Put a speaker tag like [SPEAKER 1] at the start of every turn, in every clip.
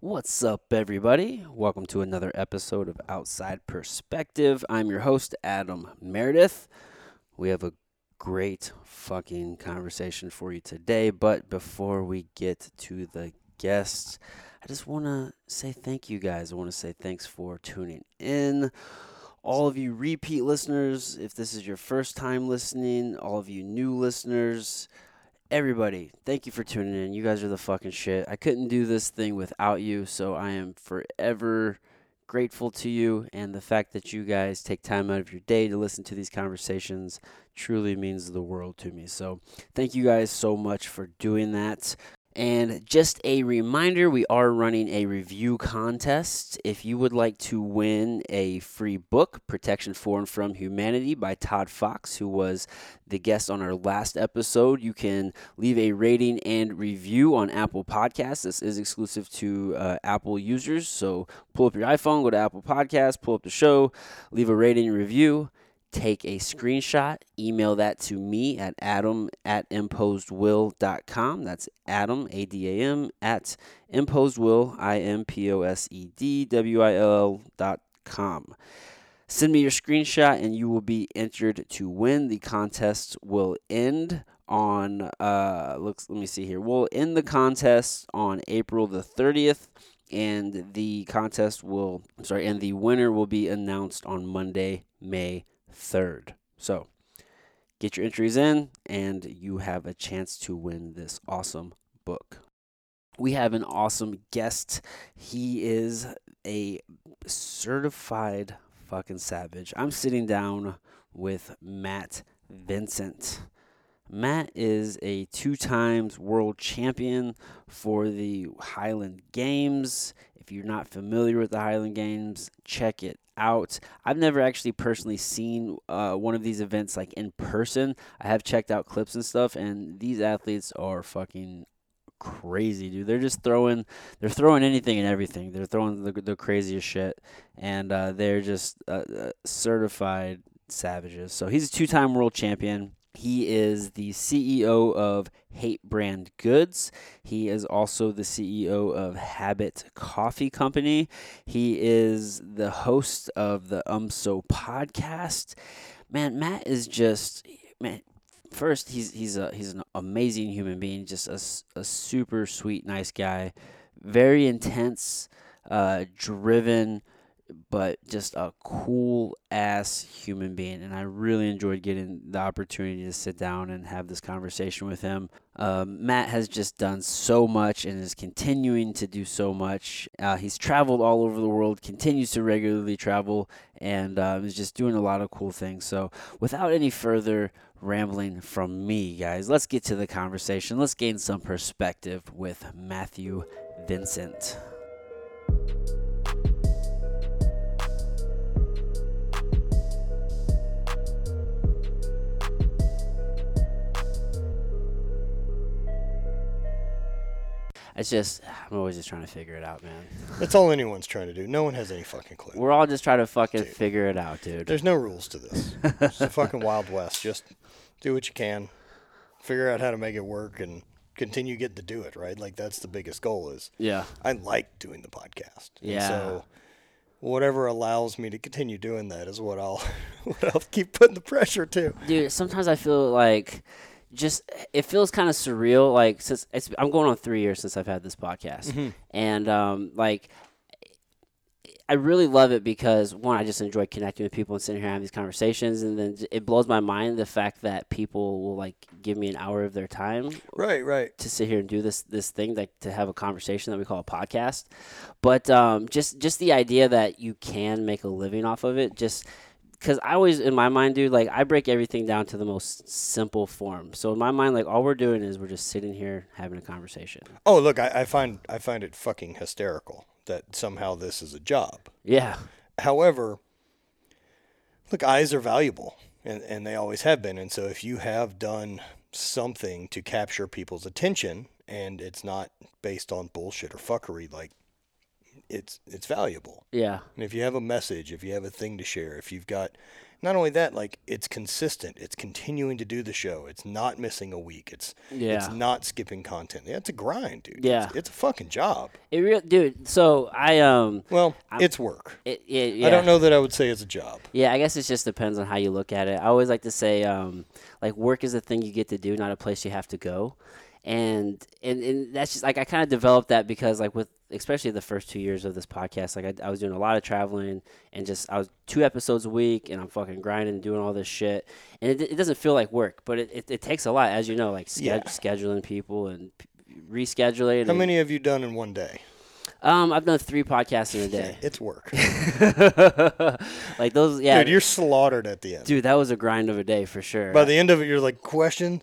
[SPEAKER 1] What's up, everybody? Welcome to another episode of Outside Perspective. I'm your host, Adam Meredith. We have a great fucking conversation for you today, but before we get to the guests, I just want to say thank you guys. I want to say thanks for tuning in. All of you repeat listeners, if this is your first time listening, all of you new listeners, everybody, thank you for tuning in. You guys are the fucking shit. I couldn't do this thing without you, so I am forever grateful to you. And the fact that you guys take time out of your day to listen to these conversations truly means the world to me. So thank you guys so much for doing that. And just a reminder, we are running a review contest. If you would like to win a free book, Protection for and from Humanity by Todd Fox, who was the guest on our last episode, you can leave a rating and review on Apple Podcasts. This is exclusive to uh, Apple users. So pull up your iPhone, go to Apple Podcasts, pull up the show, leave a rating and review, take a screenshot, email that to me at adam at imposedwill.com. That's adam, A D A M, at imposedwill, I M P O S E D W I L L dot com. Send me your screenshot and you will be entered to win. The contest will end on uh looks let me see here. We'll end the contest on April the 30th and the contest will I'm sorry and the winner will be announced on Monday, May 3rd. So, get your entries in and you have a chance to win this awesome book. We have an awesome guest. He is a certified fucking savage. I'm sitting down with Matt Vincent. Matt is a two times world champion for the Highland Games. If you're not familiar with the Highland Games, check it out. I've never actually personally seen uh, one of these events like in person. I have checked out clips and stuff, and these athletes are fucking crazy, dude. They're just throwing, they're throwing anything and everything. They're throwing the, the craziest shit, and uh, they're just uh, uh, certified savages. So he's a two-time world champion. He is the CEO of Hate Brand Goods. He is also the CEO of Habit Coffee Company. He is the host of the Um So podcast. Man, Matt is just man. First, he's he's a he's an amazing human being. Just a, s- a super sweet, nice guy. Very intense, uh, driven, but just a cool ass human being. And I really enjoyed getting the opportunity to sit down and have this conversation with him. Um, Matt has just done so much and is continuing to do so much. Uh, he's traveled all over the world, continues to regularly travel, and uh, is just doing a lot of cool things. So, without any further rambling from me, guys, let's get to the conversation. Let's gain some perspective with Matthew Vincent. It's just, I'm always just trying to figure it out, man.
[SPEAKER 2] That's all anyone's trying to do. No one has any fucking clue.
[SPEAKER 1] We're all just trying to fucking
[SPEAKER 2] Dude.
[SPEAKER 1] figure it out, dude.
[SPEAKER 2] There's no rules to this. It's the fucking Wild West. Just do what you can, figure out how to make it work, and continue getting to do it. Right? Like that's the biggest goal. Is
[SPEAKER 1] Yeah.
[SPEAKER 2] I like doing the podcast. And
[SPEAKER 1] Yeah.
[SPEAKER 2] so whatever allows me to continue doing that is what I'll what I'll keep putting the pressure to.
[SPEAKER 1] dude sometimes i feel like just it feels kind of surreal like since it's i'm going on three years since i've had this podcast and um like i really love it because one i just enjoy connecting with people and sitting here having these conversations and then j- it blows my mind the fact that people will like give me an hour of their time
[SPEAKER 2] Right. Right.
[SPEAKER 1] to sit here and do this this thing like to have a conversation that we call a podcast but um, just just the idea that you can make a living off of it just because i always in my mind dude like i break everything down to the most simple form so in my mind like all we're doing is we're just sitting here having a conversation
[SPEAKER 2] Oh, look, I, I find I find it fucking hysterical that somehow this is a job.
[SPEAKER 1] yeah
[SPEAKER 2] However, look, eyes are valuable and, and they always have been. And so if you have done something to capture people's attention and it's not based on bullshit or fuckery, like it's it's valuable.
[SPEAKER 1] Yeah.
[SPEAKER 2] And if you have a message, if you have a thing to share, if you've got not only that, like it's consistent, it's continuing to do the show, it's not missing a week, it's
[SPEAKER 1] Yeah.
[SPEAKER 2] it's not skipping content. That's a grind, dude.
[SPEAKER 1] Yeah.
[SPEAKER 2] It's, it's a fucking job.
[SPEAKER 1] It real dude. So I um.
[SPEAKER 2] Well, it's work.
[SPEAKER 1] It, it, yeah.
[SPEAKER 2] I don't know that I would say it's a job.
[SPEAKER 1] Yeah, I guess it just depends on how you look at it. I always like to say, um, like work is a thing you get to do, not a place you have to go. And and, and that's just like I kind of developed that because like with especially the first two years of this podcast, like I, I was doing a lot of traveling and just I was two episodes a week and I'm fucking grinding and doing all this shit and it, it doesn't feel like work, but it, it, it takes a lot as you know, like sched-
[SPEAKER 2] Yeah.
[SPEAKER 1] scheduling people and p- rescheduling.
[SPEAKER 2] How
[SPEAKER 1] and-
[SPEAKER 2] many have you done in one day?
[SPEAKER 1] Um, I've done three podcasts in a day.
[SPEAKER 2] It's work.
[SPEAKER 1] like those, yeah,
[SPEAKER 2] Dude, you're slaughtered at the end.
[SPEAKER 1] dude, that was a grind of a day for sure.
[SPEAKER 2] By the end of it, you're like, question?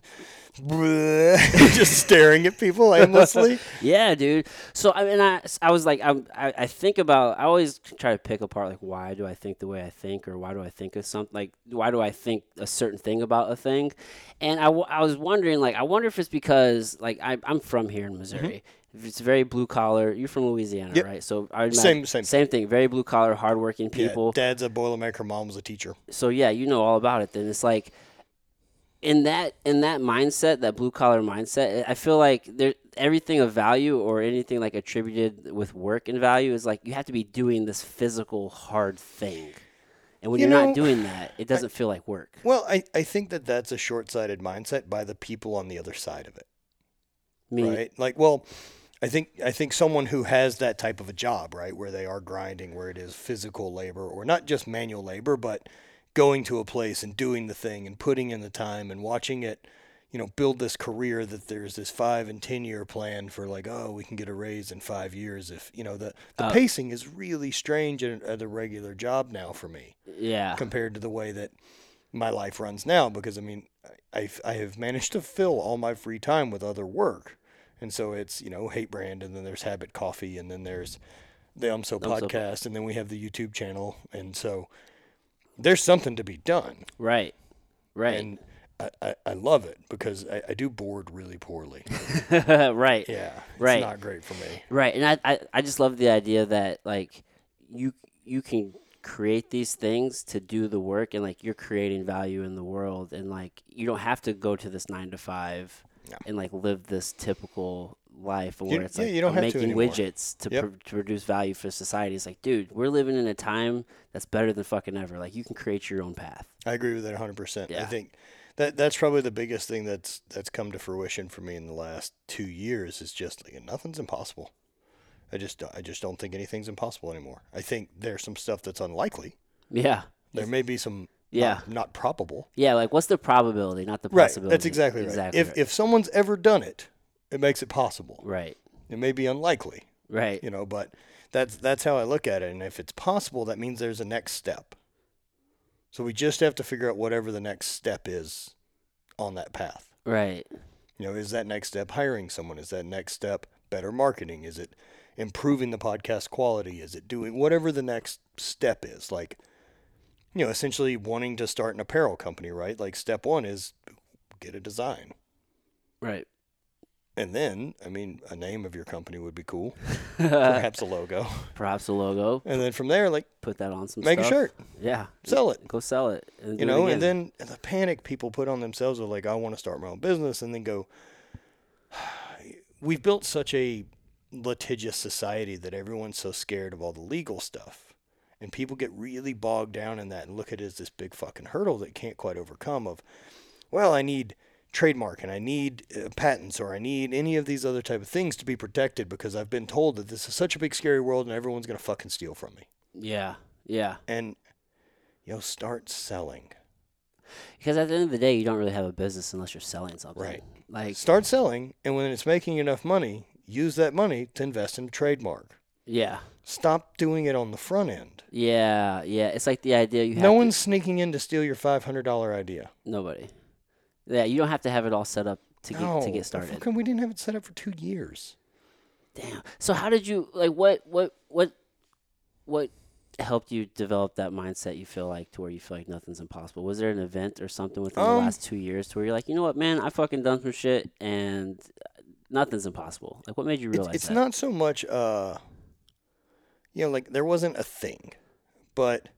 [SPEAKER 2] Just staring at people aimlessly.
[SPEAKER 1] Yeah, dude. So I mean, I, I was like, I'm, I I think about. I always try to pick apart like why do I think the way I think, or why do I think of something? Like why do I think a certain thing about a thing? And I, w- I was wondering like I wonder if it's because like I I'm from here in Missouri. If It's very blue collar. You're from Louisiana,
[SPEAKER 2] Mm-hmm. Yep.
[SPEAKER 1] right? So I would
[SPEAKER 2] Same-
[SPEAKER 1] imagine-
[SPEAKER 2] same.
[SPEAKER 1] same thing. Very blue collar, hardworking people.
[SPEAKER 2] Yeah, dad's a boilermaker, mom was a teacher.
[SPEAKER 1] so yeah, you know all about it. Then it's like in that in that mindset, that blue collar mindset. eh, I feel like there everything of value or anything like attributed with work and value is like you have to be doing this physical hard thing, and when
[SPEAKER 2] You
[SPEAKER 1] you are
[SPEAKER 2] know,
[SPEAKER 1] not doing that, it doesn't feel like work.
[SPEAKER 2] Well, I, I think that that's a short sighted mindset by the people on the other side of it,
[SPEAKER 1] I mean,
[SPEAKER 2] right? Like, well, I think I think someone who has that type of a job, right, where they are grinding, where it is physical labor, or not just manual labor, but going to a place and doing the thing and putting in the time and watching it, you know, build this career that there's this five and ten year plan for like, oh, we can get a raise in five years if you know the the pacing is really strange at, at a regular job now for me
[SPEAKER 1] yeah,
[SPEAKER 2] compared to the way that my life runs now because I mean I I've- I have managed to fill all my free time with other work. And so it's, you know, Hate Brand and then there's Habit Coffee and then there's the Um So
[SPEAKER 1] So-
[SPEAKER 2] podcast and then we have the YouTube channel and so there's something to be done.
[SPEAKER 1] right, right,
[SPEAKER 2] And I, I, I love it because I, I do board really poorly.
[SPEAKER 1] right.
[SPEAKER 2] Yeah. It's
[SPEAKER 1] Right.
[SPEAKER 2] not great for me.
[SPEAKER 1] Right, and I, I I just love the idea that like you you can create these things to do the work and like you're creating value in the world and like you don't have to go to this 9 to 5
[SPEAKER 2] No.
[SPEAKER 1] and like live this typical life where it's
[SPEAKER 2] yeah,
[SPEAKER 1] like
[SPEAKER 2] you don't
[SPEAKER 1] I'm
[SPEAKER 2] have to
[SPEAKER 1] making
[SPEAKER 2] anymore.
[SPEAKER 1] widgets to,
[SPEAKER 2] Yep.
[SPEAKER 1] pr- to produce value for society. It's like, dude, we're living in a time that's better than fucking ever. Like you can create your own path.
[SPEAKER 2] I agree with that 100%. I
[SPEAKER 1] Yeah.
[SPEAKER 2] think that that's probably the biggest thing that's that's come to fruition for me in the last 2 years is just like nothing's impossible. I just don't- I just don't think anything's impossible anymore. I think there's some stuff that's unlikely.
[SPEAKER 1] Yeah.
[SPEAKER 2] There may be some
[SPEAKER 1] Yeah.
[SPEAKER 2] not, not probable.
[SPEAKER 1] Yeah, like what's the probability, not the
[SPEAKER 2] Right.
[SPEAKER 1] possibility.
[SPEAKER 2] That's exactly, right. If if someone's ever done it, it makes it possible.
[SPEAKER 1] right.
[SPEAKER 2] It may be unlikely,
[SPEAKER 1] Right.
[SPEAKER 2] you know, but that's that's how I look at it and if it's possible that means there's a next step. So we just have to figure out whatever the next step is on that path.
[SPEAKER 1] Right.
[SPEAKER 2] You know, is that next step hiring someone? Is that next step better marketing? Is it improving the podcast quality? Is it doing whatever the next step is? Like, you know, essentially wanting to start an apparel company, right? Like, step one is get a design.
[SPEAKER 1] Right.
[SPEAKER 2] And then, I mean, a name of your company would be cool, perhaps a logo.
[SPEAKER 1] Perhaps a logo.
[SPEAKER 2] And then from there, like,
[SPEAKER 1] put that on some
[SPEAKER 2] make
[SPEAKER 1] stuff.
[SPEAKER 2] a shirt,
[SPEAKER 1] Yeah.
[SPEAKER 2] sell it.
[SPEAKER 1] Go sell it. And
[SPEAKER 2] you
[SPEAKER 1] do it
[SPEAKER 2] know,
[SPEAKER 1] again.
[SPEAKER 2] and then the panic people put on themselves of like, I want to start my own business, and then go. We've built such a litigious society that everyone's so scared of all the legal stuff, and people get really bogged down in that and look at it as this big fucking hurdle that can't quite overcome. Of, well, I need trademark and I need uh, patents or I need any of these other type of things to be protected because I've been told that this is such a big scary world and everyone's gonna fucking steal from me.
[SPEAKER 1] yeah, yeah.
[SPEAKER 2] And yo, start selling.
[SPEAKER 1] Because at the end of the day, you don't really have a business unless you're selling something.
[SPEAKER 2] Right.
[SPEAKER 1] Like,
[SPEAKER 2] start selling and when it's making enough money use that money to invest in a trademark
[SPEAKER 1] yeah,
[SPEAKER 2] stop doing it on the front end
[SPEAKER 1] yeah, yeah. It's like the idea you have
[SPEAKER 2] no
[SPEAKER 1] to-
[SPEAKER 2] one's sneaking in to steal your $500 idea
[SPEAKER 1] nobody. Yeah, you don't have to have it all set up to get
[SPEAKER 2] no,
[SPEAKER 1] to
[SPEAKER 2] the
[SPEAKER 1] get started.
[SPEAKER 2] fucking- we didn't have it set up for two years
[SPEAKER 1] Damn. So how did you like what what what what helped you develop that mindset you feel like to where you feel like nothing's impossible? Was there an event or something within the
[SPEAKER 2] Um,
[SPEAKER 1] last 2 years to where you're like, "You know what, man? I fucking done some shit and nothing's impossible." Like what made you
[SPEAKER 2] It's-
[SPEAKER 1] realize
[SPEAKER 2] it's
[SPEAKER 1] that?
[SPEAKER 2] not so much uh you know, like there wasn't a thing, but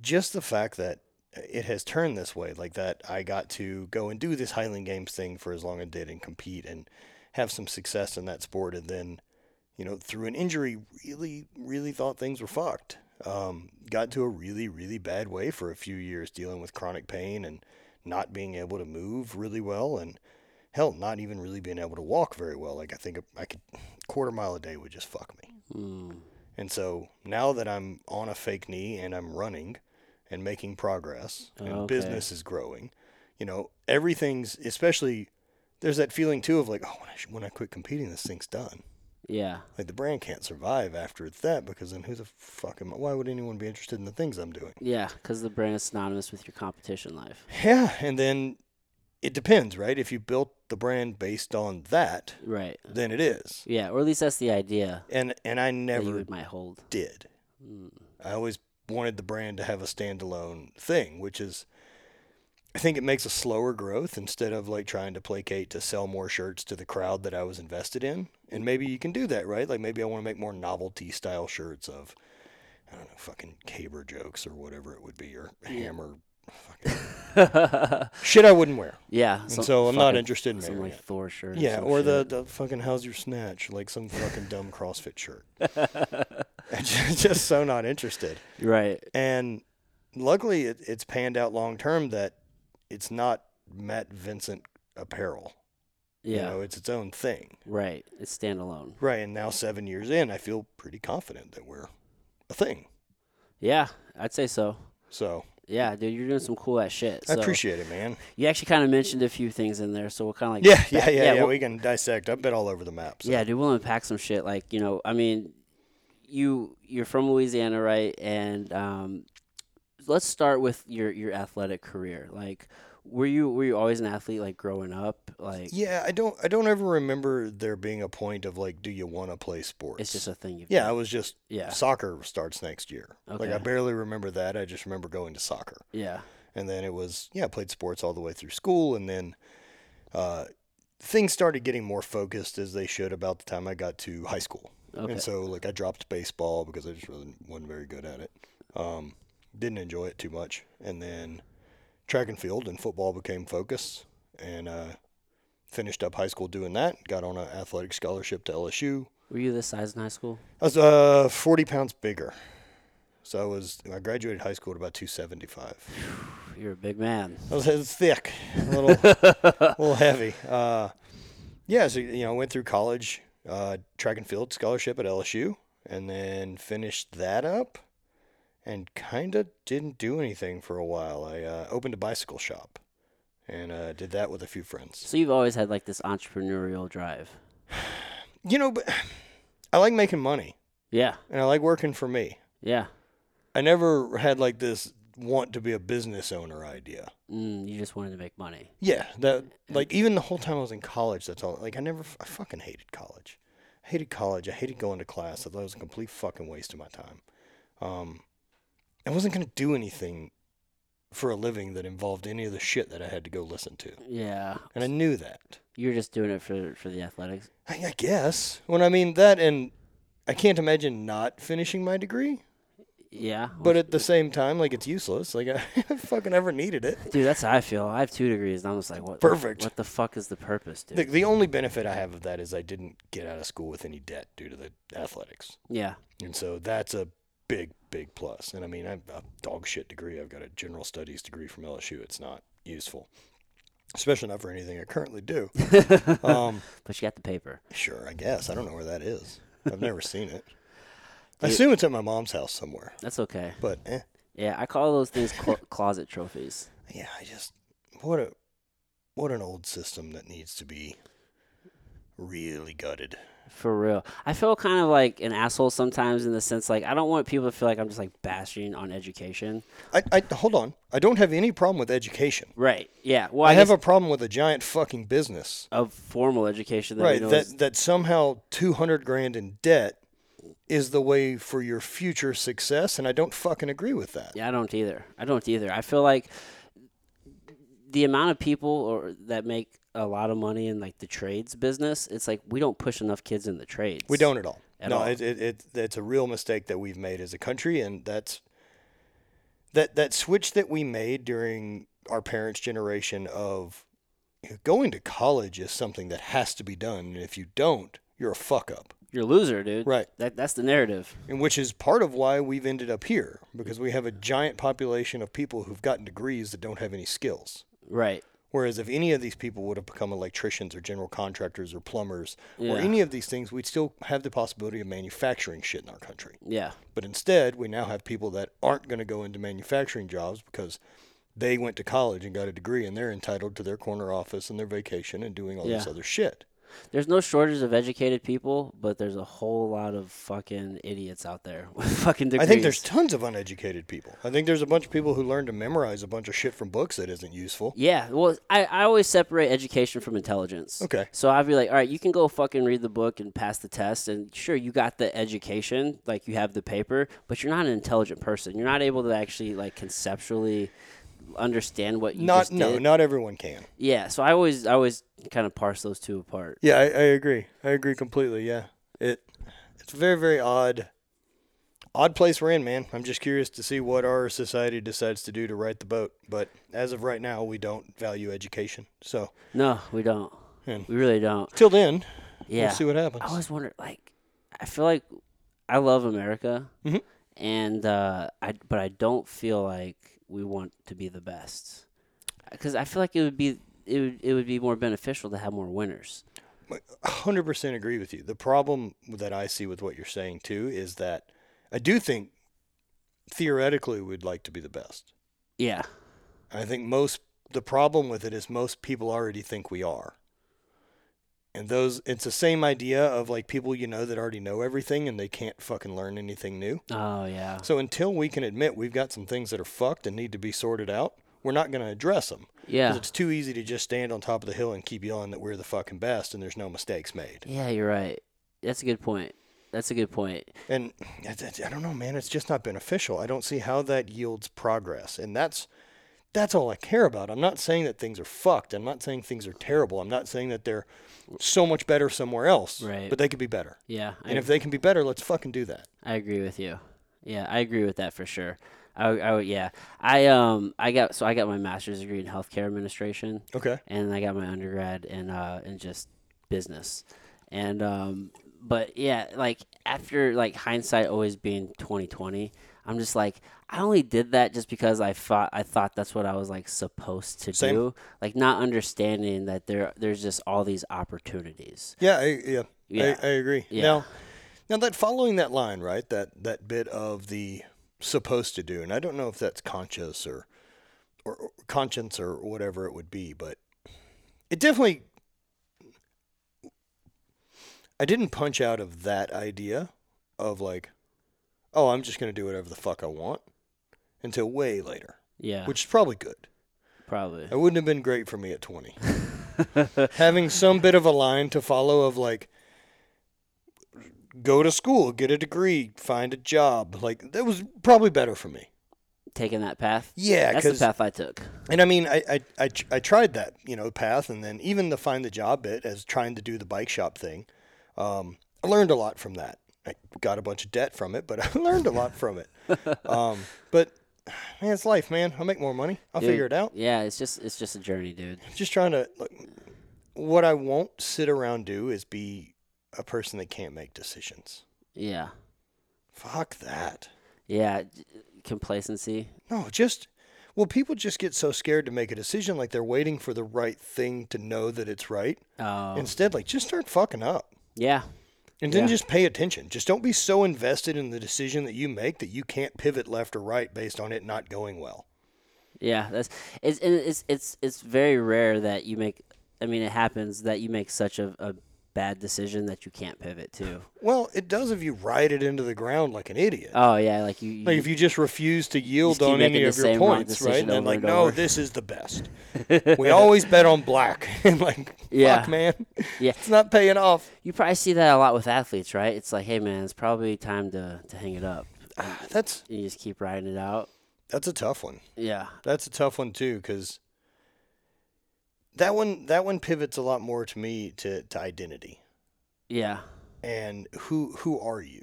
[SPEAKER 2] just the fact that it has turned this way, like that I got to go and do this Highland Games thing for as long as I did and compete and have some success in that sport, and then, you know, through an injury, really, really thought things were fucked. Um, got to a really, really bad way for a few years, dealing with chronic pain and not being able to move really well, and hell, not even really being able to walk very well. Like I think I could quarter mile a day would just fuck me.
[SPEAKER 1] Mm.
[SPEAKER 2] And so now that I'm on a fake knee and I'm running and making progress and
[SPEAKER 1] Okay.
[SPEAKER 2] business is growing, you know, everything's especially there's that feeling too of like, oh, when I, sh- when I quit competing, this thing's done.
[SPEAKER 1] Yeah.
[SPEAKER 2] Like the brand can't survive after it's that because then who the fuck am I? Why would anyone be interested in the things I'm doing?
[SPEAKER 1] Yeah, because the brand is synonymous with your competition life.
[SPEAKER 2] Yeah. And then it depends, right? If you built the brand based on that,
[SPEAKER 1] Right.
[SPEAKER 2] then it is.
[SPEAKER 1] Yeah, or at least that's the idea
[SPEAKER 2] And and I
[SPEAKER 1] that you
[SPEAKER 2] never
[SPEAKER 1] would- might hold.
[SPEAKER 2] did.
[SPEAKER 1] Mm.
[SPEAKER 2] I always wanted the brand to have a standalone thing, which is, I think it makes a slower growth instead of like trying to placate to sell more shirts to the crowd that I was invested in. And maybe you can do that, right? Like maybe I want to make more novelty style shirts of, I don't know, fucking caber jokes or whatever it would be, or hammer fucking shit I wouldn't wear.
[SPEAKER 1] yeah.
[SPEAKER 2] And so I'm not
[SPEAKER 1] fucking-
[SPEAKER 2] interested in
[SPEAKER 1] Some
[SPEAKER 2] wearing
[SPEAKER 1] like
[SPEAKER 2] it.
[SPEAKER 1] Thor shirt.
[SPEAKER 2] Yeah,
[SPEAKER 1] some
[SPEAKER 2] or
[SPEAKER 1] shit.
[SPEAKER 2] the, the fucking how's your snatch? Like some fucking dumb CrossFit shirt. just, just so not interested.
[SPEAKER 1] Right.
[SPEAKER 2] And luckily, it, it's panned out long term that it's not Matt Vincent apparel.
[SPEAKER 1] Yeah.
[SPEAKER 2] You know, it's its own thing.
[SPEAKER 1] right. It's standalone.
[SPEAKER 2] Right. And now, seven years in, I feel pretty confident that we're a thing.
[SPEAKER 1] Yeah, I'd say so.
[SPEAKER 2] So
[SPEAKER 1] Yeah, dude, you're doing some cool ass shit. So
[SPEAKER 2] I appreciate it, man.
[SPEAKER 1] you actually kind of mentioned a few things in there, so we'll kind of like
[SPEAKER 2] Yeah, yeah, yeah, yeah.
[SPEAKER 1] we'll-
[SPEAKER 2] we can dissect. I've been all over the map. So.
[SPEAKER 1] Yeah, dude, we'll unpack some shit. Like, you know, I mean, you you're from Louisiana, right? And um, let's start with your your athletic career. Like, were you were you always an athlete? Like growing up, like
[SPEAKER 2] Yeah, I don't. I don't ever remember there being a point of like, do you want to play sports?
[SPEAKER 1] it's just a thing. You've
[SPEAKER 2] yeah. I was just
[SPEAKER 1] yeah,
[SPEAKER 2] soccer starts next year. Like I
[SPEAKER 1] Okay.
[SPEAKER 2] barely remember that. I just remember going to soccer.
[SPEAKER 1] yeah,
[SPEAKER 2] and then it was yeah I played sports all the way through school and then uh, things started getting more focused as they should about the time i got to high school
[SPEAKER 1] okay,
[SPEAKER 2] and so like i dropped baseball because i just really wasn't very good at it um, didn't enjoy it too much and then track and field and football became focus and uh, finished up high school doing that got on an athletic scholarship to lsu
[SPEAKER 1] were you this size in high school?
[SPEAKER 2] i was uh, 40 pounds bigger so i was i graduated high school at about 275
[SPEAKER 1] You're a big man.
[SPEAKER 2] it was, it was thick, a little, a little heavy. Uh, yeah, so you know, went through college, uh, track and field scholarship at LSU, and then finished that up, and kind of didn't do anything for a while. I uh, opened a bicycle shop, and uh, did that with a few friends.
[SPEAKER 1] So you've always had like this entrepreneurial drive.
[SPEAKER 2] You know, but I like making money,
[SPEAKER 1] Yeah,
[SPEAKER 2] and I like working for me.
[SPEAKER 1] yeah.
[SPEAKER 2] I never had like this want to be a business owner idea.
[SPEAKER 1] Mm, you just wanted to make money.
[SPEAKER 2] Yeah, that like even the whole time I was in college, that's all. Like I never, I fucking hated college. I hated college. I hated going to class. I thought it was a complete fucking waste of my time. Um, I wasn't gonna do anything for a living that involved any of the shit that I had to go listen to,
[SPEAKER 1] Yeah,
[SPEAKER 2] and I knew that.
[SPEAKER 1] you're just doing it for for the athletics.
[SPEAKER 2] I, I guess when I mean that, and I can't imagine not finishing my degree.
[SPEAKER 1] Yeah,
[SPEAKER 2] But at the same time, like it's useless. Like I fucking ever needed it.
[SPEAKER 1] Dude, that's how I feel. I have two degrees, and I'm just like, what?
[SPEAKER 2] Perfect.
[SPEAKER 1] What the fuck is the purpose, dude?
[SPEAKER 2] The, the only benefit I have of that is I didn't get out of school with any debt due to the athletics.
[SPEAKER 1] yeah,
[SPEAKER 2] And so that's a big, big plus. And I mean, I'm a dog shit degree. I've got a general studies degree from LSU. It's not useful, especially not for anything I currently do. um,
[SPEAKER 1] but you got the paper.
[SPEAKER 2] sure, I guess. I don't know where that is. I've never seen it. I assume it's at my mom's house somewhere,
[SPEAKER 1] That's okay.
[SPEAKER 2] but eh,
[SPEAKER 1] Yeah, I call those things clo closet trophies.
[SPEAKER 2] yeah, I just what a what an old system that needs to be really gutted.
[SPEAKER 1] For real, I feel kind of like an asshole sometimes in the sense like I don't want people to feel like I'm just like bashing on education.
[SPEAKER 2] I, I hold on. I don't have any problem with education.
[SPEAKER 1] Right? Yeah. Well,
[SPEAKER 2] I,
[SPEAKER 1] I,
[SPEAKER 2] have
[SPEAKER 1] guess
[SPEAKER 2] a problem with a giant fucking business
[SPEAKER 1] of formal education that we
[SPEAKER 2] right
[SPEAKER 1] know
[SPEAKER 2] that
[SPEAKER 1] is-
[SPEAKER 2] that somehow 200 grand in debt is the way for your future success and i don't fucking agree with that
[SPEAKER 1] Yeah, I don't either. I don't either. I feel like the amount of people or that make a lot of money in like the trades business, it's like we don't push enough kids in the trades.
[SPEAKER 2] we don't at all
[SPEAKER 1] at
[SPEAKER 2] no,
[SPEAKER 1] all.
[SPEAKER 2] it, it, it that's a real mistake that we've made as a country, and that's that that switch that we made during our parents' generation of going to college is something that has to be done, and if you don't, you're a fuck up,
[SPEAKER 1] You're a loser, dude.
[SPEAKER 2] right?
[SPEAKER 1] That that's the narrative.
[SPEAKER 2] And which is part of why we've ended up here because we have a giant population of people who've gotten degrees that don't have any skills.
[SPEAKER 1] Right.
[SPEAKER 2] Whereas if any of these people would have become electricians or general contractors or plumbers or
[SPEAKER 1] Yeah.
[SPEAKER 2] any of these things, we'd still have the possibility of manufacturing shit in our country.
[SPEAKER 1] Yeah.
[SPEAKER 2] But instead, we now have people that aren't going to go into manufacturing jobs because they went to college and got a degree and they're entitled to their corner office and their vacation and doing all this
[SPEAKER 1] Yeah.
[SPEAKER 2] other shit.
[SPEAKER 1] There's no shortage of educated people, but there's a whole lot of fucking idiots out there with fucking degrees.
[SPEAKER 2] I think there's tons of uneducated people. I think there's a bunch of people who learn to memorize a bunch of shit from books that isn't useful.
[SPEAKER 1] Yeah, well, I, I always separate education from intelligence.
[SPEAKER 2] Okay.
[SPEAKER 1] So I'd be like, all right, you can go fucking read the book and pass the test, and sure, you got the education, like you have the paper, but you're not an intelligent person. You're not able to actually like conceptually understand what you
[SPEAKER 2] Not
[SPEAKER 1] just
[SPEAKER 2] no,
[SPEAKER 1] did.
[SPEAKER 2] not everyone can.
[SPEAKER 1] Yeah. So I always I always kind of parse those two apart.
[SPEAKER 2] Yeah, I, I agree. I agree completely. Yeah, it it's a very very odd, odd place we're in, man. I'm just curious to see what our society decides to do to right the boat. But as of right now, we don't value education. So
[SPEAKER 1] No, we don't.
[SPEAKER 2] And-
[SPEAKER 1] We really don't.
[SPEAKER 2] till then,
[SPEAKER 1] Yeah.
[SPEAKER 2] we'll see what happens.
[SPEAKER 1] I always wonder, like, I feel like I love America,
[SPEAKER 2] Mhm.
[SPEAKER 1] and uh, I but I don't feel like we want to be the best because I feel like it would be it would it would be more beneficial to have more winners.
[SPEAKER 2] hundred percent agree with you. The problem that I see with what you're saying too is that I do think theoretically we'd like to be the best.
[SPEAKER 1] Yeah,
[SPEAKER 2] I think most the problem with it is most people already think we are. And those it's the same idea of like people you know that already know everything and they can't fucking learn anything new.
[SPEAKER 1] oh yeah,
[SPEAKER 2] So until we can admit we've got some things that are fucked and need to be sorted out, we're not going to address them.
[SPEAKER 1] yeah,
[SPEAKER 2] It's too easy to just stand on top of the hill and keep yelling that we're the fucking best and there's no mistakes made.
[SPEAKER 1] yeah. You're right. That's a good point. That's a good point.
[SPEAKER 2] And it's- it's- I don't know, man. It's just not beneficial. I don't see how that yields progress, and that's that's all I care about. I'm not saying that things are fucked. I'm not saying things are terrible. I'm not saying that they're so much better somewhere else.
[SPEAKER 1] Right.
[SPEAKER 2] But they could be better.
[SPEAKER 1] Yeah, I,
[SPEAKER 2] And if they can be better, let's fucking do that.
[SPEAKER 1] I agree with you. Yeah, I agree with that for sure. I, I yeah, I um I got so I got my master's degree in healthcare administration.
[SPEAKER 2] Okay.
[SPEAKER 1] and I got my undergrad in uh in just business. And um but yeah, like after like hindsight always being twenty twenty, I'm just like I only did that just because I thought I thought that's what I was like supposed to
[SPEAKER 2] Same.
[SPEAKER 1] do. Like not understanding that there there's just all these opportunities.
[SPEAKER 2] Yeah. I, yeah.
[SPEAKER 1] Yeah.
[SPEAKER 2] I, I agree.
[SPEAKER 1] Yeah.
[SPEAKER 2] Now, now that following that line, right? That that bit of the supposed to do, and I don't know if that's conscious or or, or conscience or whatever it would be, but it definitely. I didn't punch out of that idea of like, oh, I'm just gonna do whatever the fuck I want, until way later,
[SPEAKER 1] Yeah,
[SPEAKER 2] which Oh. is probably good.
[SPEAKER 1] probably.
[SPEAKER 2] It wouldn't have been great for me at 20. Having some bit of a line to follow of like, go to school, get a degree, find a job. Like, that was probably better for me.
[SPEAKER 1] Taking that path.
[SPEAKER 2] Yeah.
[SPEAKER 1] That's the
[SPEAKER 2] 'cause-
[SPEAKER 1] path I took.
[SPEAKER 2] And I mean, I, I, I, tr- I tried that, you know, path. And then even the find the job bit as trying to do the bike shop thing, um, I learned a lot from that. I got a bunch of debt from it, but I learned a lot from it. Um, but man, it's life, man. I'll make more money. I'll
[SPEAKER 1] Dude,
[SPEAKER 2] figure it out.
[SPEAKER 1] Yeah, it's just it's just a journey, dude.
[SPEAKER 2] just trying to like, what I won't sit around do is be a person that can't make decisions.
[SPEAKER 1] Yeah.
[SPEAKER 2] Fuck that.
[SPEAKER 1] Yeah. j- Complacency.
[SPEAKER 2] No, just well, people just get so scared to make a decision, like they're waiting for the right thing to know that it's right.
[SPEAKER 1] Oh.
[SPEAKER 2] Instead, like just start fucking up.
[SPEAKER 1] yeah.
[SPEAKER 2] And then
[SPEAKER 1] Yeah.
[SPEAKER 2] just pay attention. Just don't be so invested in the decision that you make that you can't pivot left or right based on it not going well.
[SPEAKER 1] Yeah, that's it's and it's it's it's very rare that you make. I mean, it happens that you make such a, a bad decision that you can't pivot to.
[SPEAKER 2] Well, it does if you ride it into the ground like an idiot.
[SPEAKER 1] Oh yeah, like you. you
[SPEAKER 2] Like if you just refuse to yield
[SPEAKER 1] keep
[SPEAKER 2] on
[SPEAKER 1] making
[SPEAKER 2] any
[SPEAKER 1] the
[SPEAKER 2] of your
[SPEAKER 1] same wrong
[SPEAKER 2] points,
[SPEAKER 1] decision
[SPEAKER 2] right? And then
[SPEAKER 1] over
[SPEAKER 2] like,
[SPEAKER 1] and
[SPEAKER 2] no,
[SPEAKER 1] over.
[SPEAKER 2] this is the best. we always bet on black. and like,
[SPEAKER 1] Yeah.
[SPEAKER 2] fuck, man,
[SPEAKER 1] Yeah.
[SPEAKER 2] it's not paying off.
[SPEAKER 1] you probably see that a lot with athletes, right? It's like, hey man, it's probably time to to hang it up.
[SPEAKER 2] Ah, That's
[SPEAKER 1] You just keep riding it out.
[SPEAKER 2] that's a tough one.
[SPEAKER 1] Yeah,
[SPEAKER 2] That's a tough one too, because that one that one pivots a lot more to me to to identity.
[SPEAKER 1] yeah,
[SPEAKER 2] and who who are you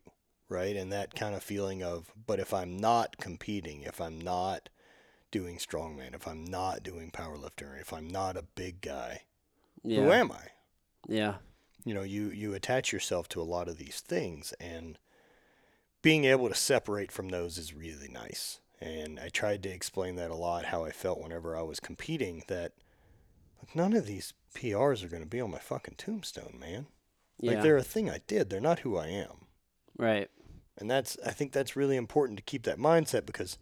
[SPEAKER 2] right and that kind of feeling of but if i'm not competing if i'm not doing strongman if i'm not doing powerlifting if i'm not a big guy
[SPEAKER 1] Yeah.
[SPEAKER 2] who am i
[SPEAKER 1] Yeah.
[SPEAKER 2] you know you you attach yourself to a lot of these things and being able to separate from those is really nice and i tried to explain that a lot how i felt whenever i was competing that like, none of these prs are going to be on my fucking tombstone man
[SPEAKER 1] Yeah.
[SPEAKER 2] like they're a thing i did they're not who i am
[SPEAKER 1] right.
[SPEAKER 2] and that's I think that's really important to keep that mindset because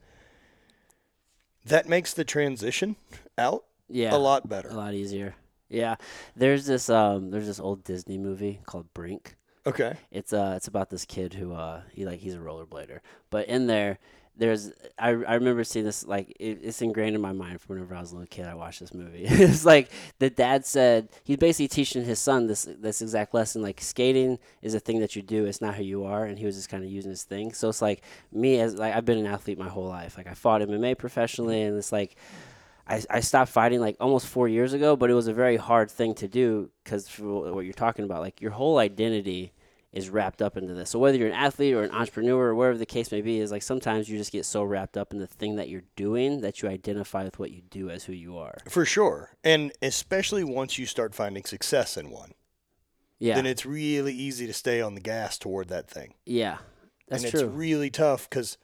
[SPEAKER 2] that makes the transition out
[SPEAKER 1] Yeah.
[SPEAKER 2] a lot
[SPEAKER 1] A
[SPEAKER 2] better.
[SPEAKER 1] lot easier. Yeah. There's this um there's this old Disney movie called Brink.
[SPEAKER 2] Okay.
[SPEAKER 1] It's uh it's about this kid who uh he like he's a rollerblader. But in there there's I, I remember seeing this like it, it's ingrained in my mind from whenever I was a little kid I watched this movie. it's like the dad said he's basically teaching his son this this exact lesson like skating is a thing that you do it's not who you are and he was just kind of using his thing. So it's like me as like I've been an athlete my whole life. Like I fought MMA professionally and it's like I, I stopped fighting like almost four years ago, but it was a very hard thing to do because for what you're talking about, like your whole identity is wrapped up into this. So whether you're an athlete or an entrepreneur or whatever the case may be, is like sometimes you just get so wrapped up in the thing that you're doing that you identify with what you do as who you are.
[SPEAKER 2] For sure. And especially once you start finding success in one,
[SPEAKER 1] Yeah,
[SPEAKER 2] then it's really easy to stay on the gas toward that thing.
[SPEAKER 1] yeah, that's
[SPEAKER 2] and
[SPEAKER 1] true.
[SPEAKER 2] it's really tough cuz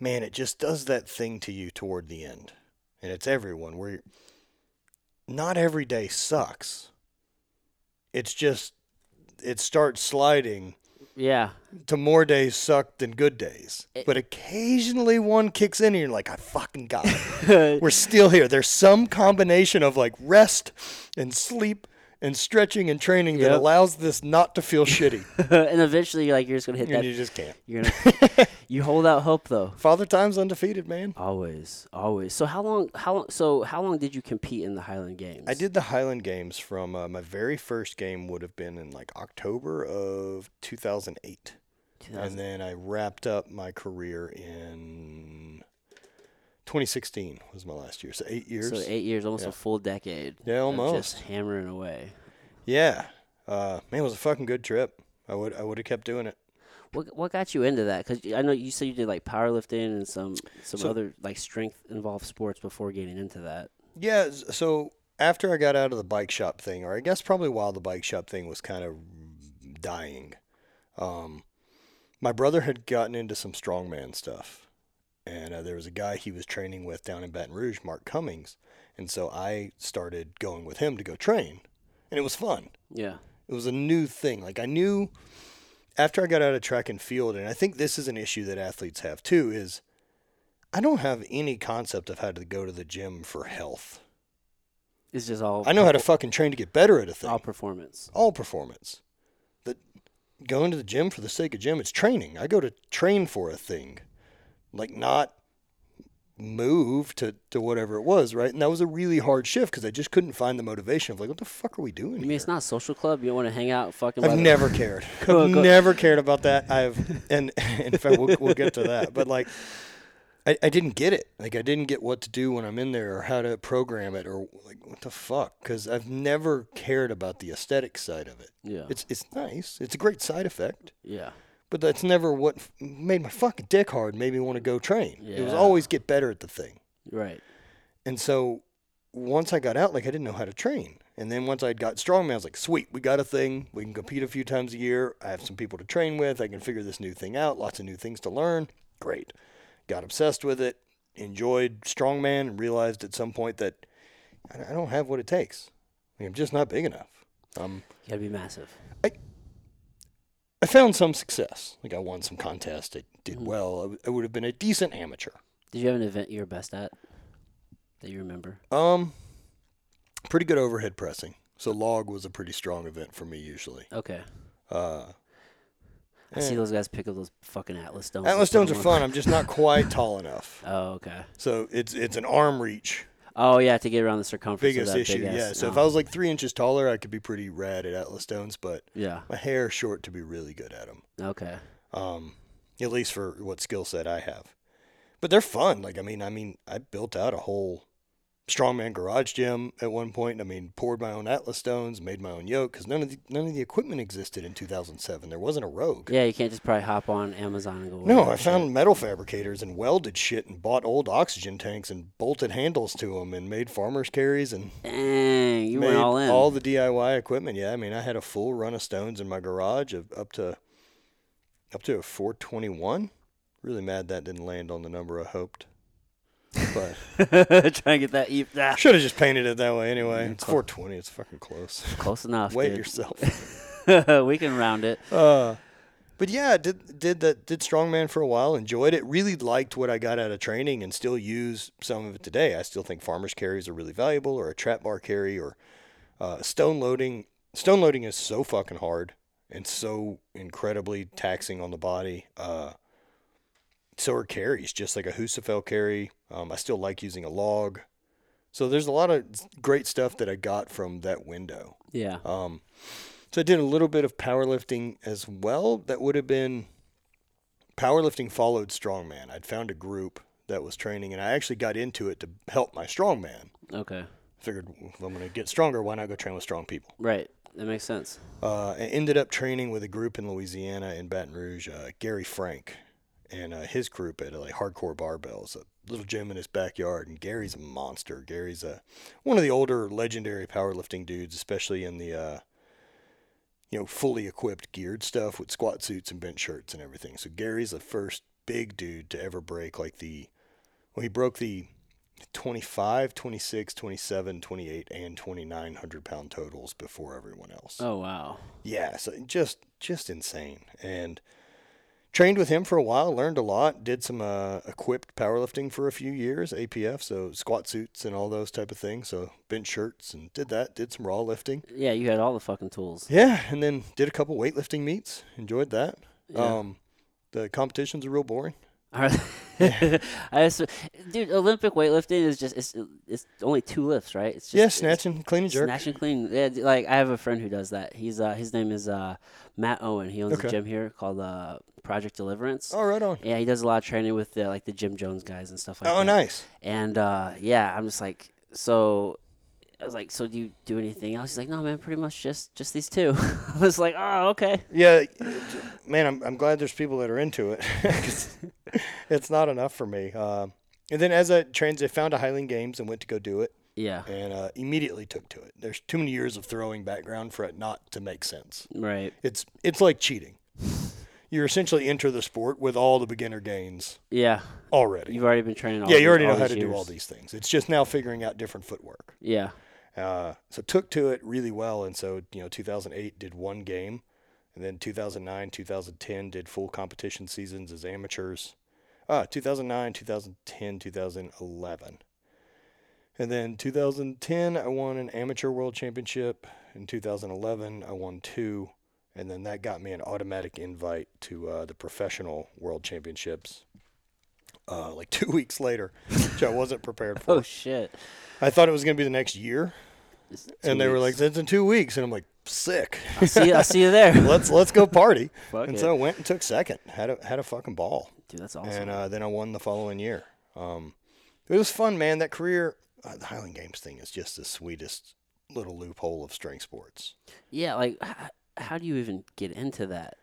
[SPEAKER 2] man, it just does that thing to you toward the end. And it's everyone where you're- not every day sucks. It's just it starts sliding
[SPEAKER 1] yeah,
[SPEAKER 2] to more days suck than good days.
[SPEAKER 1] It-
[SPEAKER 2] but occasionally one kicks in and you're like, I fucking got it. We're still here. There's some combination of like rest and sleep and stretching and training that
[SPEAKER 1] Yep.
[SPEAKER 2] allows this not to feel shitty.
[SPEAKER 1] and eventually, like you're just gonna hit
[SPEAKER 2] and
[SPEAKER 1] that.
[SPEAKER 2] you just can't.
[SPEAKER 1] You're gonna, you hold out hope though.
[SPEAKER 2] Father Time's undefeated, man.
[SPEAKER 1] Always, always. So how long? How long? So how long did you compete in the Highland Games?
[SPEAKER 2] I did the Highland Games from uh, my very first game would have been in like October of 2008.
[SPEAKER 1] 2000
[SPEAKER 2] And then I wrapped up my career in 2016 was my last year. So eight years.
[SPEAKER 1] So eight years, almost
[SPEAKER 2] Yeah.
[SPEAKER 1] a full decade.
[SPEAKER 2] Yeah,
[SPEAKER 1] of
[SPEAKER 2] almost.
[SPEAKER 1] Just hammering away.
[SPEAKER 2] Yeah. Uh, man, it was a fucking good trip. I would I would have kept doing it.
[SPEAKER 1] What what got you into that? Because I know you said you did like powerlifting and some some
[SPEAKER 2] So-
[SPEAKER 1] other like strength involved sports before getting into that.
[SPEAKER 2] Yeah. s- So after I got out of the bike shop thing, or I guess probably while the bike shop thing was kind of dying, um, my brother had gotten into some strongman stuff, and uh, there was a guy he was training with down in Baton Rouge, Mark Cummings, and so I started going with him to go train, and it was fun.
[SPEAKER 1] Yeah.
[SPEAKER 2] it was a new thing. Like I knew after I got out of track and field, and I think this is an issue that athletes have too, is I don't have any concept of how to go to the gym for health.
[SPEAKER 1] It's just all
[SPEAKER 2] I know how to fucking train to get better at a thing.
[SPEAKER 1] all performance.
[SPEAKER 2] All performance. That going to the gym for the sake of gym, it's training. I go to train for a thing. Like not move to, to whatever it was, right? And that was a really hard shift because I just couldn't find the motivation of like, what the fuck are we doing
[SPEAKER 1] I
[SPEAKER 2] here?
[SPEAKER 1] mean, it's not a social club. You don't want to hang out fucking. by
[SPEAKER 2] I've
[SPEAKER 1] the-
[SPEAKER 2] never cared.
[SPEAKER 1] Go-
[SPEAKER 2] I've
[SPEAKER 1] go.
[SPEAKER 2] never cared about that. I've and in fact we'll, we'll get to that. But like, I, I didn't get it. Like I didn't get what to do when I'm in there or how to program it or like what the fuck. Because I've never cared about the aesthetic side of it.
[SPEAKER 1] Yeah.
[SPEAKER 2] It's it's nice. It's a great side effect.
[SPEAKER 1] yeah.
[SPEAKER 2] But that's never what f- made my fucking dick hard. Made me want to go train. It was
[SPEAKER 1] Yeah.
[SPEAKER 2] always get better at the thing.
[SPEAKER 1] Right.
[SPEAKER 2] And so once I got out, like I didn't know how to train. And then once I got strongman, I was like, sweet, we got a thing. We can compete a few times a year. I have some people to train with. I can figure this new thing out. Lots of new things to learn. Great. Got obsessed with it. Enjoyed strongman and realized at some point that I I don't have what it takes. I mean, I'm just not big enough. Um,
[SPEAKER 1] You gotta be massive.
[SPEAKER 2] I found some success. Like I won some contests. I did well. I, w- I would have been a decent amateur.
[SPEAKER 1] Did you have an event you were best at that you remember?
[SPEAKER 2] Um, pretty good overhead pressing. So log was a pretty strong event for me usually.
[SPEAKER 1] Okay.
[SPEAKER 2] Uh,
[SPEAKER 1] I see those guys pick up those fucking atlas stones. and
[SPEAKER 2] Eh. Atlas
[SPEAKER 1] put
[SPEAKER 2] stones are
[SPEAKER 1] them
[SPEAKER 2] fun. I'm just not quite tall enough.
[SPEAKER 1] on- Oh okay.
[SPEAKER 2] So it's it's an arm reach
[SPEAKER 1] Oh yeah, to get around the circumference. of
[SPEAKER 2] biggest
[SPEAKER 1] that
[SPEAKER 2] issue.
[SPEAKER 1] Big ass-
[SPEAKER 2] yeah. So if
[SPEAKER 1] oh,
[SPEAKER 2] I was like three inches taller, I could be pretty rad at Atlas stones. But
[SPEAKER 1] yeah.
[SPEAKER 2] my hair short to be really good at them.
[SPEAKER 1] Okay.
[SPEAKER 2] Um, at least for what skill set I have. But they're fun. Like I mean, I mean, I built out a whole strongman garage gym at one point. I mean, poured my own Atlas stones, made my own yoke because none of the, none of the equipment existed in 2007. There wasn't a Rogue.
[SPEAKER 1] Yeah, you can't just probably hop on Amazon and go. order
[SPEAKER 2] No,
[SPEAKER 1] that
[SPEAKER 2] I
[SPEAKER 1] shit.
[SPEAKER 2] found metal fabricators and welded shit and bought old oxygen tanks and bolted handles to them and made farmers carries and
[SPEAKER 1] Dang, you
[SPEAKER 2] made
[SPEAKER 1] went all in.
[SPEAKER 2] all the DIY equipment. Yeah, I mean, I had a full run of stones in my garage of up to up to a 421. Really mad that didn't land on the number I hoped. But
[SPEAKER 1] Trying to get that. E- ah,
[SPEAKER 2] should have just painted it that way anyway. It's 420. It's fucking close.
[SPEAKER 1] close enough.
[SPEAKER 2] Weigh
[SPEAKER 1] dude.
[SPEAKER 2] yourself.
[SPEAKER 1] we can round it.
[SPEAKER 2] Uh, but yeah, did did that did strongman for a while. Enjoyed it. Really liked what I got out of training, and still use some of it today. I still think farmers carries are really valuable, or a trap bar carry, or uh, stone loading. Stone loading is so fucking hard and so incredibly taxing on the body. Uh, so are carries, just like a Husafel carry. Um, I still like using a log. So there's a lot of great stuff that I got from that window.
[SPEAKER 1] Yeah.
[SPEAKER 2] Um, so I did a little bit of powerlifting as well. That would have been powerlifting followed strongman. I'd found a group that was training, and I actually got into it to help my strongman.
[SPEAKER 1] Okay.
[SPEAKER 2] Figured well, if I'm going to get stronger, why not go train with strong people?
[SPEAKER 1] Right. That makes sense.
[SPEAKER 2] Uh, I ended up training with a group in Louisiana in Baton Rouge, uh, Gary Frank, and uh, his group at like Hardcore Barbells, a little gym in his backyard. And Gary's a monster. Gary's a one of the older legendary powerlifting dudes, especially in the uh, you know fully equipped geared stuff with squat suits and bench shirts and everything. So Gary's the first big dude to ever break like the well he broke the 25, 26, 27, 28 and 29 hundred pound totals before everyone else.
[SPEAKER 1] Oh wow.
[SPEAKER 2] Yeah, so just just insane. And trained with him for a while, learned a lot, did some uh, equipped powerlifting for a few years, APF, so squat suits and all those type of things. So bench shirts and did that, did some raw lifting.
[SPEAKER 1] Yeah, you had all the fucking tools.
[SPEAKER 2] Yeah, and then did a couple weightlifting meets, enjoyed that.
[SPEAKER 1] Yeah.
[SPEAKER 2] Um the competitions are real boring.
[SPEAKER 1] Are they- I just, dude, Olympic weightlifting is just it's it's only two lifts, right? It's just
[SPEAKER 2] yeah,
[SPEAKER 1] it's
[SPEAKER 2] snatching, clean and jerk.
[SPEAKER 1] Snatch and clean. Yeah, d- like I have a friend who does that. He's uh, his name is uh, Matt Owen. He owns
[SPEAKER 2] Okay.
[SPEAKER 1] a gym here called uh, Project Deliverance.
[SPEAKER 2] Oh, right on.
[SPEAKER 1] Yeah, he does a lot of training with the, like the Jim Jones guys and stuff like
[SPEAKER 2] Oh,
[SPEAKER 1] that.
[SPEAKER 2] nice.
[SPEAKER 1] And uh, yeah, I'm just like, so I was like, so do you do anything else? He's like, no, man, pretty much just just these two. I was like, oh, okay.
[SPEAKER 2] Yeah, it- man, I'm, I'm glad there's people that are into it. 'Cause it's not enough for me. Um and then as I trans, I found a Highland Games and went to go do it,
[SPEAKER 1] Yeah,
[SPEAKER 2] and uh, immediately took to it. There's too many years of throwing background for it not to make sense.
[SPEAKER 1] right.
[SPEAKER 2] It's it's like cheating. You essentially enter the sport with all the beginner gains
[SPEAKER 1] Yeah,
[SPEAKER 2] already.
[SPEAKER 1] you've already been training. All
[SPEAKER 2] yeah, you
[SPEAKER 1] these-
[SPEAKER 2] already
[SPEAKER 1] all
[SPEAKER 2] know how
[SPEAKER 1] these
[SPEAKER 2] to do
[SPEAKER 1] years.
[SPEAKER 2] all these things. It's just now figuring out different footwork.
[SPEAKER 1] Yeah,
[SPEAKER 2] Uh, so took to it really well, and so you know, 2008 did one game, and then 2009, 2010 did full competition seasons as amateurs. Ah, 2009, 2010, 2011, and then 2010 I won an amateur world championship. In 2011 I won two, and then that got me an automatic invite to uh, the professional world championships. Uh, like two weeks later, which I wasn't prepared for.
[SPEAKER 1] Oh shit.
[SPEAKER 2] I thought it was going to be the next year
[SPEAKER 1] It's two
[SPEAKER 2] and they were like,
[SPEAKER 1] weeks.
[SPEAKER 2] "That's in two weeks," and I'm like, "Sick,
[SPEAKER 1] I'll see, I'll see you there.
[SPEAKER 2] let's let's go party."
[SPEAKER 1] Fuck
[SPEAKER 2] and
[SPEAKER 1] it.
[SPEAKER 2] so I went and took second, had a had a fucking ball,
[SPEAKER 1] Dude, that's awesome.
[SPEAKER 2] and uh, then I won the following year. Um, it was fun, man. That career, uh, the Highland Games thing is just the sweetest little loophole of string sports.
[SPEAKER 1] yeah, like, how, how do you even get into that?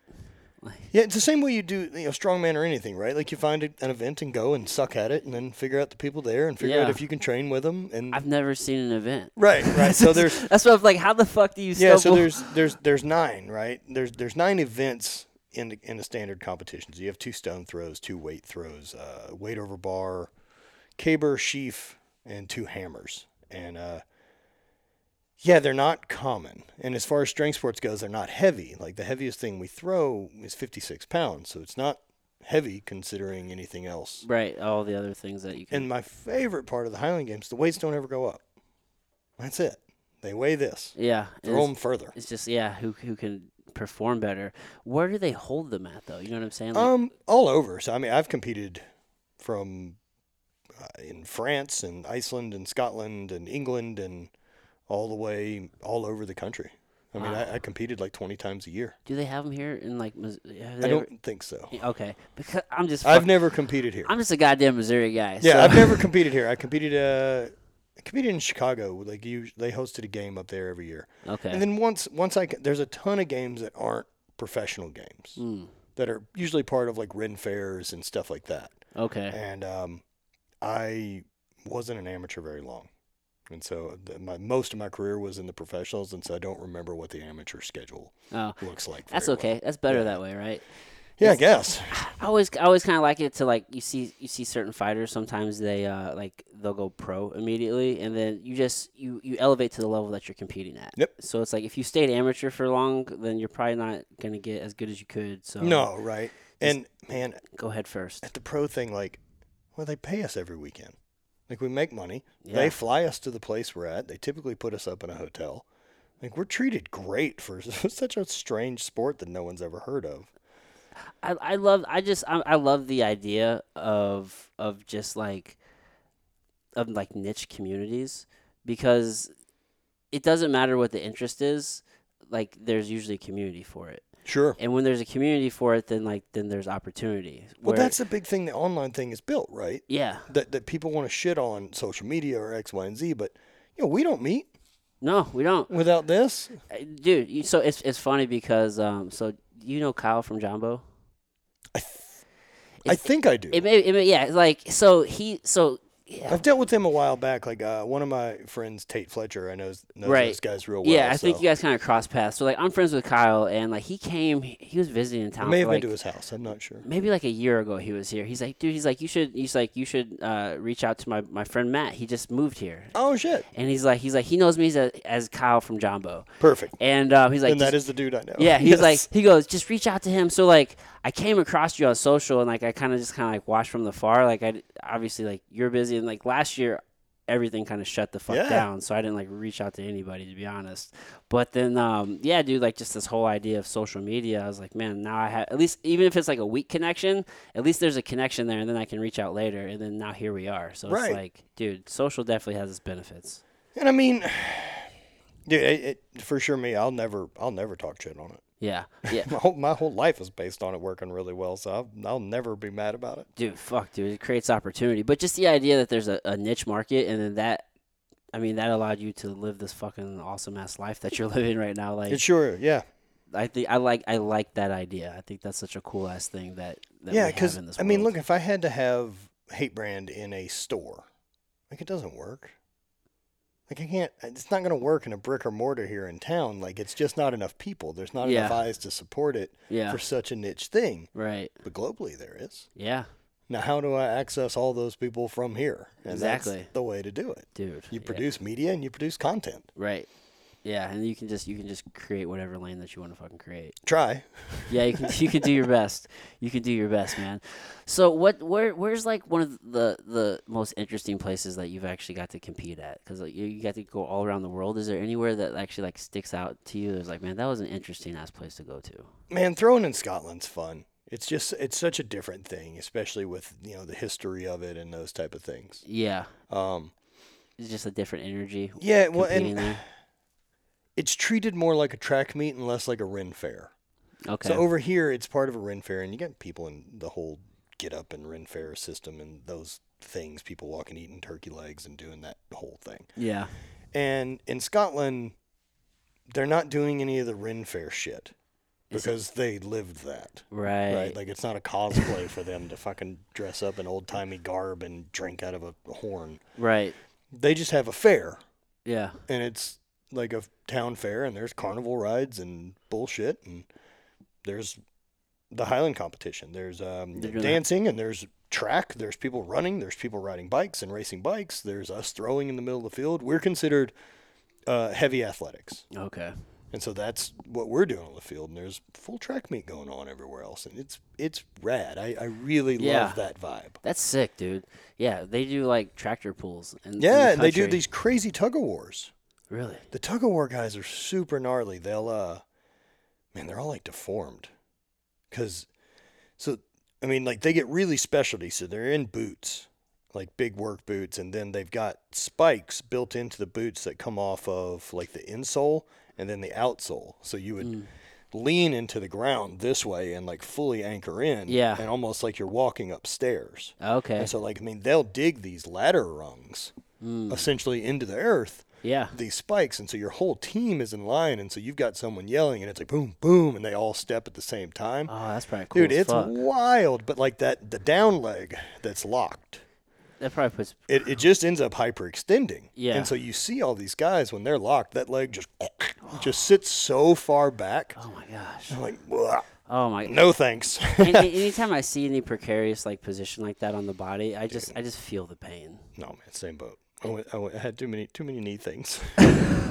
[SPEAKER 1] Like,
[SPEAKER 2] Yeah, it's the same way you do, you know, strongman or anything, right? Like you find an event and go and suck at it, and then figure out the people there and figure out
[SPEAKER 1] Yeah.
[SPEAKER 2] if you can train with them. And
[SPEAKER 1] I've never seen an event.
[SPEAKER 2] right, right. So there's
[SPEAKER 1] That's what I'm like. How the fuck do you?
[SPEAKER 2] Yeah, so
[SPEAKER 1] stumble-
[SPEAKER 2] there's there's there's nine, right? There's there's nine events in the, in the standard competitions. You have two stone throws, two weight throws, uh, weight over bar, caber, sheaf, and two hammers. And uh, yeah, they're not common. And as far as strength sports goes, they're not heavy. Like the heaviest thing we throw is 56 pounds, so it's not heavy considering anything else.
[SPEAKER 1] right. All the other things that you can.
[SPEAKER 2] And my favorite part of the Highland Games, the weights don't ever go up. That's it. They weigh this.
[SPEAKER 1] yeah, and
[SPEAKER 2] Throw
[SPEAKER 1] it's,
[SPEAKER 2] them further.
[SPEAKER 1] it's just yeah, who who can perform better? Where do they hold them at though? You know what I'm saying? Like,
[SPEAKER 2] Um, all over. So I mean, I've competed from uh, in France and Iceland and Scotland and England and all the way all over the country. I mean, I, I competed like twenty times a year.
[SPEAKER 1] do they have them here in like? Mis- have
[SPEAKER 2] I
[SPEAKER 1] they ever-
[SPEAKER 2] don't think so.
[SPEAKER 1] okay, because I'm just
[SPEAKER 2] I've
[SPEAKER 1] fuck-
[SPEAKER 2] never competed here.
[SPEAKER 1] I'm just a goddamn Missouri guy.
[SPEAKER 2] yeah,
[SPEAKER 1] so-
[SPEAKER 2] I've never competed here. I competed uh, a comedian in Chicago, like you, they hosted a game up there every year.
[SPEAKER 1] Okay.
[SPEAKER 2] And then once once I c- there's a ton of games that aren't professional games
[SPEAKER 1] Mm.
[SPEAKER 2] that are usually part of like Ren fairs and stuff like that.
[SPEAKER 1] Okay.
[SPEAKER 2] And um, I wasn't an amateur very long, and so the, my most of my career was in the professionals, and so I don't remember what the amateur schedule
[SPEAKER 1] Oh,
[SPEAKER 2] looks like.
[SPEAKER 1] that's
[SPEAKER 2] very well.
[SPEAKER 1] okay. That's better
[SPEAKER 2] Yeah.
[SPEAKER 1] that way, right?
[SPEAKER 2] Yeah, I
[SPEAKER 1] It's-
[SPEAKER 2] guess.
[SPEAKER 1] I always, I always kind of like it to like you see, you see certain fighters. Sometimes they uh like they'll go pro immediately, and then you just you you elevate to the level that you're competing at.
[SPEAKER 2] Yep.
[SPEAKER 1] So it's like if you stayed amateur for long, then you're probably not gonna get as good as you could. So
[SPEAKER 2] No, right. And man,
[SPEAKER 1] go ahead first.
[SPEAKER 2] at the pro thing, like, well, they pay us every weekend. Like we make money.
[SPEAKER 1] Yeah.
[SPEAKER 2] They fly us to the place we're at. They typically put us up in a hotel. Like we're treated great for such a strange sport that no one's ever heard of.
[SPEAKER 1] I, I love I just I, I love the idea of of just like of like niche communities because it doesn't matter what the interest is like there's usually a community for it
[SPEAKER 2] Sure.
[SPEAKER 1] and when there's a community for it then like then there's opportunity
[SPEAKER 2] Well,
[SPEAKER 1] where-
[SPEAKER 2] that's the big thing the online thing is built, right?
[SPEAKER 1] yeah
[SPEAKER 2] That that people want to shit on social media or X, Y, and Z, but you know, we don't meet
[SPEAKER 1] no we don't
[SPEAKER 2] without this.
[SPEAKER 1] Uh, dude you, so it's it's funny because um so you know Kyle from Jumbo
[SPEAKER 2] I think I do.
[SPEAKER 1] it may, it may yeah like so he so yeah
[SPEAKER 2] I've dealt with him a while back. Like uh, one of my friends, Tate Fletcher, I knows, knows
[SPEAKER 1] Right.
[SPEAKER 2] this guy's real well.
[SPEAKER 1] Yeah, I think
[SPEAKER 2] so-
[SPEAKER 1] you guys kind of cross paths. So like, I'm friends with Kyle, and like he came, he was visiting in
[SPEAKER 2] I
[SPEAKER 1] town.
[SPEAKER 2] may
[SPEAKER 1] for,
[SPEAKER 2] have
[SPEAKER 1] like,
[SPEAKER 2] been to his house. I'm not sure.
[SPEAKER 1] maybe like a year ago he was here. He's like, dude, he's like, you should, he's like, you should uh, reach out to my my friend Matt. He just moved here,
[SPEAKER 2] Oh shit!
[SPEAKER 1] and he's like, he's like, he knows me as, as Kyle from Jumbo,
[SPEAKER 2] Perfect.
[SPEAKER 1] and um, he's like,
[SPEAKER 2] and that is the dude I know.
[SPEAKER 1] yeah, he's
[SPEAKER 2] Yes.
[SPEAKER 1] like, he goes, just reach out to him. So like, I came across you on social, and like, I kind of just kind of like watched from the far. Like, I obviously like you're busy, and like last year, everything kind of shut the fuck
[SPEAKER 2] Yeah.
[SPEAKER 1] down. So I didn't like reach out to anybody to be honest. But then, um, yeah, dude, like just this whole idea of social media, I was like, man, now I have at least even if it's like a weak connection, at least there's a connection there, and then I can reach out later. And then now here we are. So
[SPEAKER 2] Right.
[SPEAKER 1] it's like, dude, social definitely has its benefits.
[SPEAKER 2] and I mean, dude, it, it, for sure, me, I'll never, I'll never talk shit on it.
[SPEAKER 1] Yeah, yeah,
[SPEAKER 2] My whole, my whole life is based on it working really well, so I'll, I'll never be mad about it.
[SPEAKER 1] dude fuck dude it creates opportunity but just the idea that there's a, a niche market and then that i mean that allowed you to live this fucking awesome ass life that you're living right now like
[SPEAKER 2] It sure, yeah,
[SPEAKER 1] i think i like i like that idea i think that's such a cool ass thing that, that
[SPEAKER 2] yeah.
[SPEAKER 1] we
[SPEAKER 2] Because
[SPEAKER 1] have in this
[SPEAKER 2] I mean,
[SPEAKER 1] world.
[SPEAKER 2] look, if I had to have hate brand in a store, like it doesn't work. Like I can't. It's not going to work in a brick or mortar here in town. Like it's just not enough people. There's not enough
[SPEAKER 1] Yeah.
[SPEAKER 2] eyes to support it
[SPEAKER 1] yeah
[SPEAKER 2] for such a niche thing.
[SPEAKER 1] right
[SPEAKER 2] But globally, there is.
[SPEAKER 1] yeah
[SPEAKER 2] Now, how do I access all those people from here? And
[SPEAKER 1] Exactly.
[SPEAKER 2] That's the way to do it.
[SPEAKER 1] dude
[SPEAKER 2] You
[SPEAKER 1] yeah,
[SPEAKER 2] produce media and you produce content.
[SPEAKER 1] right yeah and you can just you can just create whatever lane that you want to fucking create
[SPEAKER 2] Try.
[SPEAKER 1] Yeah, you can you can do your best. You can do your best, man. So what where where's like one of the the most interesting places that you've actually got to compete at? Cuz like, you, you got to go all around the world. Is there anywhere that actually like sticks out to you? It's like, man, that was an interesting ass place to go to.
[SPEAKER 2] Man, throwing in Scotland's fun. It's just it's such a different thing, especially with, you know, the history of it and those type of things.
[SPEAKER 1] Yeah.
[SPEAKER 2] Um
[SPEAKER 1] It's just a different energy.
[SPEAKER 2] yeah, well
[SPEAKER 1] competing
[SPEAKER 2] and
[SPEAKER 1] there.
[SPEAKER 2] it's treated more like a track meet and less like a Ren fair.
[SPEAKER 1] Okay.
[SPEAKER 2] So over here it's part of a Ren fair and you get people in the whole get up and Ren fair system and those things, people walking eating turkey legs and doing that whole thing.
[SPEAKER 1] yeah.
[SPEAKER 2] And in Scotland, they're not doing any of the Ren Fair shit
[SPEAKER 1] Is it-
[SPEAKER 2] because they lived that.
[SPEAKER 1] Right.
[SPEAKER 2] Right. Like it's not a cosplay for them to fucking dress up in old timey garb and drink out of a horn.
[SPEAKER 1] right.
[SPEAKER 2] They just have a fair
[SPEAKER 1] Yeah.
[SPEAKER 2] and it's like a town fair and there's carnival rides and bullshit and there's the Highland competition. There's um,
[SPEAKER 1] They're doing that.
[SPEAKER 2] dancing and there's track. There's people running. There's people riding bikes and racing bikes. There's us throwing in the middle of the field. We're considered uh, heavy athletics,
[SPEAKER 1] Okay.
[SPEAKER 2] and so that's what we're doing on the field. And there's full track meet going on everywhere else, and it's it's rad. I, I really
[SPEAKER 1] Yeah.
[SPEAKER 2] love that vibe.
[SPEAKER 1] That's sick, dude. Yeah, they do like tractor pulls and
[SPEAKER 2] Yeah, and they do these crazy tug of wars.
[SPEAKER 1] Really?
[SPEAKER 2] The tug of war guys are super gnarly. They'll uh man, they're all like deformed. Cause so I mean like they get really specialty, so they're in boots, like big work boots, and then they've got spikes built into the boots that come off of like the insole and then the outsole. So you would
[SPEAKER 1] Mm.
[SPEAKER 2] lean into the ground this way and like fully anchor in.
[SPEAKER 1] Yeah.
[SPEAKER 2] And almost like you're walking upstairs.
[SPEAKER 1] Okay.
[SPEAKER 2] And so like I mean they'll dig these ladder rungs
[SPEAKER 1] Mm.
[SPEAKER 2] essentially into the earth
[SPEAKER 1] Yeah.
[SPEAKER 2] these spikes and so your whole team is in line and so you've got someone yelling and it's like boom boom and they all step at the same time
[SPEAKER 1] Oh, that's probably cool.
[SPEAKER 2] dude
[SPEAKER 1] as
[SPEAKER 2] it's
[SPEAKER 1] fuck.
[SPEAKER 2] wild but like that the down leg that's locked
[SPEAKER 1] that probably puts.
[SPEAKER 2] it, it just ends up hyperextending
[SPEAKER 1] Yeah.
[SPEAKER 2] and so you see all these guys when they're locked that leg just just sits so far back
[SPEAKER 1] Oh my gosh.
[SPEAKER 2] I'm like "Wah,
[SPEAKER 1] Oh my.
[SPEAKER 2] no thanks
[SPEAKER 1] Any, anytime I see any precarious like position like that on the body, I just I just feel the pain.
[SPEAKER 2] no man same boat I, went, I, went, I had too many too many knee things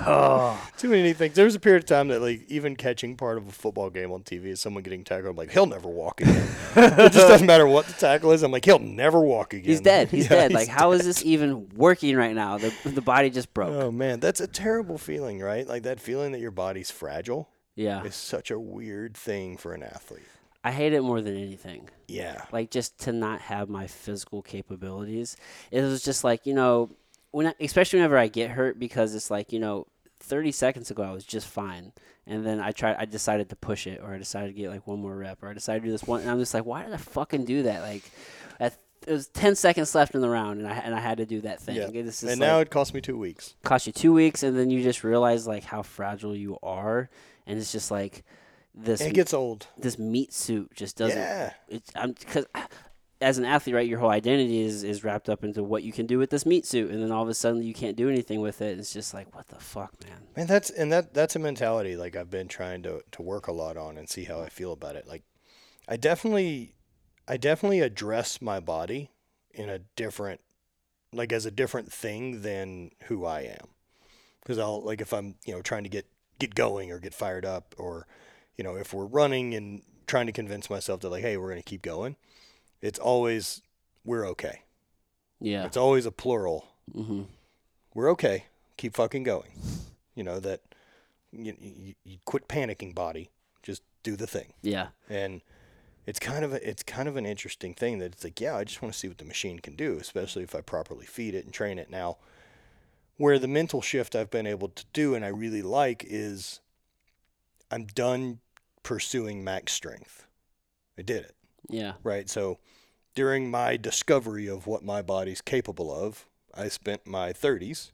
[SPEAKER 1] Oh,
[SPEAKER 2] too many neat things. There was a period of time that like even catching part of a football game on TV is someone getting tackled. I'm like, he'll never walk again. it just doesn't matter what the tackle is. I'm like, he'll never walk again.
[SPEAKER 1] he's dead. He's
[SPEAKER 2] Yeah,
[SPEAKER 1] dead. like how is this even working right now? The the body just broke.
[SPEAKER 2] Oh man, that's a terrible feeling, right? Like that feeling that your body's fragile
[SPEAKER 1] yeah,
[SPEAKER 2] is such a weird thing for an athlete.
[SPEAKER 1] I hate it more than anything.
[SPEAKER 2] Yeah.
[SPEAKER 1] like just to not have my physical capabilities it was just like you know when I, especially whenever i get hurt because it's like you know 30 seconds ago i was just fine and then i tried i decided to push it or i decided to get like one more rep or i decided to do this one and i'm just like why did i fucking do that like at, it was 10 seconds left in the round and i, and I had to do that thing
[SPEAKER 2] Yeah.
[SPEAKER 1] It is just
[SPEAKER 2] and
[SPEAKER 1] like-
[SPEAKER 2] now it cost me two weeks.
[SPEAKER 1] cost you two weeks and then you just realize like how fragile you are and it's just like this
[SPEAKER 2] It gets old.
[SPEAKER 1] this meat suit just doesn't.
[SPEAKER 2] Yeah.
[SPEAKER 1] It's, I'm because as an athlete, right, your whole identity is is wrapped up into what you can do with this meat suit, and then all of a sudden you can't do anything with it. It's just like what the fuck, man.
[SPEAKER 2] Man, that's and that that's a mentality like I've been trying to to work a lot on and see how I feel about it. Like I definitely I definitely address my body in a different like as a different thing than who I am. Cuz I'll like if I'm, you know, trying to get get going or get fired up or you know, if we're running and trying to convince myself that like hey, we're going to keep going. It's always we're okay.
[SPEAKER 1] Yeah.
[SPEAKER 2] It's always a plural
[SPEAKER 1] Mm-hmm.
[SPEAKER 2] we're okay. Keep fucking going. You know that you, you, you quit panicking, body. Just do the thing.
[SPEAKER 1] Yeah.
[SPEAKER 2] And it's kind of a, it's kind of an interesting thing that it's like, yeah, I just want to see what the machine can do, especially if I properly feed it and train it. Now, where the mental shift I've been able to do and I really like is I'm done pursuing max strength. I did it
[SPEAKER 1] Yeah.
[SPEAKER 2] right? So during my discovery of what my body's capable of, I spent my 30s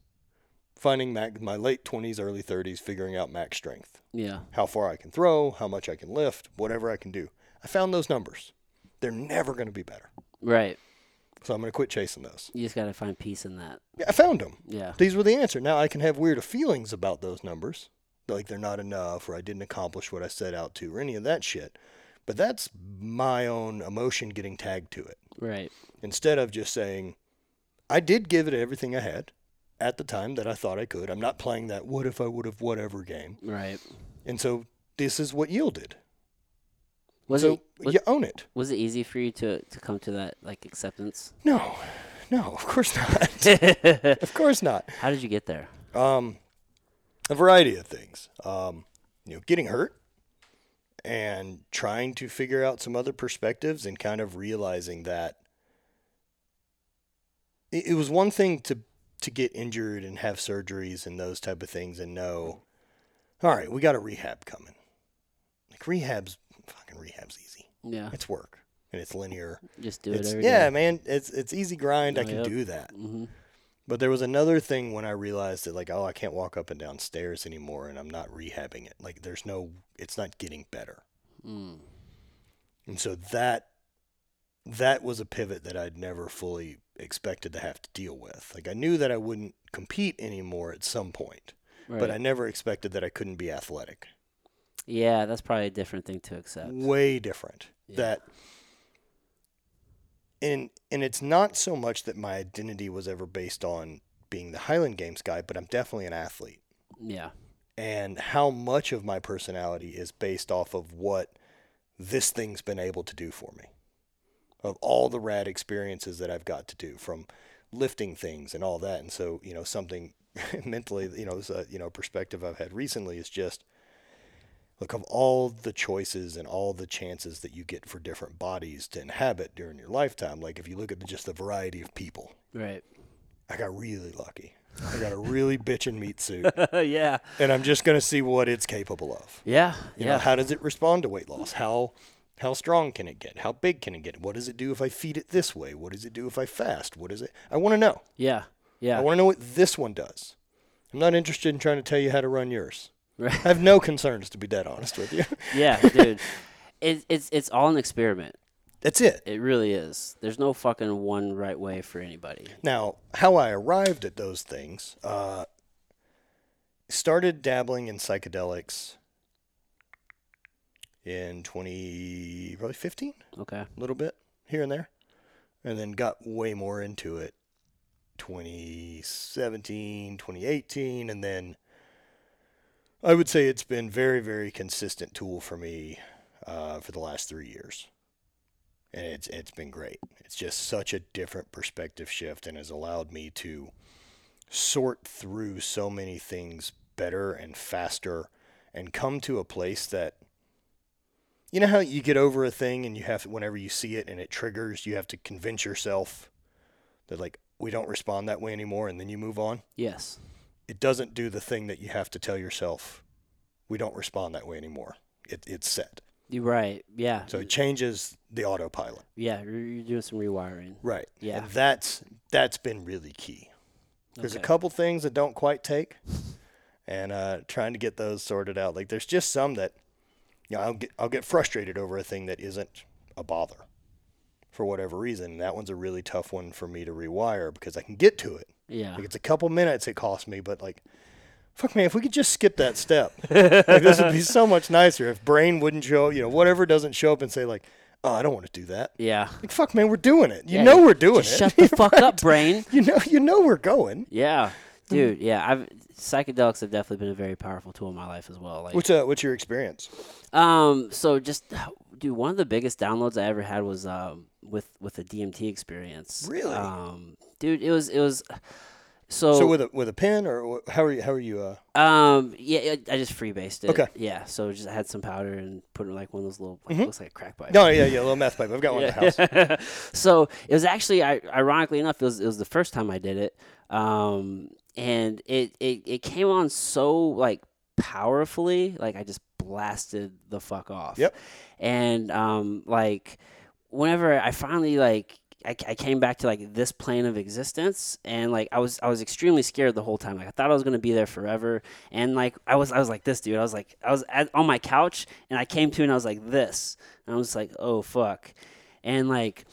[SPEAKER 2] finding max, my late 20s, early 30s, figuring out max strength,
[SPEAKER 1] Yeah.
[SPEAKER 2] how far I can throw, how much I can lift, whatever I can do. I found those numbers. They're never going to be better.
[SPEAKER 1] Right.
[SPEAKER 2] So I'm going to quit chasing those.
[SPEAKER 1] You just gotta find peace in that.
[SPEAKER 2] Yeah, I found them.
[SPEAKER 1] Yeah.
[SPEAKER 2] These were the answer. Now I can have weird feelings about those numbers, like they're not enough, or I didn't accomplish what I set out to, or any of that shit. But that's my own emotion getting tagged to it.
[SPEAKER 1] Right.
[SPEAKER 2] instead of just saying, I did give it everything I had at the time that I thought I could. I'm not playing that what if I would have whatever game.
[SPEAKER 1] Right.
[SPEAKER 2] And so this is what yielded.
[SPEAKER 1] Was
[SPEAKER 2] so
[SPEAKER 1] it was,
[SPEAKER 2] you own it.
[SPEAKER 1] was it easy for you to to come to that like acceptance?
[SPEAKER 2] No, no, of course not.
[SPEAKER 1] How
[SPEAKER 2] of course not.
[SPEAKER 1] did you get there?
[SPEAKER 2] Um, a variety of things. Um, you know, getting hurt and trying to figure out some other perspectives and kind of realizing that it, it was one thing to to get injured and have surgeries and those type of things and know, all right, we got a rehab coming. Like rehab's fucking rehab's easy.
[SPEAKER 1] Yeah.
[SPEAKER 2] It's work and it's linear.
[SPEAKER 1] Just do it
[SPEAKER 2] It's,
[SPEAKER 1] every
[SPEAKER 2] yeah, man, it's it's easy grind. I
[SPEAKER 1] Oh,
[SPEAKER 2] can
[SPEAKER 1] yep.
[SPEAKER 2] do that.
[SPEAKER 1] Mm-hmm.
[SPEAKER 2] But there was another thing when I realized that, like, oh, I can't walk up and down stairs anymore, and I'm not rehabbing it. Like, there's no, it's not getting better.
[SPEAKER 1] Mm.
[SPEAKER 2] And so that, that was a pivot that I'd never fully expected to have to deal with. Like, I knew that I wouldn't compete anymore at some point,
[SPEAKER 1] Right.
[SPEAKER 2] but I never expected that I couldn't be athletic.
[SPEAKER 1] yeah, that's probably a different thing to accept.
[SPEAKER 2] Way different.
[SPEAKER 1] Yeah.
[SPEAKER 2] That, and and it's not so much that my identity was ever based on being the Highland Games guy, but I'm definitely an athlete.
[SPEAKER 1] Yeah.
[SPEAKER 2] and how much of my personality is based off of what this thing's been able to do for me. Of all the rad experiences that I've got to do from lifting things and all that. And so, you know, something mentally, you know, is a, you know, perspective I've had recently is just look of all the choices and all the chances that you get for different bodies to inhabit during your lifetime. Like if you look at the, just the variety of people,
[SPEAKER 1] Right.
[SPEAKER 2] I got really lucky. I got a really bitchin' meat suit
[SPEAKER 1] yeah.
[SPEAKER 2] and I'm just going to see what it's capable of.
[SPEAKER 1] Yeah.
[SPEAKER 2] You
[SPEAKER 1] yeah.
[SPEAKER 2] know, how does it respond to weight loss? How how strong can it get? How big can it get? What does it do if I feed it this way? What does it do if I fast? What is it? I want to know.
[SPEAKER 1] yeah.
[SPEAKER 2] I
[SPEAKER 1] Yeah.
[SPEAKER 2] want to know what this one does. I'm not interested in trying to tell you how to run yours.
[SPEAKER 1] Right.
[SPEAKER 2] I have no concerns, to be dead honest with you.
[SPEAKER 1] yeah, dude. It, it's it's all an experiment.
[SPEAKER 2] That's it.
[SPEAKER 1] It really is. There's no fucking one right way for anybody.
[SPEAKER 2] Now, how I arrived at those things, uh, started dabbling in psychedelics in 20, probably 15,
[SPEAKER 1] Okay.
[SPEAKER 2] a little bit here and there, and then got way more into it 2017, 2018, and then I would say it's been very, very consistent tool for me uh, for the last three years. And it's it's been great. It's just such a different perspective shift and has allowed me to sort through so many things better and faster and come to a place that you know how you get over a thing and you have whenever you see it and it triggers, you have to convince yourself that like we don't respond that way anymore and then you move on.
[SPEAKER 1] Yes.
[SPEAKER 2] It doesn't do the thing that you have to tell yourself we don't respond that way anymore. It, it's set.
[SPEAKER 1] You're right. Yeah.
[SPEAKER 2] So it changes the autopilot.
[SPEAKER 1] yeah. You're, you're doing some rewiring.
[SPEAKER 2] Right.
[SPEAKER 1] Yeah.
[SPEAKER 2] And that's that's been really key. There's a
[SPEAKER 1] Okay.
[SPEAKER 2] couple things that don't quite take, and uh, trying to get those sorted out. Like there's just some that, you know, I'll get I'll get frustrated over a thing that isn't a bother, for whatever reason. And that one's a really tough one for me to rewire because I can get to it.
[SPEAKER 1] Yeah.
[SPEAKER 2] Like it's a couple minutes it costs me, but like, fuck man, if we could just skip that step, like this would be so much nicer. If brain wouldn't show, you know, whatever doesn't show up and say like, oh, I don't want to do that.
[SPEAKER 1] Yeah.
[SPEAKER 2] Like fuck, man, we're doing it. You
[SPEAKER 1] Yeah,
[SPEAKER 2] know we're doing
[SPEAKER 1] Just
[SPEAKER 2] it.
[SPEAKER 1] shut the fuck up, brain.
[SPEAKER 2] you know, you know we're going.
[SPEAKER 1] Yeah. Dude, yeah, I've psychedelics have definitely been a very powerful tool in my life as well. Like
[SPEAKER 2] What's uh, what's your experience?
[SPEAKER 1] Um, so just dude, one of the biggest downloads I ever had was um with with the DMT experience.
[SPEAKER 2] Really?
[SPEAKER 1] Um, dude, it was it was
[SPEAKER 2] So
[SPEAKER 1] Oh.
[SPEAKER 2] with a with a pen or wh- how are you? How are you? Uh,
[SPEAKER 1] Um. Yeah. I I just freebased it.
[SPEAKER 2] Okay. Mm-hmm.
[SPEAKER 1] Yeah. So just I had some powder and put it in like one of those little. Like, Looks like a crack pipe.
[SPEAKER 2] no, yeah, yeah, a little meth pipe. I've got one in the house.
[SPEAKER 1] Yeah. so it was actually, I, ironically enough, it was, it was the first time I did it, um, and it, it it came on so like powerfully, like I just blasted the fuck off.
[SPEAKER 2] Yep.
[SPEAKER 1] And um, like whenever I finally like. I, I came back to like this plane of existence and like I was I was extremely scared the whole time like I thought I was gonna be there forever and like I was I was like this dude I was like I was at, on my couch and I came to and I was like this and I was like oh fuck and like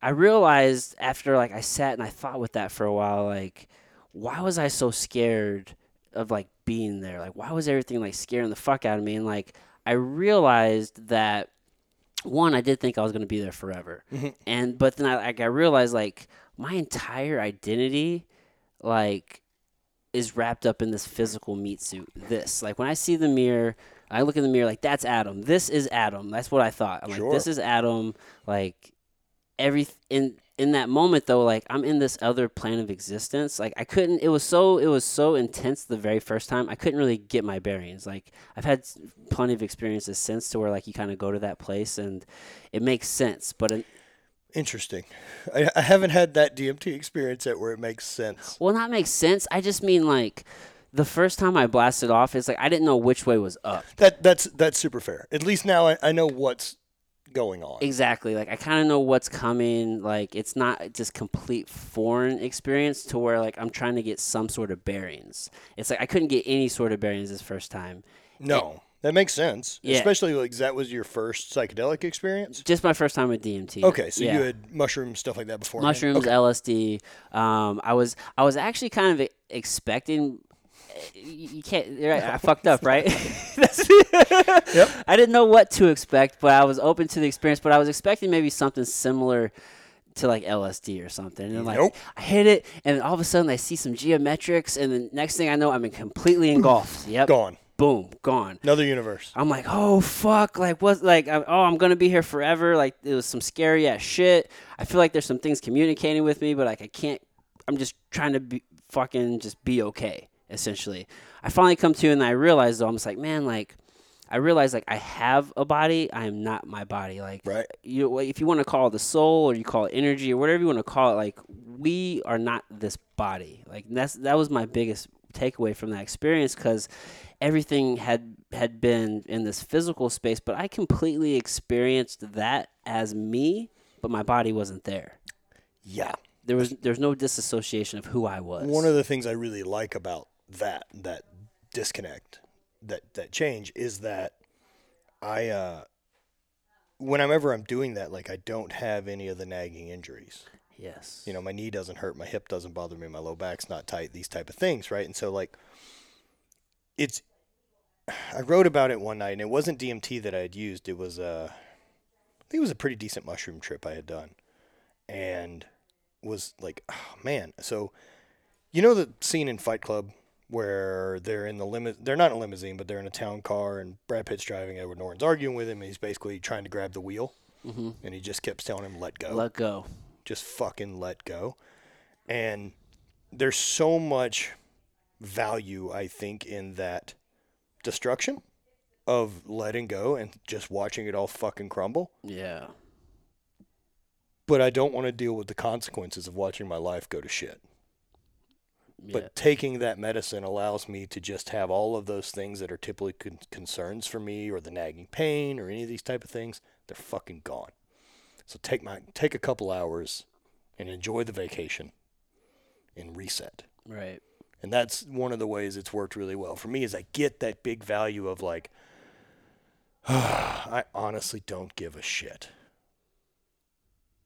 [SPEAKER 1] I realized after like I sat and I thought with that for a while, like, why was I so scared of like being there? Like why was everything like scaring the fuck out of me? And like I realized that one, I did think I was gonna be there forever.
[SPEAKER 2] Mhm.
[SPEAKER 1] And but then I like I realized like my entire identity like is wrapped up in this physical meat suit. This. Like when I see the mirror, I look in the mirror like that's Adam. This is Adam. That's what I thought. I'm
[SPEAKER 2] Sure.
[SPEAKER 1] like, this is Adam. Like every in in that moment though, like I'm in this other plane of existence. Like I couldn't. It was so it was so intense the very first time. I couldn't really get my bearings. Like I've had s- plenty of experiences since to where like you kind of go to that place and it makes sense. But in,
[SPEAKER 2] Interesting. I, I haven't had that DMT experience yet where it makes sense.
[SPEAKER 1] Well, not make sense. I just mean like the first time I blasted off, it's like I didn't know which way was up.
[SPEAKER 2] That that's that's super fair. At least now I, I know what's going on.
[SPEAKER 1] Exactly. Like I kind of know what's coming. Like it's not just complete foreign experience to where like I'm trying to get some sort of bearings. It's like I couldn't get any sort of bearings this first time.
[SPEAKER 2] No, that makes sense.
[SPEAKER 1] Yeah.
[SPEAKER 2] Especially like that was your first psychedelic experience.
[SPEAKER 1] Just my first time with DMT.
[SPEAKER 2] Okay, so
[SPEAKER 1] Yeah.
[SPEAKER 2] you had mushrooms stuff like that before.
[SPEAKER 1] mushrooms, LSD. Um, I was I was actually kind of e- expecting. eh, You you can't. you're Right, I fucked up, right? That's-
[SPEAKER 2] Yep.
[SPEAKER 1] I didn't know what to expect, but I was open to the experience. But I was expecting maybe something similar to like LSD or something. And like
[SPEAKER 2] Nope.
[SPEAKER 1] I hit it, and all of a sudden I see some geometrics, and the next thing I know, I'm in completely engulfed. Yep.
[SPEAKER 2] Gone.
[SPEAKER 1] Boom. Gone.
[SPEAKER 2] Another universe.
[SPEAKER 1] I'm like, oh fuck, like what, like I'm, oh, I'm gonna be here forever. Like it was some scary ass shit. I feel like there's some things communicating with me, but like I can't. I'm just trying to be fucking just be okay. Essentially, I finally come to and I realize though, I'm just like, man, like I realize like I have a body. I am not my body. Like
[SPEAKER 2] Right.
[SPEAKER 1] you, if you want to call it the soul or you call it energy or whatever you want to call it, like we are not this body. Like that's that was my biggest takeaway from that experience because everything had had been in this physical space, but I completely experienced that as me, but my body wasn't there.
[SPEAKER 2] Yeah.
[SPEAKER 1] there was there's no disassociation of who I was.
[SPEAKER 2] One of the things I really like about that that disconnect, that that change is that I uh whenever I'm doing that, like I don't have any of the nagging injuries.
[SPEAKER 1] yes,
[SPEAKER 2] You know, my knee doesn't hurt, my hip doesn't bother me, my low back's not tight, these type of things, right? And so like it's I wrote about it one night and it wasn't DMT that I had used, it was uh I think it was a pretty decent mushroom trip I had done. And was like, oh man, so you know the scene in Fight Club where they're in the limousine, they're not in a limousine, but they're in a town car and Brad Pitt's driving, Edward Norton's arguing with him, and he's basically trying to grab the wheel. Mm-hmm. And he just keeps telling him, let go
[SPEAKER 1] let go.
[SPEAKER 2] just fucking let go. And there's so much value, I think, in that destruction of letting go and just watching it all fucking crumble.
[SPEAKER 1] Yeah,
[SPEAKER 2] But I don't want to deal with the consequences of watching my life go to shit.
[SPEAKER 1] yeah.
[SPEAKER 2] But taking that medicine allows me to just have all of those things that are typically con- concerns for me, or the nagging pain, or any of these type of things. They're fucking gone. So take my take a couple hours and enjoy the vacation and reset.
[SPEAKER 1] right.
[SPEAKER 2] And that's one of the ways it's worked really well for me is I get that big value of like I honestly don't give a shit.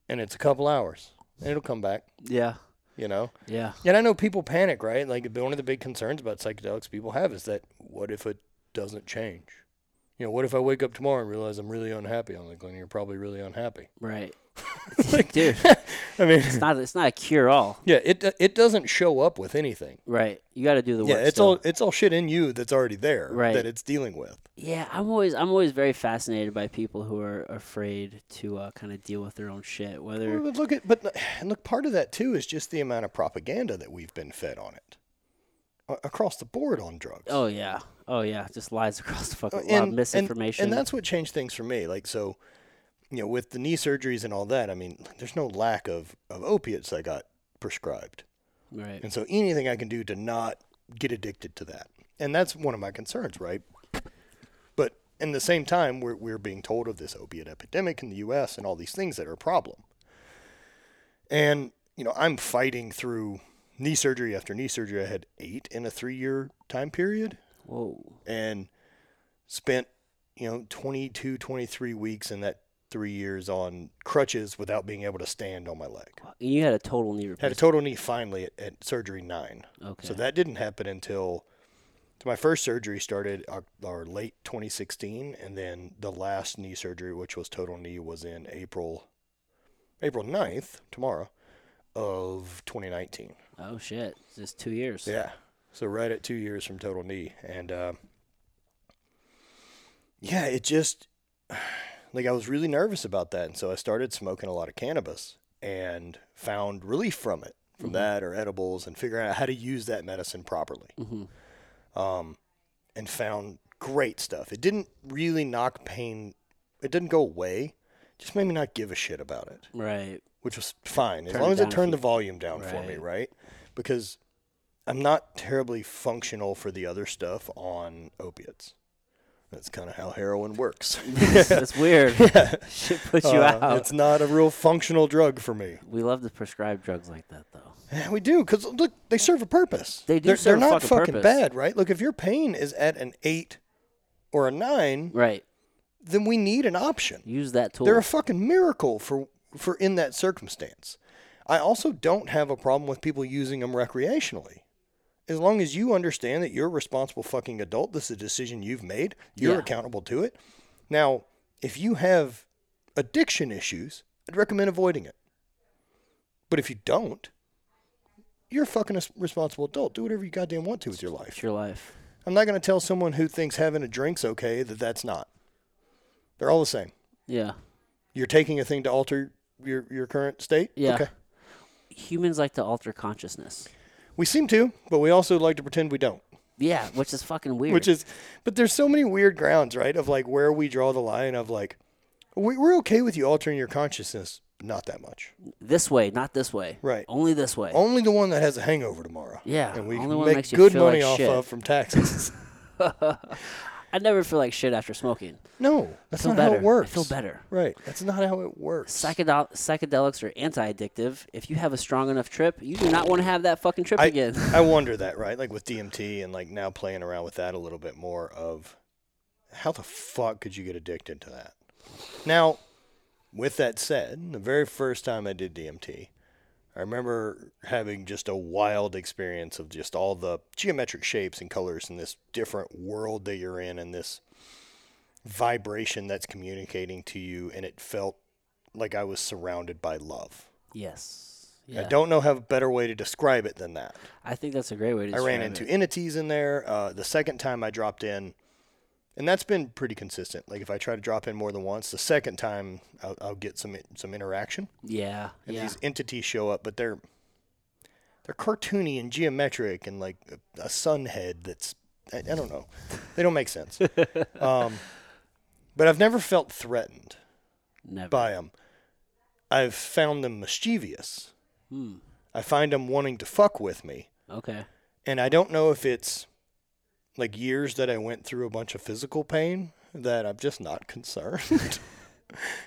[SPEAKER 2] And it's a couple hours. And it'll come back,
[SPEAKER 1] Yeah,
[SPEAKER 2] you know.
[SPEAKER 1] yeah,
[SPEAKER 2] And I know people panic, right? Like the- one of the big concerns about psychedelics people have is that what if it doesn't change? You know, what if I wake up tomorrow and realize I'm really unhappy? I'm like, Glenn, you're probably really unhappy.
[SPEAKER 1] right. Dude,
[SPEAKER 2] I mean,
[SPEAKER 1] it's not it's not a cure all.
[SPEAKER 2] yeah, it do- it doesn't show up with anything.
[SPEAKER 1] Right, you got to do the work.
[SPEAKER 2] Yeah, it's
[SPEAKER 1] still.
[SPEAKER 2] all it's all shit in you that's already there
[SPEAKER 1] Right.
[SPEAKER 2] that it's dealing with.
[SPEAKER 1] Yeah, I'm always I'm always very fascinated by people who are afraid to uh, kind of deal with their own shit. Whether
[SPEAKER 2] Well, look at but look- and look, part of that too is just the amount of propaganda that we've been fed on it A- across the board on drugs.
[SPEAKER 1] oh yeah, oh yeah, just lies across the fucking lot,
[SPEAKER 2] Uh, Oh, and
[SPEAKER 1] misinformation.
[SPEAKER 2] and, and that's what changed things for me. Like so, you know, with the knee surgeries and all that. I mean, there's no lack of of opiates I got prescribed,
[SPEAKER 1] right.
[SPEAKER 2] and so anything I can do to not get addicted to that, and that's one of my concerns, right? But in the same time, we're we're being told of this opiate epidemic in the U.S. and all these things that are a problem. And, you know, I'm fighting through knee surgery after knee surgery. I had eight in a three year time period
[SPEAKER 1] Whoa.
[SPEAKER 2] and spent, you know, 22, 23 weeks in that three years on crutches without being able to stand on my leg.
[SPEAKER 1] And you had a total knee
[SPEAKER 2] Had a
[SPEAKER 1] replacement.
[SPEAKER 2] total knee finally at, at surgery nine.
[SPEAKER 1] okay.
[SPEAKER 2] So that didn't happen until so my first surgery started uh, or late 2016, and then the last knee surgery, which was total knee, was in April, April 9th, tomorrow, of 2019.
[SPEAKER 1] oh shit, just two years.
[SPEAKER 2] Yeah. So right at two years from total knee, and uh, yeah, it just like I was really nervous about that, and so I started smoking a lot of cannabis and found relief from it, from that or edibles, and figuring out how to use that medicine properly,
[SPEAKER 1] Mhm.
[SPEAKER 2] um, and found great stuff. It didn't really knock pain; it didn't go away. Just made me not give a shit about it
[SPEAKER 1] Right.
[SPEAKER 2] which was fine as
[SPEAKER 1] Turn
[SPEAKER 2] long
[SPEAKER 1] it
[SPEAKER 2] as it
[SPEAKER 1] down a
[SPEAKER 2] turned the
[SPEAKER 1] few-
[SPEAKER 2] volume down for me, right? Because I'm not terribly functional for the other stuff on opiates. That's kind of how heroin works.
[SPEAKER 1] That's weird. Shit puts you
[SPEAKER 2] Uh,
[SPEAKER 1] out.
[SPEAKER 2] It's not a real functional drug for me.
[SPEAKER 1] We love to prescribe drugs like that though.
[SPEAKER 2] Yeah, we do because look, they serve a purpose.
[SPEAKER 1] They do
[SPEAKER 2] They're,
[SPEAKER 1] serve a
[SPEAKER 2] they're not
[SPEAKER 1] fucking
[SPEAKER 2] fucking
[SPEAKER 1] purpose.
[SPEAKER 2] bad, right? Look, if your pain is at an eight or a nine,
[SPEAKER 1] Right.
[SPEAKER 2] then we need an option.
[SPEAKER 1] Use that tool.
[SPEAKER 2] They're a fucking miracle for for in that circumstance. I also don't have a problem with people using them recreationally. As long as you understand that you're a responsible fucking adult, this is a decision you've made. You're
[SPEAKER 1] Yeah.
[SPEAKER 2] accountable to it. Now, if you have addiction issues, I'd recommend avoiding it. But if you don't, you're a fucking res- responsible adult. Do whatever you goddamn want to with your life.
[SPEAKER 1] it's your life.
[SPEAKER 2] I'm not going to tell someone who thinks having a drink's okay that that's not. They're all the same.
[SPEAKER 1] Yeah.
[SPEAKER 2] You're taking a thing to alter your, your current state?
[SPEAKER 1] Yeah.
[SPEAKER 2] Okay.
[SPEAKER 1] Humans like to alter consciousness.
[SPEAKER 2] We seem to, but we also like to pretend we don't.
[SPEAKER 1] Yeah, which is fucking weird.
[SPEAKER 2] Which is, but there's so many weird grounds, right? Of like where we draw the line of like, we, we're okay with you altering your consciousness, not that much.
[SPEAKER 1] this way, not this way.
[SPEAKER 2] Right.
[SPEAKER 1] Only this way.
[SPEAKER 2] Only the one that has a hangover tomorrow.
[SPEAKER 1] Yeah,
[SPEAKER 2] And we
[SPEAKER 1] only one that
[SPEAKER 2] make
[SPEAKER 1] makes you
[SPEAKER 2] good
[SPEAKER 1] feel
[SPEAKER 2] money
[SPEAKER 1] like
[SPEAKER 2] off
[SPEAKER 1] shit.
[SPEAKER 2] of from taxes.
[SPEAKER 1] I never feel like shit after smoking.
[SPEAKER 2] No,
[SPEAKER 1] I
[SPEAKER 2] that's
[SPEAKER 1] feel
[SPEAKER 2] not
[SPEAKER 1] better.
[SPEAKER 2] how it works.
[SPEAKER 1] I feel better.
[SPEAKER 2] Right. That's not how it works.
[SPEAKER 1] Psychedel- psychedelics are anti-addictive. If you have a strong enough trip, you do not want to have that fucking trip
[SPEAKER 2] I,
[SPEAKER 1] again.
[SPEAKER 2] I wonder that, right? Like with DMT and like now playing around with that a little bit more of how the fuck could you get addicted to that? Now, with that said, the very first time I did DMT, I remember having just a wild experience of just all the geometric shapes and colors in this different world that you're in and this vibration that's communicating to you and it felt like I was surrounded by love.
[SPEAKER 1] yes. Yeah.
[SPEAKER 2] I don't know have a better way to describe it than that.
[SPEAKER 1] I think that's a great way to.
[SPEAKER 2] I ran
[SPEAKER 1] describe
[SPEAKER 2] into
[SPEAKER 1] it.
[SPEAKER 2] entities in there. Uh, the second time I dropped in, and that's been pretty consistent. Like if I try to drop in more than once, the second time I'll, I'll get some some interaction,
[SPEAKER 1] Yeah.
[SPEAKER 2] and
[SPEAKER 1] yeah.
[SPEAKER 2] these entities show up, but they're they're cartoony and geometric, and like a, a sun head that's I, I don't know, they don't make sense. um, but I've never felt threatened
[SPEAKER 1] Never.
[SPEAKER 2] by them. I've found them mischievous.
[SPEAKER 1] Hmm.
[SPEAKER 2] I find them wanting to fuck with me.
[SPEAKER 1] Okay.
[SPEAKER 2] and I don't know if it's like years that I went through a bunch of physical pain that I'm just not concerned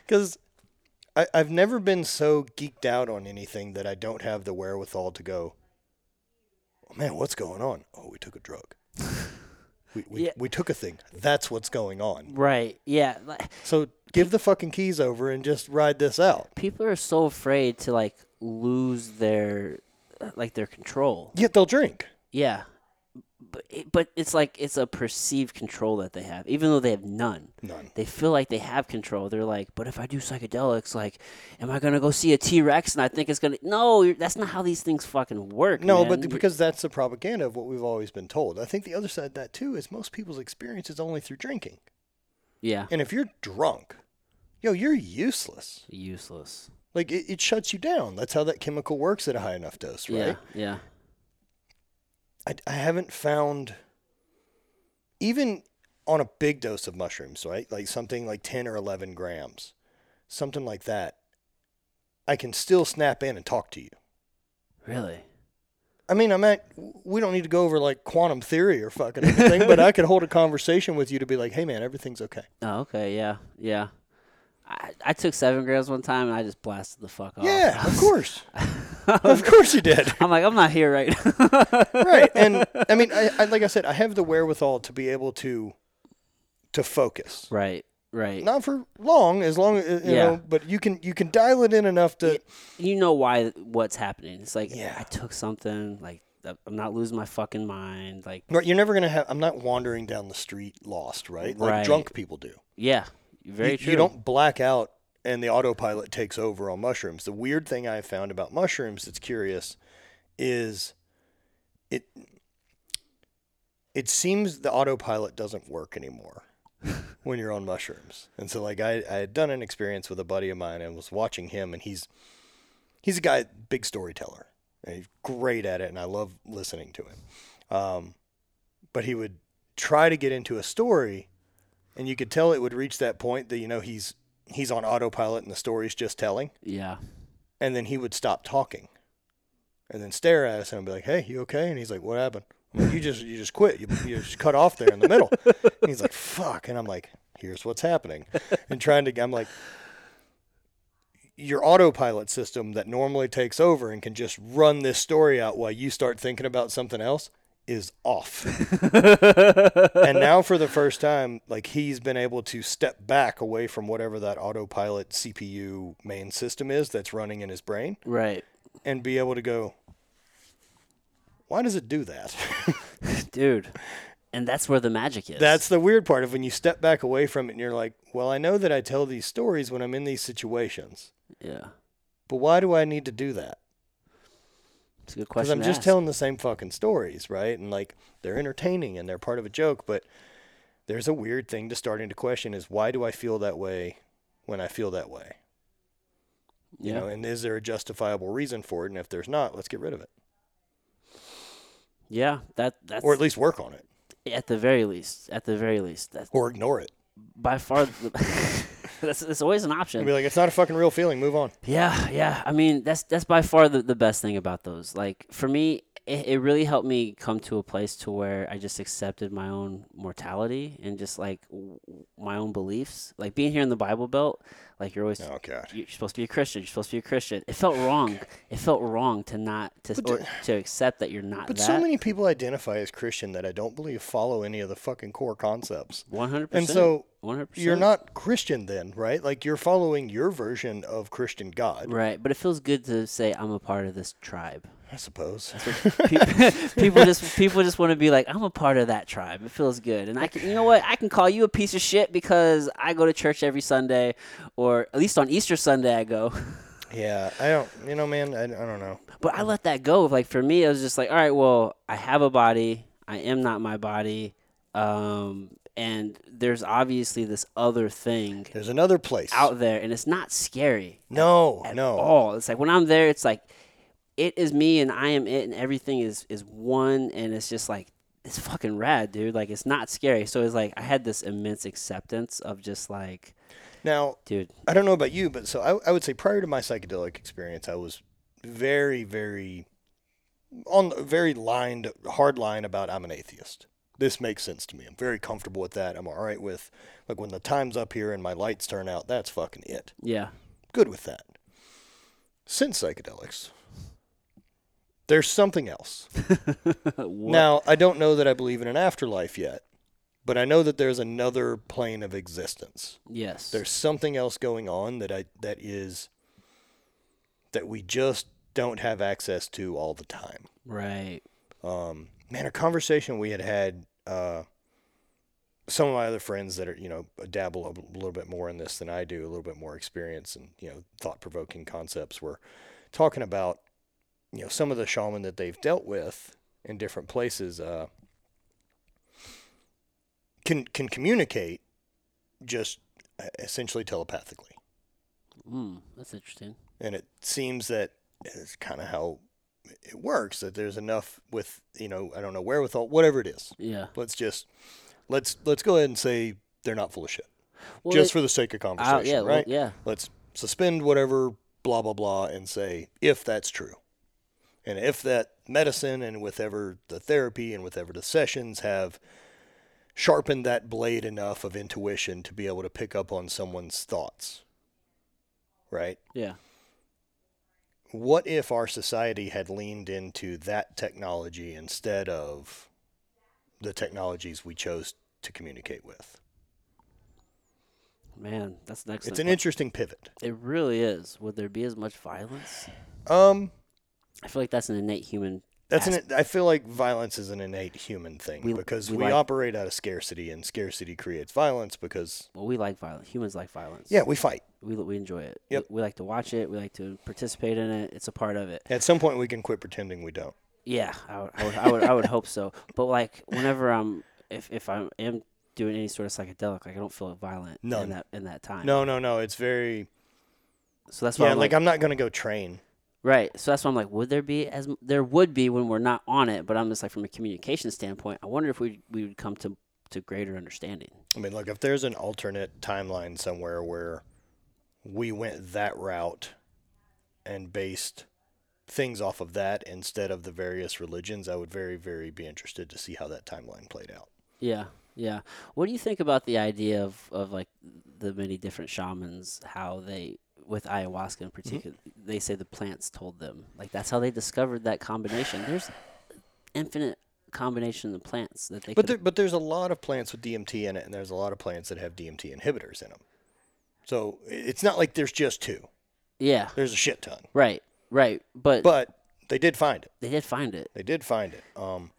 [SPEAKER 2] because I've never been so geeked out on anything that I don't have the wherewithal to go. Man, what's going on? Oh, we took a drug. We we,
[SPEAKER 1] Yeah.
[SPEAKER 2] we took a thing. That's what's going on.
[SPEAKER 1] Right. Yeah. Like,
[SPEAKER 2] So give the fucking keys over and just ride this out.
[SPEAKER 1] people are so afraid to like lose their like their control.
[SPEAKER 2] Yet they'll drink.
[SPEAKER 1] Yeah. But, it, but it's like it's a perceived control that they have, even though they have none.
[SPEAKER 2] None.
[SPEAKER 1] They feel like they have control. They're like, but if I do psychedelics, like, am I gonna go see a T Rex and I think it's gonna? No, you're- that's not how these things fucking work.
[SPEAKER 2] No,
[SPEAKER 1] man.
[SPEAKER 2] but
[SPEAKER 1] You-
[SPEAKER 2] because that's the propaganda of what we've always been told. I think the other side of that too is most people's experience is only through drinking.
[SPEAKER 1] yeah,
[SPEAKER 2] And if you're drunk, yo, you're useless.
[SPEAKER 1] useless.
[SPEAKER 2] Like it, it shuts you down. That's how that chemical works at a high enough dose, right?
[SPEAKER 1] Yeah, yeah.
[SPEAKER 2] I, I haven't found even on a big dose of mushrooms, right? Like something like 10 or 11 grams, something like that. I can still snap in and talk to you.
[SPEAKER 1] Really?
[SPEAKER 2] I mean, I'm at. We don't need to go over like quantum theory or fucking anything, but I could hold a conversation with you to be like, "Hey, man, everything's okay."
[SPEAKER 1] Oh, okay. Yeah, yeah. I, I took seven grams one time and I just blasted the fuck off.
[SPEAKER 2] Yeah, of course, of
[SPEAKER 1] I'm
[SPEAKER 2] course you did.
[SPEAKER 1] like, I'm not here right now.
[SPEAKER 2] right, and I mean, I, I like I said, I have the wherewithal to be able to to focus.
[SPEAKER 1] Right, right.
[SPEAKER 2] Not for long, as long as you
[SPEAKER 1] Yeah.
[SPEAKER 2] know, but you can you can dial it in enough to.
[SPEAKER 1] You know why what's happening. It's like
[SPEAKER 2] Yeah.
[SPEAKER 1] I took something. Like I'm not losing my fucking mind. Like
[SPEAKER 2] Right, you're never gonna have. I'm not wandering down the street lost, right? Like
[SPEAKER 1] Right.
[SPEAKER 2] drunk people do.
[SPEAKER 1] yeah, very
[SPEAKER 2] you,
[SPEAKER 1] true.
[SPEAKER 2] you don't black out and the autopilot takes over on mushrooms. The weird thing I found about mushrooms that's curious is it it seems the autopilot doesn't work anymore when you're on mushrooms. And so like I, I had done an experience with a buddy of mine and was watching him and he's he's a guy big storyteller. And he's great at it and I love listening to him. Um, but he would try to get into a story and you could tell it would reach that point that you know he's he's on autopilot and the story's just telling
[SPEAKER 1] Yeah.
[SPEAKER 2] and then he would stop talking and then stare at us and be like hey you okay and he's like what happened I'm like, you just you just quit you, you just cut off there in the middle and he's like fuck and i'm like here's what's happening and trying to i'm like your autopilot system that normally takes over and can just run this story out while you start thinking about something else is off and now for the first time, like he's been able to step back away from whatever that autopilot CPU main system is that's running in his brain
[SPEAKER 1] Right.
[SPEAKER 2] and be able to go, why does it do that?
[SPEAKER 1] Dude. And that's where the magic is.
[SPEAKER 2] that's the weird part of when you step back away from it and you're like, well, I know that I tell these stories when I'm in these situations,
[SPEAKER 1] yeah.
[SPEAKER 2] but why do I need to do that?
[SPEAKER 1] It's a good
[SPEAKER 2] Because
[SPEAKER 1] question.
[SPEAKER 2] I'm
[SPEAKER 1] to
[SPEAKER 2] just
[SPEAKER 1] ask.
[SPEAKER 2] telling the same fucking stories, right? And like they're entertaining and they're part of a joke, but there's a weird thing to starting to question is why do I feel that way when I feel that way?
[SPEAKER 1] Yeah.
[SPEAKER 2] You know, and is there a justifiable reason for it? And if there's not, let's get rid of it.
[SPEAKER 1] yeah. That that's
[SPEAKER 2] Or at least work on it.
[SPEAKER 1] at the very least. At the very least. That's
[SPEAKER 2] Or ignore it.
[SPEAKER 1] by far the, that's, that's always an option.
[SPEAKER 2] And be like, it's not a fucking real feeling, move on.
[SPEAKER 1] Yeah, yeah. I mean, that's that's by far the, the best thing about those. Like for me, it, it really helped me come to a place to where I just accepted my own mortality and just like w- my own beliefs. Like being here in the Bible Belt, like you're always
[SPEAKER 2] Oh God.
[SPEAKER 1] you're supposed to be a Christian. You're supposed to be a Christian. It felt wrong. It felt wrong to not to or, to accept that you're not
[SPEAKER 2] But
[SPEAKER 1] that.
[SPEAKER 2] so many people identify as Christian that I don't believe follow any of the fucking core concepts.
[SPEAKER 1] One hundred
[SPEAKER 2] And
[SPEAKER 1] percent.
[SPEAKER 2] so
[SPEAKER 1] one hundred percent.
[SPEAKER 2] you're not Christian then, right? Like you're following your version of Christian God,
[SPEAKER 1] right, but it feels good to say I'm a part of this tribe.
[SPEAKER 2] I suppose.
[SPEAKER 1] Pe- people just people just want to be like I'm a part of that tribe. It feels good, and I can you know what I can call you a piece of shit because I go to church every Sunday, or at least on Easter Sunday I go.
[SPEAKER 2] yeah, I don't, you know, man, I, I don't know.
[SPEAKER 1] But I let that go. Like for me, it was just like, all right, well, I have a body. I am not my body. Um, and there's obviously this other thing
[SPEAKER 2] There's another place.
[SPEAKER 1] out there, and it's not scary
[SPEAKER 2] no,
[SPEAKER 1] at
[SPEAKER 2] no.
[SPEAKER 1] all. It's like when I'm there, it's like it is me and I am it, and everything is is one, and it's just like it's fucking rad, dude. Like it's not scary. So it's like I had this immense acceptance of just like,
[SPEAKER 2] Now,
[SPEAKER 1] dude,
[SPEAKER 2] I don't know about you, but so I, I would say prior to my psychedelic experience, I was very, very on very lined, hard line about I'm an atheist. This makes sense to me. I'm very comfortable with that. I'm all right with like when the time's up here and my lights turn out. That's fucking it.
[SPEAKER 1] yeah,
[SPEAKER 2] Good with that. Since psychedelics, there's something else.
[SPEAKER 1] What-
[SPEAKER 2] Now, I don't know that I believe in an afterlife yet, but I know that there's another plane of existence
[SPEAKER 1] yes,
[SPEAKER 2] there's something else going on that I that is that we just don't have access to all the time.
[SPEAKER 1] right,
[SPEAKER 2] Um, man, a conversation we had had uh, some of my other friends that are you know dabble a little bit more in this than I do, a little bit more experience and you know thought provoking concepts were talking about you know some of the shaman that they've dealt with in different places uh, can can communicate just uh, essentially telepathically.
[SPEAKER 1] mm, that's interesting.
[SPEAKER 2] and it seems that it's kind of how it works that there's enough with you know i don't know wherewithal whatever it is
[SPEAKER 1] Yeah,
[SPEAKER 2] let's just let's let's go ahead and say they're not full of shit
[SPEAKER 1] well,
[SPEAKER 2] just
[SPEAKER 1] it-
[SPEAKER 2] for the sake of conversation
[SPEAKER 1] uh, yeah, well,
[SPEAKER 2] right
[SPEAKER 1] yeah,
[SPEAKER 2] let's suspend whatever blah blah blah and say if that's true and if that medicine and whatever the therapy and whatever the sessions have sharpened that blade enough of intuition to be able to pick up on someone's thoughts right
[SPEAKER 1] yeah.
[SPEAKER 2] what if our society had leaned into that technology instead of the technologies we chose to communicate with?
[SPEAKER 1] Man, that's an excellent.
[SPEAKER 2] It's an interesting pivot.
[SPEAKER 1] it really is. Would there be as much violence?
[SPEAKER 2] Um,
[SPEAKER 1] I feel like that's an innate human.
[SPEAKER 2] that's an. I feel like violence is an innate human thing
[SPEAKER 1] We-
[SPEAKER 2] because
[SPEAKER 1] we
[SPEAKER 2] we,
[SPEAKER 1] like-
[SPEAKER 2] operate out of scarcity, and scarcity creates violence. Because
[SPEAKER 1] Well, we like violence. Humans like violence.
[SPEAKER 2] yeah, we fight.
[SPEAKER 1] we we enjoy it.
[SPEAKER 2] Yep.
[SPEAKER 1] We, we like to watch it. We like to participate in it. It's a part of it.
[SPEAKER 2] At some point, we can quit pretending we don't.
[SPEAKER 1] Yeah, I would, I would, I would, I would hope so. But like, whenever I'm, if if I am doing any sort of psychedelic, like I don't feel violent in
[SPEAKER 2] None.
[SPEAKER 1] that in that time.
[SPEAKER 2] No, no, no. It's very
[SPEAKER 1] So that's why
[SPEAKER 2] yeah.
[SPEAKER 1] I'm
[SPEAKER 2] Like
[SPEAKER 1] like,
[SPEAKER 2] I'm not gonna go train.
[SPEAKER 1] right. So that's why I'm like, would there be as m- there would be when we're not on it? But I'm just like, from a communication standpoint, I wonder if we we would come to to greater understanding.
[SPEAKER 2] I mean, look, if there's an alternate timeline somewhere where we went that route and based things off of that instead of the various religions, I would very, very be interested to see how that timeline played out.
[SPEAKER 1] Yeah, yeah. What do you think about the idea of, of like the many different shamans, how they with ayahuasca in
[SPEAKER 2] Mm-hmm.
[SPEAKER 1] particular, they say the plants told them. Like that's how they discovered that combination. There's infinite combination of plants that they
[SPEAKER 2] But
[SPEAKER 1] could
[SPEAKER 2] there, but there's a lot of plants with DMT in it, and there's a lot of plants that have DMT inhibitors in them. So i- it's not like there's just two.
[SPEAKER 1] Yeah.
[SPEAKER 2] There's a shit ton.
[SPEAKER 1] Right. Right. But,
[SPEAKER 2] But they did find it.
[SPEAKER 1] they did find it.
[SPEAKER 2] They did find it. Um,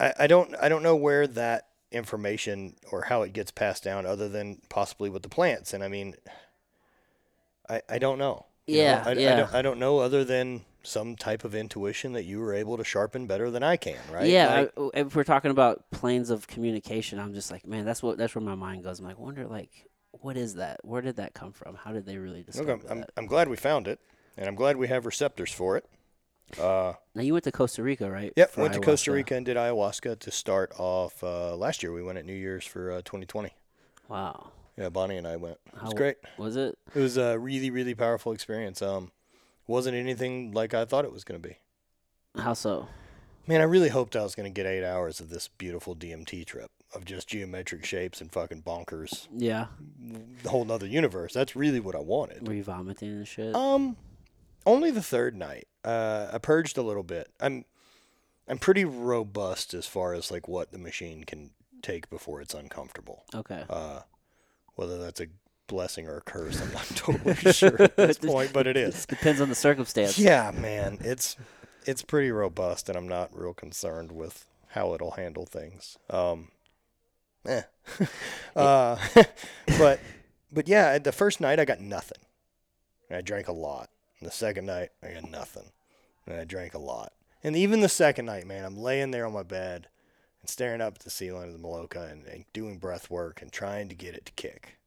[SPEAKER 2] I, I don't I don't know where that information or how it gets passed down, other than possibly with the plants. And I mean, I I don't know. You know,
[SPEAKER 1] Yeah,
[SPEAKER 2] I,
[SPEAKER 1] yeah.
[SPEAKER 2] I don't, I don't know other than some type of intuition that you were able to sharpen better than I can. Right?
[SPEAKER 1] Yeah,
[SPEAKER 2] Like,
[SPEAKER 1] I, if we're talking about planes of communication, I'm just like, man, that's what that's where my mind goes. I'm like, wonder like what is that? Where did that come from? How did they really
[SPEAKER 2] look,
[SPEAKER 1] discover
[SPEAKER 2] I'm, I'm
[SPEAKER 1] that?
[SPEAKER 2] I'm glad we found it, and I'm glad we have receptors for it. Uh,
[SPEAKER 1] Now you went to Costa Rica, right?
[SPEAKER 2] yep.
[SPEAKER 1] for
[SPEAKER 2] Went to Costa
[SPEAKER 1] ayahuasca?
[SPEAKER 2] Rica and did ayahuasca to start off uh, last year. We went at New Year's for uh, 2020.
[SPEAKER 1] Wow.
[SPEAKER 2] Yeah, Bonnie and I went. It
[SPEAKER 1] How-
[SPEAKER 2] was great.
[SPEAKER 1] Was it?
[SPEAKER 2] It was a really, really powerful experience. Um, wasn't anything like I thought it was going to be.
[SPEAKER 1] How so?
[SPEAKER 2] Man, I really hoped I was going to get eight hours of this beautiful DMT trip of just geometric shapes and fucking bonkers,
[SPEAKER 1] Yeah.
[SPEAKER 2] the whole nother universe. That's really what I wanted.
[SPEAKER 1] Were you vomiting and shit?
[SPEAKER 2] Um, only the third night. Uh, I purged a little bit. I'm, I'm pretty robust as far as like what the machine can take before it's uncomfortable.
[SPEAKER 1] okay.
[SPEAKER 2] Uh, whether that's a blessing or a curse, I'm not totally sure at this point, but it is.
[SPEAKER 1] Depends on the circumstance.
[SPEAKER 2] Yeah, man, it's it's pretty robust, and I'm not real concerned with how it'll handle things. Um, eh. uh, but but yeah, the first night I got nothing. And I drank a lot. And the second night I got nothing, and I drank a lot. And even the second night, man, I'm laying there on my bed and staring up at the ceiling of the Maloka and, and doing breath work and trying to get it to kick.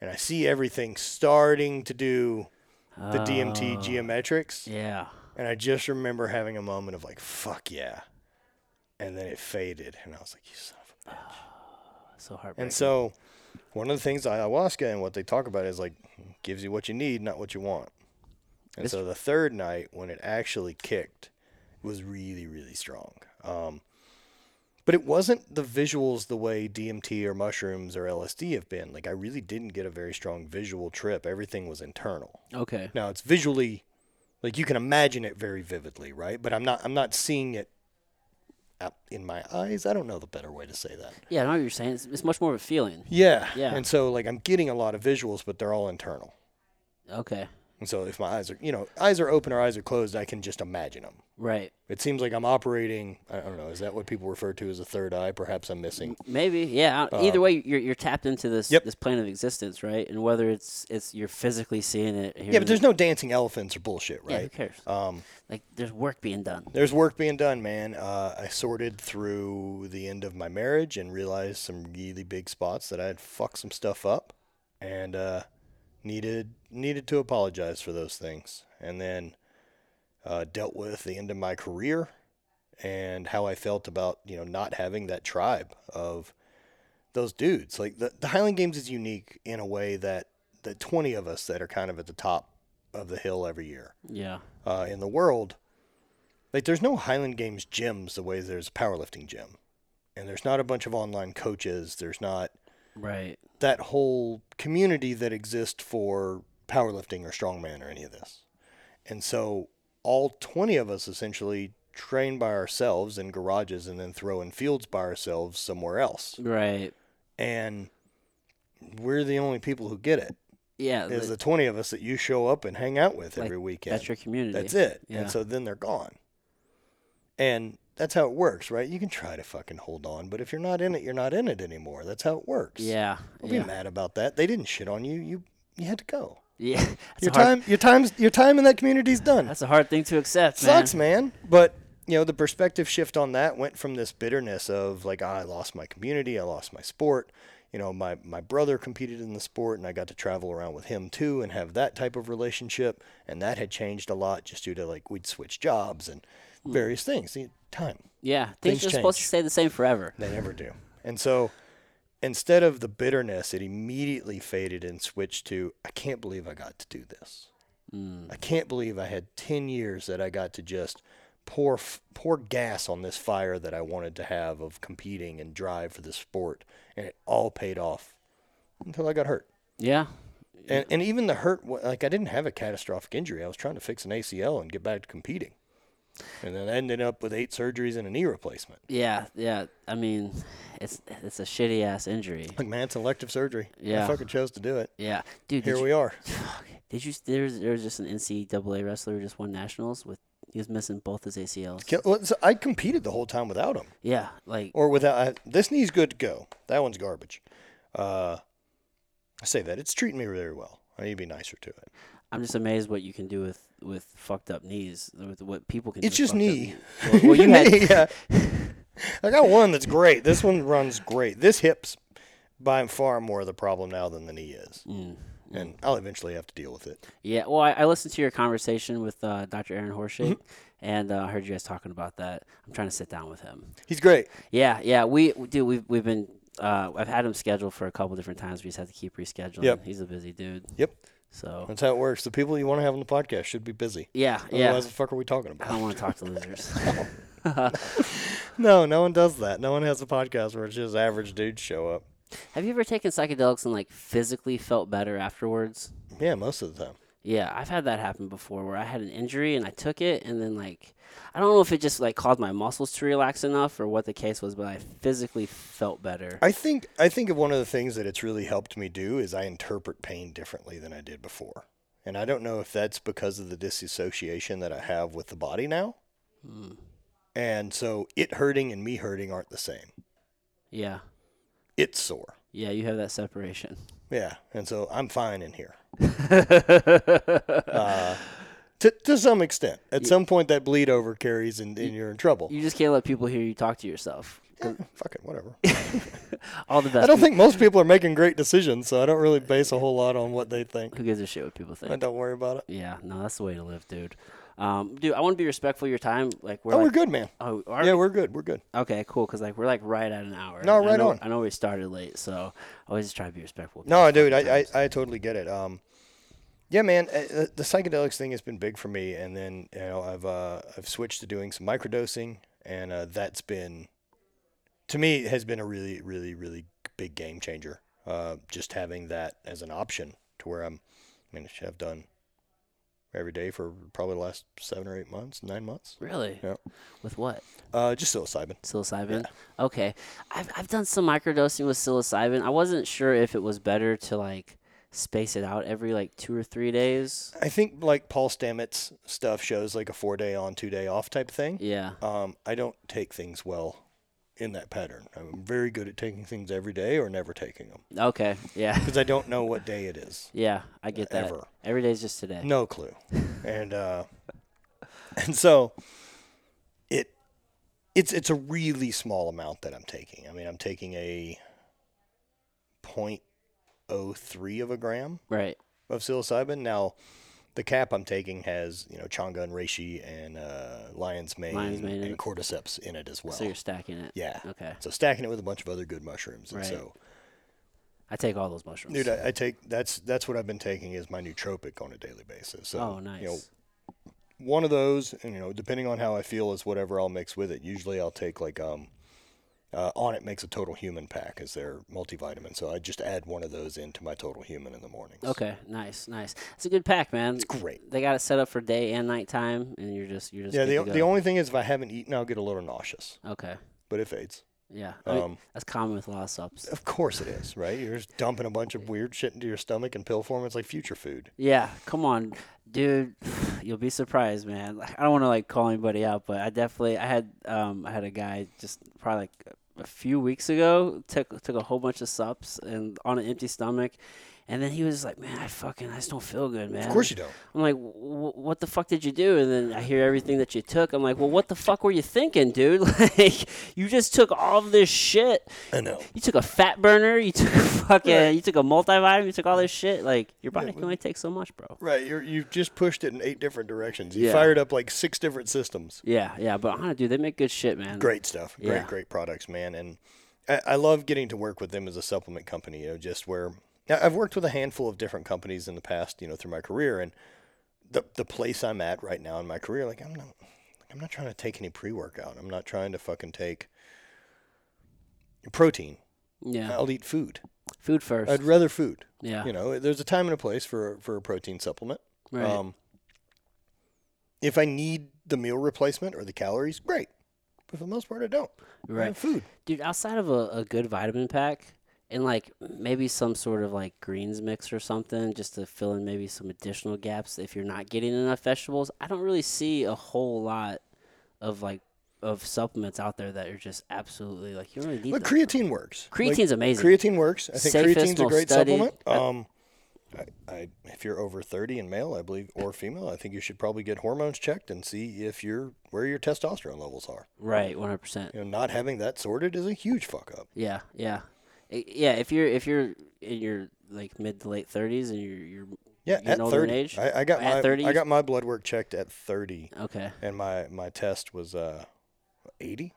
[SPEAKER 2] And I see everything starting to do the DMT
[SPEAKER 1] Oh,
[SPEAKER 2] geometrics.
[SPEAKER 1] Yeah.
[SPEAKER 2] And I just remember having a moment of like, fuck yeah. And then it faded. And I was like, you son of a bitch.
[SPEAKER 1] So heartbreaking.
[SPEAKER 2] And so one of the things ayahuasca and what they talk about is like, gives you what you need, not what you want. And
[SPEAKER 1] This-
[SPEAKER 2] so the third night when it actually kicked was really, really strong. Um, but it wasn't the visuals the way DMT or mushrooms or LSD have been. Like, I really didn't get a very strong visual trip. Everything was internal.
[SPEAKER 1] okay.
[SPEAKER 2] Now it's visually like you can imagine it very vividly, right? But I'm not I'm not seeing it out in my eyes. I don't know the better way to say that.
[SPEAKER 1] Yeah, I know what you're saying. It's, it's much more of a feeling.
[SPEAKER 2] Yeah.
[SPEAKER 1] Yeah.
[SPEAKER 2] And so like I'm getting a lot of visuals, but they're all internal.
[SPEAKER 1] Okay.
[SPEAKER 2] And so if my eyes are, you know, eyes are open or eyes are closed, I can just imagine them.
[SPEAKER 1] Right.
[SPEAKER 2] It seems like I'm operating, I don't know, is that what people refer to as a third eye? Perhaps I'm missing.
[SPEAKER 1] Maybe. Yeah. I- Either way, you're you're tapped into this
[SPEAKER 2] Uh. Yep.
[SPEAKER 1] this plane of existence, right? And whether it's it's you're physically seeing it.
[SPEAKER 2] Yeah, but there's no dancing elephants or bullshit,
[SPEAKER 1] Yeah, who
[SPEAKER 2] right?
[SPEAKER 1] cares?
[SPEAKER 2] Um
[SPEAKER 1] Like there's work being done.
[SPEAKER 2] There's work being done, man. Uh, I sorted through the end of my marriage and realized some really big spots that I had fucked some stuff up, and uh, needed needed to apologize for those things. And then uh, dealt with the end of my career and how I felt about you know not having that tribe of those dudes. Like the, the Highland Games is unique in a way that the 20 of us that are kind of at the top of the hill every year
[SPEAKER 1] Yeah.
[SPEAKER 2] uh, in the world, like there's no Highland Games gyms the way there's a powerlifting gym, and there's not a bunch of online coaches. There's not
[SPEAKER 1] Right.
[SPEAKER 2] that whole community that exists for powerlifting or strongman or any of this. And so all 20 of us essentially train by ourselves in garages and then throw in fields by ourselves somewhere else.
[SPEAKER 1] Right.
[SPEAKER 2] And we're the only people who get it.
[SPEAKER 1] Yeah.
[SPEAKER 2] Is
[SPEAKER 1] like,
[SPEAKER 2] the 20 of us that you show up and hang out with
[SPEAKER 1] Like,
[SPEAKER 2] every weekend.
[SPEAKER 1] that's your community.
[SPEAKER 2] That's it.
[SPEAKER 1] Yeah.
[SPEAKER 2] And so then they're gone. And that's how it works, right? You can try to fucking hold on, but if you're not in it, you're not in it anymore. That's how it works.
[SPEAKER 1] yeah.
[SPEAKER 2] Don't
[SPEAKER 1] yeah.
[SPEAKER 2] be mad about that. They didn't shit on you. You you had to go.
[SPEAKER 1] Yeah. That's
[SPEAKER 2] your
[SPEAKER 1] a hard,
[SPEAKER 2] time your time's your time in that community's done.
[SPEAKER 1] That's a hard thing to accept, man.
[SPEAKER 2] Sucks, man. But you know, the perspective shift on that went from this bitterness of like "Ah, I lost my community, I lost my sport. You know, my my brother competed in the sport, and I got to travel around with him too, and have that type of relationship. And that had changed a lot just due to like we'd switch jobs and various things. See, Time
[SPEAKER 1] Yeah. Things,
[SPEAKER 2] Things
[SPEAKER 1] are supposed to
[SPEAKER 2] change.
[SPEAKER 1] stay the same forever.
[SPEAKER 2] they never do. And so instead of the bitterness, it immediately faded and switched to I can't believe I got to do this. I can't believe I had 10 years that I got to just pour f- pour gas on this fire that I wanted to have of competing and drive for the sport and it all paid off until I got hurt.
[SPEAKER 1] Yeah.
[SPEAKER 2] And and even the hurt wa- like I didn't have a catastrophic injury. I was trying to fix an ACL and get back to competing. And then I ended up with eight surgeries and a knee replacement.
[SPEAKER 1] Yeah. Yeah. I mean, it's it's a shitty ass injury.
[SPEAKER 2] Like man, it's elective surgery.
[SPEAKER 1] Yeah.
[SPEAKER 2] I fucking chose to do it.
[SPEAKER 1] Yeah. Dude.
[SPEAKER 2] Here
[SPEAKER 1] did
[SPEAKER 2] we are.
[SPEAKER 1] you, Did you? There was, there was just an NCAA wrestler who just won nationals with. He was missing both his ACLs.
[SPEAKER 2] Kill- well, so I competed the whole time without him,
[SPEAKER 1] Yeah, like
[SPEAKER 2] or without I, this knee's good to go. That one's garbage. Uh, I say that it's treating me very well. I need to be nicer to it.
[SPEAKER 1] I'm just amazed what you can do with with fucked up knees, with what people can.
[SPEAKER 2] It's
[SPEAKER 1] do with
[SPEAKER 2] just
[SPEAKER 1] fucked up
[SPEAKER 2] knee.
[SPEAKER 1] knees. Well, well, you had,
[SPEAKER 2] Knee, yeah. I got one that's great. This one runs great. This hip's by far more of the problem now than the knee is,
[SPEAKER 1] Mm,
[SPEAKER 2] and I'll eventually have to deal with it.
[SPEAKER 1] yeah. Well, I, I listened to your conversation with uh, Dr. Aaron Horshake,
[SPEAKER 2] Mm-hmm.
[SPEAKER 1] and uh, I heard you guys talking about that. I'm trying to sit down with him.
[SPEAKER 2] He's great.
[SPEAKER 1] Yeah, yeah. We do. We've we've been. Uh, I've had him scheduled for a couple different times. We just had to keep rescheduling.
[SPEAKER 2] Yep.
[SPEAKER 1] He's a busy dude.
[SPEAKER 2] Yep,
[SPEAKER 1] So
[SPEAKER 2] that's how it works. The people you want to have on the podcast should be busy.
[SPEAKER 1] yeah, yeah.
[SPEAKER 2] Otherwise, the fuck are we talking
[SPEAKER 1] I
[SPEAKER 2] about?
[SPEAKER 1] don't want to talk to losers.
[SPEAKER 2] No, no one does that. No one has a podcast where it's just average dudes show up.
[SPEAKER 1] Have you ever taken psychedelics and like physically felt better afterwards?
[SPEAKER 2] Yeah, most of the time.
[SPEAKER 1] Yeah, I've had that happen before where I had an injury and I took it and then like I don't know if it just like caused my muscles to relax enough or what the case was, but I physically felt better.
[SPEAKER 2] I think I think one of the things that it's really helped me do is I interpret pain differently than I did before. And I don't know if that's because of the disassociation that I have with the body now. And so it hurting and me hurting aren't the same.
[SPEAKER 1] Yeah.
[SPEAKER 2] It's sore.
[SPEAKER 1] Yeah, you have that separation.
[SPEAKER 2] Yeah. And so I'm fine in here. uh, to, to some extent. At some point, that bleed over carries and, and you're in trouble. Eh,
[SPEAKER 1] You just can't let people hear you talk to yourself. 'Cause
[SPEAKER 2] Fuck it, whatever.
[SPEAKER 1] All the best.
[SPEAKER 2] I don't think most people are making great decisions, so I don't really base a whole lot on what they think.
[SPEAKER 1] who gives a shit what people think?
[SPEAKER 2] I don't worry about it.
[SPEAKER 1] Yeah, no, that's the way to live, dude. Um, dude, I want to be respectful of your time. Like we're
[SPEAKER 2] Oh, we're
[SPEAKER 1] like,
[SPEAKER 2] good, man.
[SPEAKER 1] oh, are
[SPEAKER 2] Yeah, we're good. We're good.
[SPEAKER 1] okay, cool. Cause like we're like right at an hour.
[SPEAKER 2] No,
[SPEAKER 1] and I
[SPEAKER 2] right
[SPEAKER 1] know-
[SPEAKER 2] on.
[SPEAKER 1] I know we started late, so I always just try to be respectful. of
[SPEAKER 2] No,
[SPEAKER 1] people's
[SPEAKER 2] dude,
[SPEAKER 1] fucking
[SPEAKER 2] I,
[SPEAKER 1] times.
[SPEAKER 2] I, I totally get it. Um, yeah, man, uh, uh, the psychedelics thing has been big for me, and then you know I've uh, I've switched to doing some microdosing, and uh, that's been to me has been a really really really big game changer. Uh, just having that as an option to where I'm, I mean, I've done every day for probably the last seven or eight months, nine months.
[SPEAKER 1] really
[SPEAKER 2] Yeah.
[SPEAKER 1] with what
[SPEAKER 2] Uh, just psilocybin.
[SPEAKER 1] psilocybin. Okay, I've I've done some microdosing with psilocybin. I wasn't sure if it was better to like space it out every like two or three days.
[SPEAKER 2] I think like Paul Stamets stuff shows like a four day on, two day off type thing.
[SPEAKER 1] Yeah,
[SPEAKER 2] Um, I don't take things well in that pattern. I'm very good at taking things every day or never taking them
[SPEAKER 1] okay, yeah,
[SPEAKER 2] because I don't know what day it is.
[SPEAKER 1] yeah. I get that.
[SPEAKER 2] Ever.
[SPEAKER 1] Every day's just today.
[SPEAKER 2] No clue. And uh, and so it it's it's a really small amount that I'm taking. I mean, I'm taking a 0.03 of a gram
[SPEAKER 1] Right.
[SPEAKER 2] of psilocybin. Now, the cap I'm taking has you know changa and reishi and uh, lion's mane,
[SPEAKER 1] Lion's mane in
[SPEAKER 2] and
[SPEAKER 1] it.
[SPEAKER 2] cordyceps in it as well.
[SPEAKER 1] So you're stacking it.
[SPEAKER 2] Yeah.
[SPEAKER 1] Okay.
[SPEAKER 2] So stacking it with a bunch of other good mushrooms. And
[SPEAKER 1] Right.
[SPEAKER 2] so,
[SPEAKER 1] I take all those mushrooms.
[SPEAKER 2] dude, I, uh, I take that's that's what I've been taking is my nootropic on a daily basis. So,
[SPEAKER 1] oh, nice.
[SPEAKER 2] You know, one of those, and you know, depending on how I feel, is whatever I'll mix with it. Usually, I'll take like um, uh, on it makes a total human pack as their multivitamin. So I just add one of those into my total human in the mornings.
[SPEAKER 1] Okay, nice, nice. It's a good pack, man. It's
[SPEAKER 2] great.
[SPEAKER 1] They got it set up for day and night time, and you're just you're just
[SPEAKER 2] Yeah.
[SPEAKER 1] Good
[SPEAKER 2] The,
[SPEAKER 1] to
[SPEAKER 2] the
[SPEAKER 1] go.
[SPEAKER 2] only thing is if I haven't eaten, I'll get a little nauseous,
[SPEAKER 1] okay,
[SPEAKER 2] but it fades.
[SPEAKER 1] yeah. I mean,
[SPEAKER 2] Um, uh,
[SPEAKER 1] that's common with a lot of subs.
[SPEAKER 2] Of course it is, right? You're just dumping a bunch of weird shit into your stomach in pill form. It's like future food.
[SPEAKER 1] Yeah, come on, dude. You'll be surprised, man. Like, I don't want to like call anybody out, but I definitely I had um I had a guy just probably like a few weeks ago took took a whole bunch of sups and on an empty stomach, and then he was like, man, I fucking I just don't feel good, man.
[SPEAKER 2] Of course you don't.
[SPEAKER 1] I'm like, "Wh- what the fuck did you do? And then I hear everything that you took. I'm like, well, what the fuck were you thinking, dude? Like, you just took all this shit.
[SPEAKER 2] I know.
[SPEAKER 1] You took a fat burner. You took a fucking.
[SPEAKER 2] Right.
[SPEAKER 1] You took a multivitamin. You took all this shit. Like, your body can only take so much, bro.
[SPEAKER 2] Right, you're, you've just pushed it in eight different directions. You
[SPEAKER 1] Yeah.
[SPEAKER 2] fired up like six different systems.
[SPEAKER 1] Yeah, yeah. But Hana, dude, they make good shit, man.
[SPEAKER 2] Great stuff. Great,
[SPEAKER 1] Yeah.
[SPEAKER 2] great products, man. And I, I love getting to work with them as a supplement company. You know, just where now I've worked with a handful of different companies in the past. You know, through my career and the the place I'm at right now in my career, like I'm not, I'm not trying to take any pre workout. I'm not trying to fucking take protein.
[SPEAKER 1] Yeah.
[SPEAKER 2] I'll eat food.
[SPEAKER 1] Food 1st
[SPEAKER 2] I'd rather food.
[SPEAKER 1] yeah.
[SPEAKER 2] You know, there's a time and a place for for a protein supplement.
[SPEAKER 1] right.
[SPEAKER 2] Um, if I need the meal replacement or the calories, great. But for the most part, I don't. I
[SPEAKER 1] right.
[SPEAKER 2] have food.
[SPEAKER 1] Dude, outside of a, a good vitamin pack and like maybe some sort of like greens mix or something just to fill in maybe some additional gaps if you're not getting enough vegetables, I don't really see a whole lot of like of supplements out there that are just absolutely like you don't really need
[SPEAKER 2] But
[SPEAKER 1] them.
[SPEAKER 2] creatine works. Like,
[SPEAKER 1] Creatine's amazing.
[SPEAKER 2] creatine works. I think
[SPEAKER 1] Safest,
[SPEAKER 2] creatine's a
[SPEAKER 1] most
[SPEAKER 2] great
[SPEAKER 1] studied. uh,
[SPEAKER 2] supplement. Um, I, I, if you're over 30 and male, I believe, or female, I think you should probably get hormones checked and see if you're where your testosterone levels are.
[SPEAKER 1] right, 100%.
[SPEAKER 2] You know, not having that sorted is a huge fuck up.
[SPEAKER 1] Yeah, yeah. I- Yeah, if you're if you're in your like mid to late 30s and you're you're
[SPEAKER 2] Yeah,
[SPEAKER 1] getting
[SPEAKER 2] at
[SPEAKER 1] older in
[SPEAKER 2] 30,
[SPEAKER 1] age.
[SPEAKER 2] I, I got
[SPEAKER 1] At
[SPEAKER 2] my
[SPEAKER 1] 30?
[SPEAKER 2] I got my blood work checked at 30,
[SPEAKER 1] okay.
[SPEAKER 2] and my my test was uh 80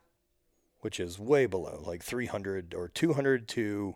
[SPEAKER 2] which is way below like 300 or 200 to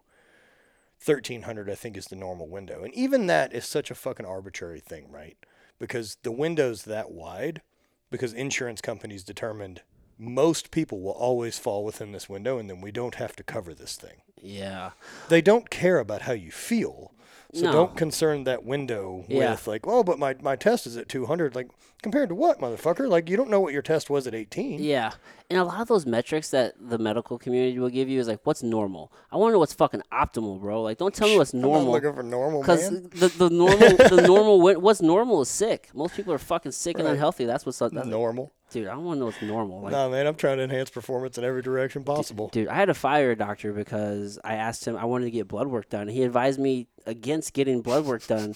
[SPEAKER 2] 1300 i think is the normal window and even that is such a fucking arbitrary thing right because the window's that wide because insurance companies determined most people will always fall within this window and then we don't have to cover this thing.
[SPEAKER 1] Yeah.
[SPEAKER 2] They don't care about how you feel. So
[SPEAKER 1] No.
[SPEAKER 2] don't concern that window
[SPEAKER 1] Yeah.
[SPEAKER 2] with like, oh, but my, my test is at 200. Like, compared to what, motherfucker? Like, you don't know what your test was at 18.
[SPEAKER 1] Yeah. And a lot of those metrics that the medical community will give you is like, what's normal? I want to know what's fucking optimal, bro. Like, don't tell me what's
[SPEAKER 2] I'm not
[SPEAKER 1] normal.
[SPEAKER 2] looking for normal,
[SPEAKER 1] Because
[SPEAKER 2] man.
[SPEAKER 1] the, the normal the normal wi- what's normal is sick. Most people are fucking sick and
[SPEAKER 2] Right.
[SPEAKER 1] unhealthy. That's what's up. That's,
[SPEAKER 2] Normal.
[SPEAKER 1] Dude, I don't want to know what's normal. Like,
[SPEAKER 2] Nah, man, I'm trying to enhance performance in every direction possible.
[SPEAKER 1] Dude, I had to fire a doctor because I asked him I wanted to get blood work done. He advised me against getting blood work done.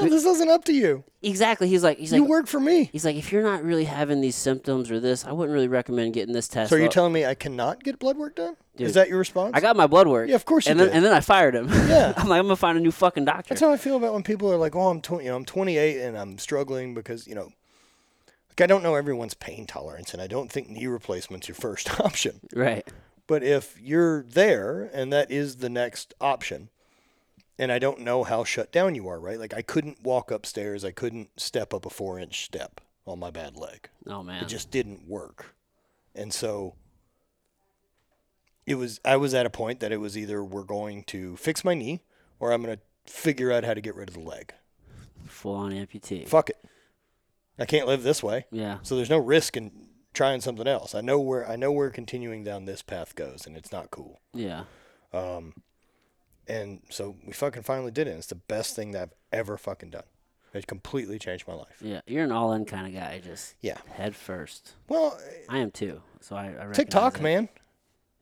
[SPEAKER 2] Yeah, this isn't up to you.
[SPEAKER 1] exactly. He's like he's
[SPEAKER 2] You
[SPEAKER 1] like
[SPEAKER 2] work for me.
[SPEAKER 1] he's like if you're not really having these symptoms or this, I wouldn't really recommend getting this test.
[SPEAKER 2] So are you
[SPEAKER 1] Well,
[SPEAKER 2] telling me I cannot get blood work done?
[SPEAKER 1] Dude,
[SPEAKER 2] Is that your response?
[SPEAKER 1] I got my blood work.
[SPEAKER 2] Yeah, of course you
[SPEAKER 1] And then
[SPEAKER 2] did.
[SPEAKER 1] and then I fired him.
[SPEAKER 2] Yeah.
[SPEAKER 1] I'm like I'm gonna find a new fucking doctor.
[SPEAKER 2] That's how I feel about when people are like, "Oh, I'm 20, you know, I'm 28 and I'm struggling because, you know, like I don't know everyone's pain tolerance and I don't think knee replacement's your first option.
[SPEAKER 1] right.
[SPEAKER 2] But if you're there and that is the next option, and I don't know how shut down you are, right? Like I couldn't walk upstairs, I couldn't step up a 4-inch step on my bad leg.
[SPEAKER 1] Oh man.
[SPEAKER 2] It just didn't work. And so it was I was at a point that it was either we're going to fix my knee or I'm going to figure out how to get rid of the leg.
[SPEAKER 1] Full on amputee.
[SPEAKER 2] Fuck it. I can't live this way.
[SPEAKER 1] yeah.
[SPEAKER 2] So there's no risk in trying something else. I know where I know where continuing down this path goes and it's not cool.
[SPEAKER 1] Yeah.
[SPEAKER 2] And so we fucking finally did it. And it's the best thing that I've ever fucking done. It completely changed my life.
[SPEAKER 1] Yeah. You're an all in kind of guy, just
[SPEAKER 2] Yeah.
[SPEAKER 1] head first.
[SPEAKER 2] Well,
[SPEAKER 1] I am too. So I, I recognize
[SPEAKER 2] TikTok,
[SPEAKER 1] that.
[SPEAKER 2] man.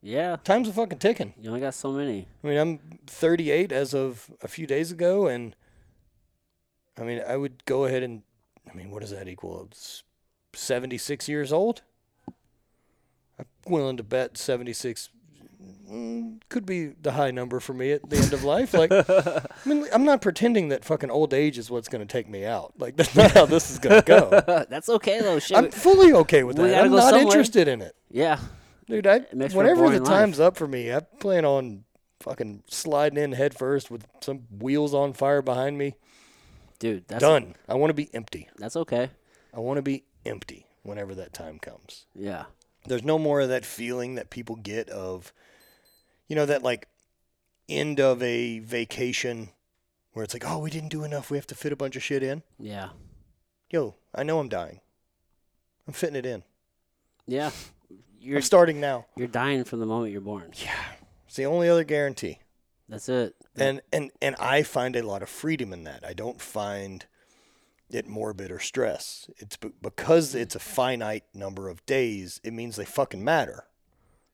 [SPEAKER 1] Yeah.
[SPEAKER 2] Time's a fucking ticking.
[SPEAKER 1] You only got so many.
[SPEAKER 2] I mean, I'm 38 as of a few days ago, and I mean, I would go ahead and I mean, what does that equal? It's 76 years old. I'm willing to bet 76 mm, could be the high number for me at the end of life. Like, I mean, I'm not pretending that fucking old age is what's going to take me out. Like, that's not how this is going to go.
[SPEAKER 1] That's okay though. Shit.
[SPEAKER 2] I'm fully okay with
[SPEAKER 1] We
[SPEAKER 2] that.
[SPEAKER 1] gotta
[SPEAKER 2] I'm
[SPEAKER 1] go
[SPEAKER 2] not
[SPEAKER 1] somewhere.
[SPEAKER 2] interested in it.
[SPEAKER 1] yeah.
[SPEAKER 2] Dude, I
[SPEAKER 1] makes for a
[SPEAKER 2] whenever the
[SPEAKER 1] boring life.
[SPEAKER 2] time's up for me, I plan on fucking sliding in head first with some wheels on fire behind me.
[SPEAKER 1] Dude, that's
[SPEAKER 2] Done. I want to be empty.
[SPEAKER 1] That's okay.
[SPEAKER 2] I want to be empty whenever that time comes.
[SPEAKER 1] Yeah.
[SPEAKER 2] There's no more of that feeling that people get of you know that like end of a vacation where it's like, "Oh, we didn't do enough. We have to fit a bunch of shit in."
[SPEAKER 1] Yeah.
[SPEAKER 2] Yo, I know I'm dying. I'm fitting it in.
[SPEAKER 1] Yeah. You're
[SPEAKER 2] I'm starting now.
[SPEAKER 1] you're dying from the moment you're born.
[SPEAKER 2] It's the only other guarantee.
[SPEAKER 1] That's it.
[SPEAKER 2] and and and I find a lot of freedom in that. I don't find it morbid or stress. It's b- because it's a finite number of days. It means they fucking matter.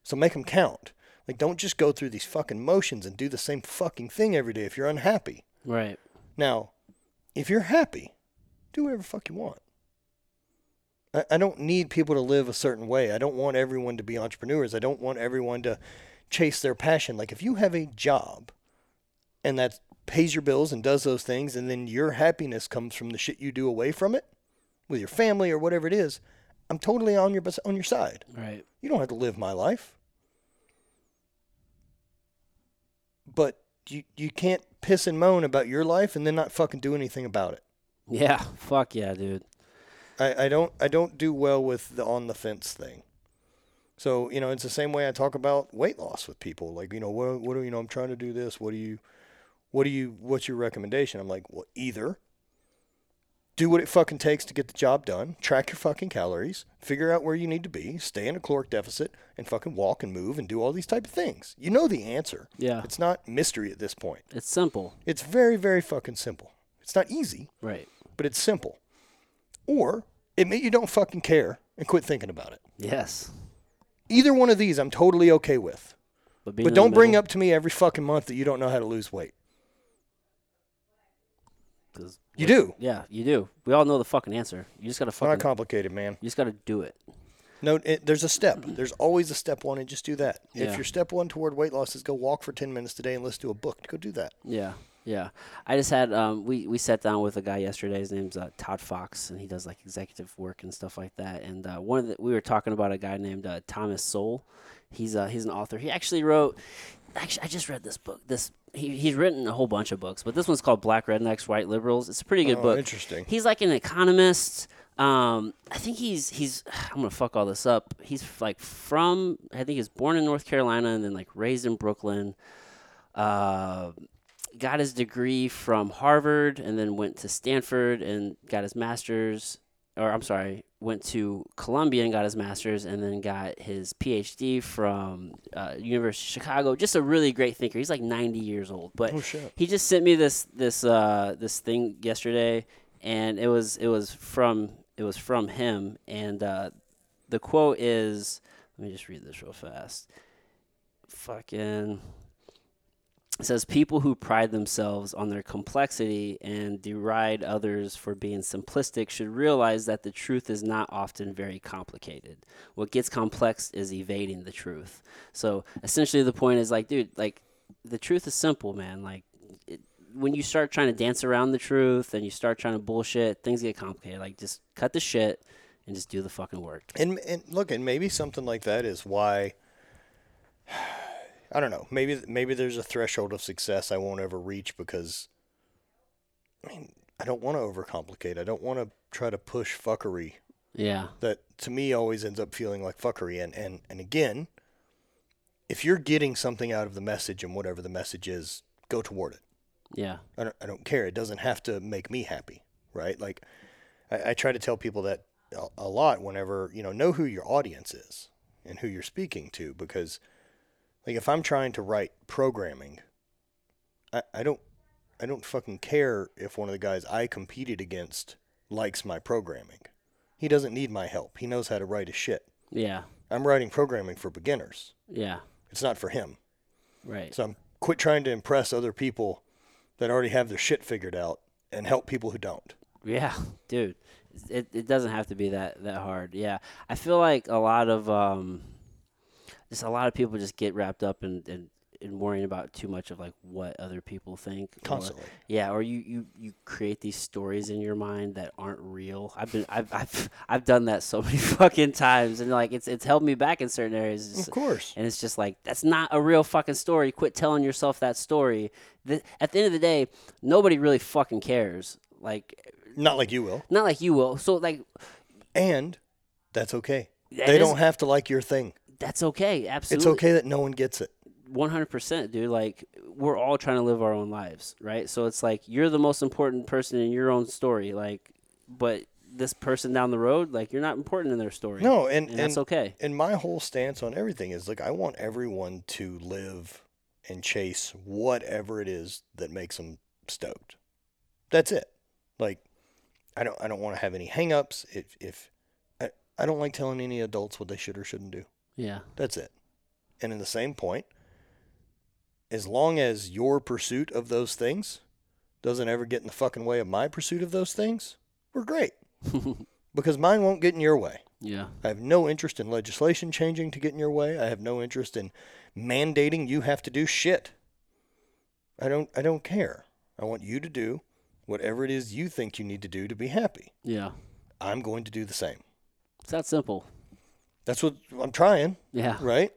[SPEAKER 2] So make them count. Like don't just go through these fucking motions and do the same fucking thing every day if you're unhappy.
[SPEAKER 1] Right.
[SPEAKER 2] Now, if you're happy, do whatever the fuck you want. I, I don't need people to live a certain way. I don't want everyone to be entrepreneurs. I don't want everyone to chase their passion. Like if you have a job and that pays your bills and does those things, and then your happiness comes from the shit you do away from it with your family or whatever it is, I'm totally on your bes- on your side.
[SPEAKER 1] Right.
[SPEAKER 2] You don't have to live my life. But you you can't piss and moan about your life and then not fucking do anything about it.
[SPEAKER 1] Yeah. Fuck yeah, dude.
[SPEAKER 2] I, I don't I don't do well with the on the fence thing. So, you know, it's the same way I talk about weight loss with people. Like, you know, what what do you know, I'm trying to do this. What do you what do you what's your recommendation? I'm like, well, either do what it fucking takes to get the job done, track your fucking calories, figure out where you need to be, stay in a caloric deficit, and fucking walk and move and do all these type of things. You know the answer.
[SPEAKER 1] Yeah. It's,
[SPEAKER 2] It's not mystery at this point.
[SPEAKER 1] simple.
[SPEAKER 2] It's very, very fucking simple. It's not easy
[SPEAKER 1] Right.
[SPEAKER 2] but it's simple. Or admit you don't fucking care and quit thinking about it.
[SPEAKER 1] Yes.
[SPEAKER 2] Either one of these I'm totally okay with.
[SPEAKER 1] being
[SPEAKER 2] But
[SPEAKER 1] in the
[SPEAKER 2] don't bring
[SPEAKER 1] middle-
[SPEAKER 2] up to me every fucking month that you don't know how to lose weight.
[SPEAKER 1] 'cause-
[SPEAKER 2] You do.
[SPEAKER 1] Yeah, you do. We all know the fucking answer. You just gotta
[SPEAKER 2] Not
[SPEAKER 1] fucking
[SPEAKER 2] complicated, man.
[SPEAKER 1] you just gotta do it.
[SPEAKER 2] No, it, there's a step. There's always a step one, and just do that.
[SPEAKER 1] Yeah.
[SPEAKER 2] If your step one toward weight loss is go walk for 10 minutes today and let's do a book, go do that.
[SPEAKER 1] Yeah, yeah. I just had um, we we sat down with a guy yesterday. His name's uh, Todd Fox, and he does like executive work and stuff like that. And uh, one of the, we were talking about a guy named uh, Thomas Sowell. He's uh, he's an author. He actually wrote. Actually, I just read this book. This he, he's written a whole bunch of books, but this one's called Black Rednecks, White Liberals. It's a pretty good
[SPEAKER 2] Oh,
[SPEAKER 1] book.
[SPEAKER 2] interesting.
[SPEAKER 1] He's like an economist. Um, I think he's he's I'm gonna fuck all this up. He's like from I think he's born in North Carolina and then like raised in Brooklyn. Uh, got his degree from Harvard and then went to Stanford and got his master's. Or I'm sorry, went to Columbia and got his master's and then got his PhD from uh, University of Chicago. Just a really great thinker. He's like 90 years old, but
[SPEAKER 2] Oh shit.
[SPEAKER 1] he just sent me this this uh, this thing yesterday, and it was it was from it was from him, and uh, the quote is let me just read this real fast. Fucking it says people who pride themselves on their complexity and deride others for being simplistic should realize that the truth is not often very complicated. What gets complex is evading the truth. So essentially, the point is like, dude, like the truth is simple, man. Like it, when you start trying to dance around the truth and you start trying to bullshit, things get complicated. Like just cut the shit and just do the fucking work.
[SPEAKER 2] And and look, and maybe something like that is why I don't know. Maybe maybe there's a threshold of success I won't ever reach because I mean, I don't want to overcomplicate. I don't want to try to push fuckery
[SPEAKER 1] Yeah,
[SPEAKER 2] that to me always ends up feeling like fuckery and and and again, if you're getting something out of the message and whatever the message is, go toward it.
[SPEAKER 1] yeah,
[SPEAKER 2] I don't, I don't care. It doesn't have to make me happy, right? Like, I, I try to tell people that a, a lot whenever, you know, know who your audience is and who you're speaking to because, like, if I'm trying to write programming, I, I don't. I don't fucking care if one of the guys I competed against likes my programming. He doesn't need my help. He knows how to write his shit.
[SPEAKER 1] yeah,
[SPEAKER 2] I'm writing programming for beginners.
[SPEAKER 1] yeah.
[SPEAKER 2] It's not for him.
[SPEAKER 1] Right.
[SPEAKER 2] So I'm quit trying to impress other people that already have their shit figured out and help people who don't.
[SPEAKER 1] Yeah, dude, it it doesn't have to be that that hard. Yeah, I feel like a lot of um, just a lot of people just get wrapped up in in, in worrying about too much of like what other people think or-
[SPEAKER 2] Constantly.
[SPEAKER 1] yeah, or you you you create these stories in your mind that aren't real. I've been I've I've I've done that so many fucking times, and like it's it's held me back in certain areas. It's-
[SPEAKER 2] Of course.
[SPEAKER 1] and it's just like that's not a real fucking story. Quit telling yourself that story. The, at the end of the day, nobody really fucking cares. Like
[SPEAKER 2] Not like you will.
[SPEAKER 1] not like you will. So like
[SPEAKER 2] And that's okay.
[SPEAKER 1] That
[SPEAKER 2] they
[SPEAKER 1] is-
[SPEAKER 2] don't have to like your thing.
[SPEAKER 1] that's okay.
[SPEAKER 2] It's
[SPEAKER 1] Absolutely.
[SPEAKER 2] okay that no one gets it.
[SPEAKER 1] 100% dude like we're all trying to live our own lives right so it's like you're the most important person in your own story like but this person down the road like you're not important in their story
[SPEAKER 2] No, and,
[SPEAKER 1] and, that's okay
[SPEAKER 2] and my whole stance on everything is like I want everyone to live and chase whatever it is that makes them stoked. That's it. Like I don't I don't want to have any hangups if if I, I don't like telling any adults what they should or shouldn't do.
[SPEAKER 1] yeah
[SPEAKER 2] That's it. And in the same point, as long as your pursuit of those things doesn't ever get in the fucking way of my pursuit of those things, we're great. because mine won't get in your way.
[SPEAKER 1] yeah
[SPEAKER 2] I have no interest in legislation changing to get in your way. I have no interest in mandating you have to do shit. I don't I don't care. I want you to do whatever it is you think you need to do to be happy.
[SPEAKER 1] yeah
[SPEAKER 2] I'm going to do the same.
[SPEAKER 1] it's that simple
[SPEAKER 2] That's what I'm trying
[SPEAKER 1] yeah
[SPEAKER 2] right?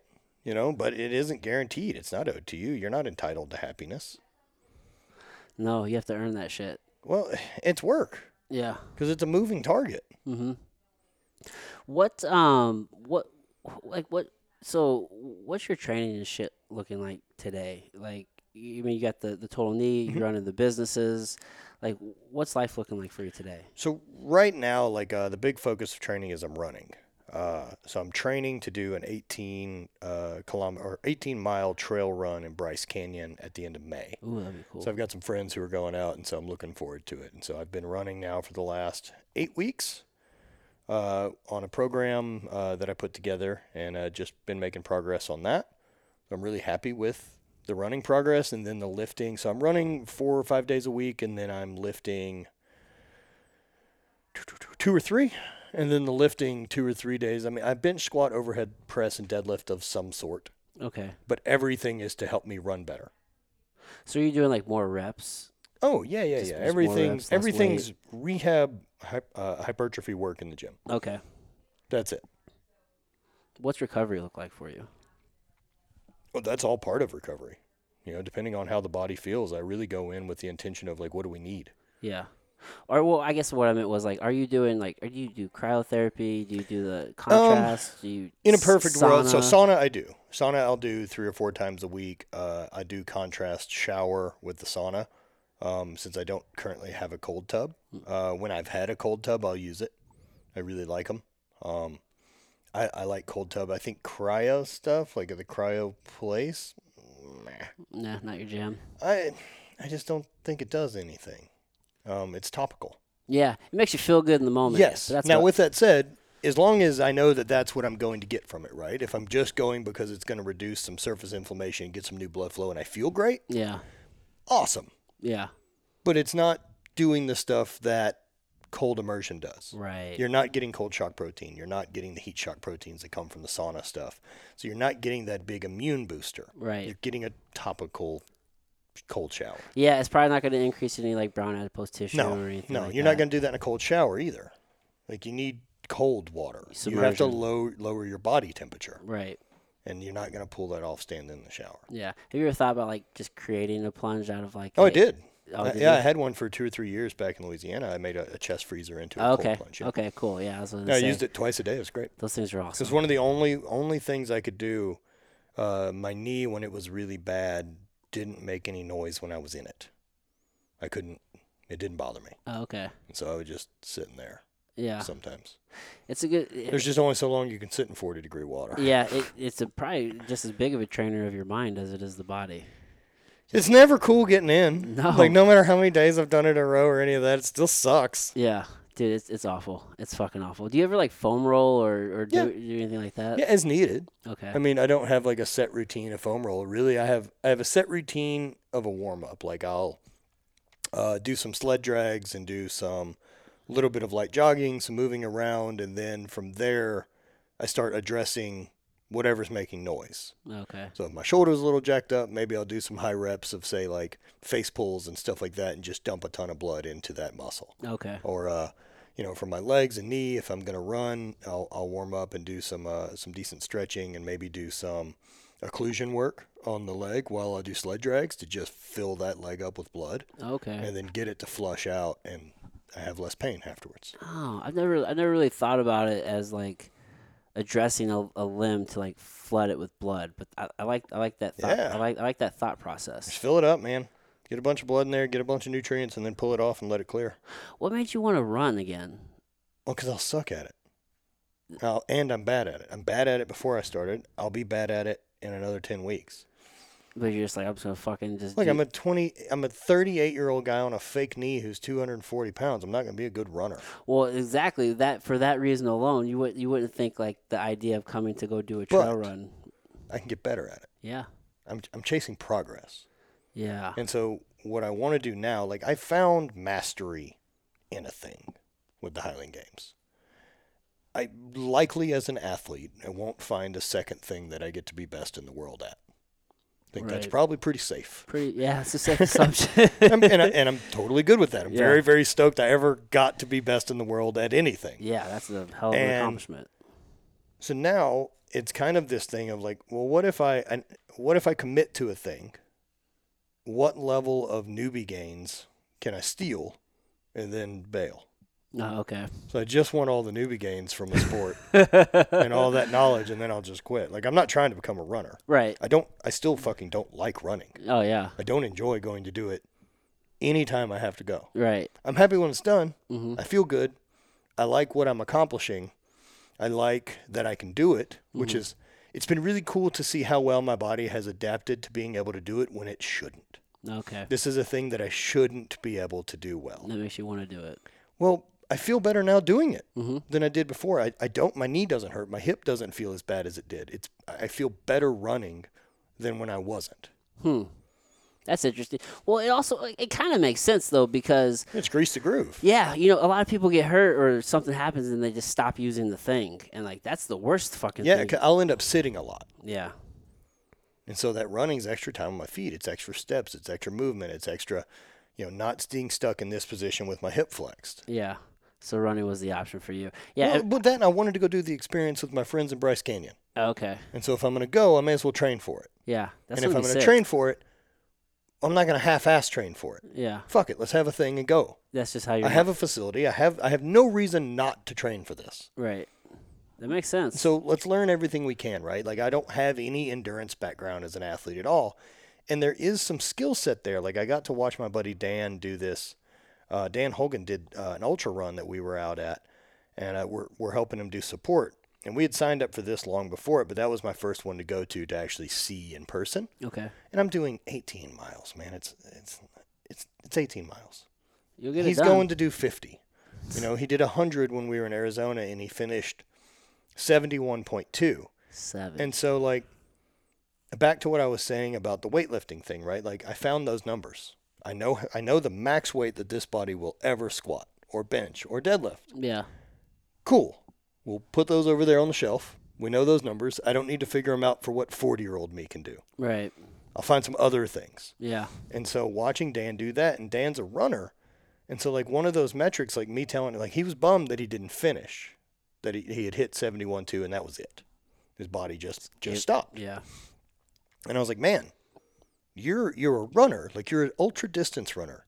[SPEAKER 2] You know, but it isn't guaranteed. It's not owed to you. You're not entitled to happiness.
[SPEAKER 1] no you have to earn that shit
[SPEAKER 2] Well, it's work
[SPEAKER 1] yeah
[SPEAKER 2] because it's a moving target.
[SPEAKER 1] Mm-hmm. What um what like what so what's your training and shit looking like today? Like you I mean you got the the total knee,
[SPEAKER 2] Mm-hmm.
[SPEAKER 1] you're running the businesses. Like what's life looking like for you today?
[SPEAKER 2] So right now, like uh, the big focus of training is I'm running. Uh, so I'm training to do an 18 uh, kilometer or 18 mile trail run in Bryce Canyon at the end of May.
[SPEAKER 1] Ooh, that'd be cool.
[SPEAKER 2] So I've got some friends who are going out, and so I'm looking forward to it. And so I've been running now for the last eight weeks uh, on a program uh, that I put together, and uh, just been making progress on that. I'm really happy with the running progress, and then the lifting. So I'm running four or five days a week, and then I'm lifting two or three, and then the lifting two or three days. I mean, I bench squat, overhead press, and deadlift of some sort,
[SPEAKER 1] okay.
[SPEAKER 2] but everything is to help me run better.
[SPEAKER 1] So you're doing like more reps?
[SPEAKER 2] Oh yeah, yeah,
[SPEAKER 1] Just-
[SPEAKER 2] yeah.
[SPEAKER 1] just more
[SPEAKER 2] Everything,
[SPEAKER 1] reps, less weight.
[SPEAKER 2] everything's rehab, hy- uh, hypertrophy work in the gym.
[SPEAKER 1] Okay.
[SPEAKER 2] That's it.
[SPEAKER 1] What's recovery look like for you?
[SPEAKER 2] Well, that's all part of recovery. You know, depending on how the body feels, I really go in with the intention of like, what do we need?
[SPEAKER 1] Yeah. Or well, I guess what I meant was like, are you doing like, or do you do cryotherapy? Do you do the contrast? do you
[SPEAKER 2] Um, In a
[SPEAKER 1] s-
[SPEAKER 2] perfect world, so
[SPEAKER 1] sauna?
[SPEAKER 2] sauna I do. Sauna I'll do three or four times a week. Uh, I do contrast shower with the sauna, um, since I don't currently have a cold tub. Uh, when I've had a cold tub, I'll use it. I really like them. Um, I, I like cold tub. I think cryo stuff, like at the cryo place, meh.
[SPEAKER 1] Nah, not your jam.
[SPEAKER 2] I I just don't think it does anything. Um, it's topical.
[SPEAKER 1] Yeah, it makes you feel good in the moment.
[SPEAKER 2] Yes.
[SPEAKER 1] But that's
[SPEAKER 2] now,
[SPEAKER 1] what-
[SPEAKER 2] with that said, as long as I know that that's what I'm going to get from it, right? If I'm just going because it's going to reduce some surface inflammation, get some new blood flow, and I feel great,
[SPEAKER 1] yeah,
[SPEAKER 2] awesome.
[SPEAKER 1] yeah,
[SPEAKER 2] But it's not doing the stuff that cold immersion does.
[SPEAKER 1] right.
[SPEAKER 2] You're not getting cold shock protein. You're not getting the heat shock proteins that come from the sauna stuff. So you're not getting that big immune booster.
[SPEAKER 1] right.
[SPEAKER 2] You're getting a topical cold shower.
[SPEAKER 1] yeah, it's probably not going to increase any like brown adipose tissue
[SPEAKER 2] No,
[SPEAKER 1] or anything.
[SPEAKER 2] no,
[SPEAKER 1] like
[SPEAKER 2] you're
[SPEAKER 1] that.
[SPEAKER 2] not going to do that in a cold shower either. Like you need cold water. You have to
[SPEAKER 1] Submersion.
[SPEAKER 2] low, lower your body temperature,
[SPEAKER 1] Right.
[SPEAKER 2] and you're not going to pull that off standing in the shower.
[SPEAKER 1] Yeah. Have you ever thought about like just creating a plunge out of like?
[SPEAKER 2] Oh, I
[SPEAKER 1] a-
[SPEAKER 2] did.
[SPEAKER 1] Oh,
[SPEAKER 2] I-
[SPEAKER 1] did
[SPEAKER 2] yeah,
[SPEAKER 1] you?
[SPEAKER 2] I had one for two or three years back in Louisiana. I made a, a chest freezer into a
[SPEAKER 1] Oh, okay.
[SPEAKER 2] cold plunge. yeah.
[SPEAKER 1] Okay. Cool. Yeah. I was gonna
[SPEAKER 2] Yeah, I
[SPEAKER 1] say,
[SPEAKER 2] used it twice a day. It was great.
[SPEAKER 1] Those things are
[SPEAKER 2] It was
[SPEAKER 1] awesome.
[SPEAKER 2] one of the only only things I could do. Uh, my knee, when it was really bad, didn't make any noise when I was in it. I couldn't. It didn't bother me,
[SPEAKER 1] Oh, okay.
[SPEAKER 2] so I would just sit in there
[SPEAKER 1] Yeah.
[SPEAKER 2] sometimes.
[SPEAKER 1] It's a good.
[SPEAKER 2] There's just only so long you can sit in 40 degree water.
[SPEAKER 1] yeah. It, it's a probably just as big of a trainer of your mind as it is the body.
[SPEAKER 2] It's never cool getting in.
[SPEAKER 1] No.
[SPEAKER 2] Like, no matter how many days I've done it in a row or any of that, it still sucks.
[SPEAKER 1] Yeah, dude, it's it's awful. It's fucking awful. Do you ever like foam roll or or do,
[SPEAKER 2] Yeah.
[SPEAKER 1] do anything like that?
[SPEAKER 2] Yeah, as needed.
[SPEAKER 1] Okay.
[SPEAKER 2] I mean, I don't have like a set routine of foam roll. Really, I have I have a set routine of a warm up. Like I'll uh, do some sled drags and do some little bit of light jogging, some moving around, and then from there, I start addressing whatever's making noise.
[SPEAKER 1] okay.
[SPEAKER 2] So if my shoulder's a little jacked up, maybe I'll do some high reps of say like face pulls and stuff like that, and just dump a ton of blood into that muscle.
[SPEAKER 1] Okay.
[SPEAKER 2] Or uh, you know, for my legs and knee, if I'm gonna run, I'll, I'll warm up and do some uh, some decent stretching and maybe do some occlusion work on the leg while I do sled drags to just fill that leg up with blood
[SPEAKER 1] Okay.
[SPEAKER 2] and then get it to flush out and I have less pain afterwards.
[SPEAKER 1] Oh, I've never I never really thought about it as like addressing a, a limb to like flood it with blood, but I, I like I like that thought.
[SPEAKER 2] Yeah.
[SPEAKER 1] I like I like that thought
[SPEAKER 2] Just
[SPEAKER 1] process.
[SPEAKER 2] fill it up, man. Get a bunch of blood in there, get a bunch of nutrients, and then pull it off and let it clear.
[SPEAKER 1] What made you want to run again?
[SPEAKER 2] Well, because I'll suck at it. I'll, and I'm bad at it. I'm bad at it before I started. I'll be bad at it in another 10 weeks.
[SPEAKER 1] But you're just like I'm just gonna fucking just.
[SPEAKER 2] Like
[SPEAKER 1] do-
[SPEAKER 2] I'm a 20, I'm a 38 year old guy on a fake knee who's 240 pounds. I'm not going to be a good runner.
[SPEAKER 1] well, exactly that for that reason alone, you would you wouldn't think like the idea of coming to go do a trail
[SPEAKER 2] But-
[SPEAKER 1] run.
[SPEAKER 2] I can get better at it.
[SPEAKER 1] Yeah.
[SPEAKER 2] I'm, I'm chasing progress.
[SPEAKER 1] Yeah.
[SPEAKER 2] And so what I want to do now, like I found mastery in a thing with the Highland Games. I likely as an athlete, I won't find a second thing that I get to be best in the world at. I think that's
[SPEAKER 1] Right.
[SPEAKER 2] probably pretty safe.
[SPEAKER 1] Pretty. Yeah. It's a safe assumption.
[SPEAKER 2] I'm, and, I, and I'm totally good with that. I'm
[SPEAKER 1] Yeah.
[SPEAKER 2] very, very stoked I ever got to be best in the world at anything.
[SPEAKER 1] Yeah, that's a hell of an
[SPEAKER 2] And-
[SPEAKER 1] accomplishment.
[SPEAKER 2] So now it's kind of this thing of like, well, what if I, and what if I commit to a thing? What level of newbie gains can I steal, and then bail?
[SPEAKER 1] Oh, okay.
[SPEAKER 2] So I just want all the newbie gains from a sport and all that knowledge, and then I'll just quit. Like I'm not trying to become a runner.
[SPEAKER 1] Right.
[SPEAKER 2] I don't. I still fucking don't like running.
[SPEAKER 1] Oh yeah.
[SPEAKER 2] I don't enjoy going to do it. Anytime I have to go,
[SPEAKER 1] Right.
[SPEAKER 2] I'm happy when it's done.
[SPEAKER 1] Mm-hmm.
[SPEAKER 2] I feel good. I like what I'm accomplishing. I like that I can do it, which
[SPEAKER 1] Mm-hmm.
[SPEAKER 2] is it's been really cool to see how well my body has adapted to being able to do it when it shouldn't.
[SPEAKER 1] Okay.
[SPEAKER 2] This is a thing that I shouldn't be able to do well.
[SPEAKER 1] That makes you want to do it.
[SPEAKER 2] Well, I feel better now doing it
[SPEAKER 1] Mhm.
[SPEAKER 2] than I did before. I, I don't my knee doesn't hurt. My hip doesn't feel as bad as it did. It's I feel better running than when I wasn't.
[SPEAKER 1] Hmm. That's interesting. Well, it also like, it kind of makes sense though because
[SPEAKER 2] It's grease the groove.
[SPEAKER 1] yeah, you know, a lot of people get hurt or something happens and they just stop using the thing and like that's the worst fucking
[SPEAKER 2] Yeah,
[SPEAKER 1] thing.
[SPEAKER 2] 'cause I'll end up sitting a lot.
[SPEAKER 1] Yeah.
[SPEAKER 2] And so that running's extra time on my feet. It's extra steps. It's extra movement. It's extra, you know, not being stuck in this position with my hip flexed.
[SPEAKER 1] Yeah. So running was the option for you.
[SPEAKER 2] Yeah.
[SPEAKER 1] Yeah. and-
[SPEAKER 2] but then I wanted to go do the experience with my friends in Bryce Canyon.
[SPEAKER 1] oh, okay.
[SPEAKER 2] And so if I'm going to go, I may as well train for it.
[SPEAKER 1] Yeah. That's
[SPEAKER 2] and if
[SPEAKER 1] gonna
[SPEAKER 2] I'm
[SPEAKER 1] be
[SPEAKER 2] going to
[SPEAKER 1] sick.
[SPEAKER 2] train for it, I'm not going to half-ass train for it.
[SPEAKER 1] Yeah.
[SPEAKER 2] Fuck it. Let's have a thing and go.
[SPEAKER 1] that's just how you
[SPEAKER 2] I have a facility. I have I have no reason not to train for this.
[SPEAKER 1] right. That makes sense.
[SPEAKER 2] So let's learn everything we can, right? Like I don't have any endurance background as an athlete at all, and there is some skill set there. Like I got to watch my buddy Dan do this. Uh, Dan Hogan did uh, an ultra run that we were out at, and uh, we're we're helping him do support. And we had signed up for this long before it, but that was my first one to go to to actually see in person.
[SPEAKER 1] okay,
[SPEAKER 2] And I'm doing 18 miles, man. It's it's it's it's 18 miles
[SPEAKER 1] you'll get
[SPEAKER 2] he's
[SPEAKER 1] it done.
[SPEAKER 2] going to do 50 you know he did 100 when we were in arizona and he finished 71.2
[SPEAKER 1] seven.
[SPEAKER 2] and so like back to what i was saying about the weightlifting thing right like i found those numbers i know i know the max weight that this body will ever squat or bench or deadlift
[SPEAKER 1] yeah,
[SPEAKER 2] cool we'll put those over there on the shelf we know those numbers i don't need to figure them out for what 40 year old me can do
[SPEAKER 1] right.
[SPEAKER 2] i'll find some other things
[SPEAKER 1] Yeah,
[SPEAKER 2] and so watching Dan do that, and Dan's a runner. And so, like, one of those metrics, like me telling, like, he was bummed that he didn't finish, that he, he had hit 71 2, and that was it. His body just, just
[SPEAKER 1] It-
[SPEAKER 2] stopped.
[SPEAKER 1] yeah,
[SPEAKER 2] And I was like, man, you're, you're a runner. Like, you're an ultra distance runner.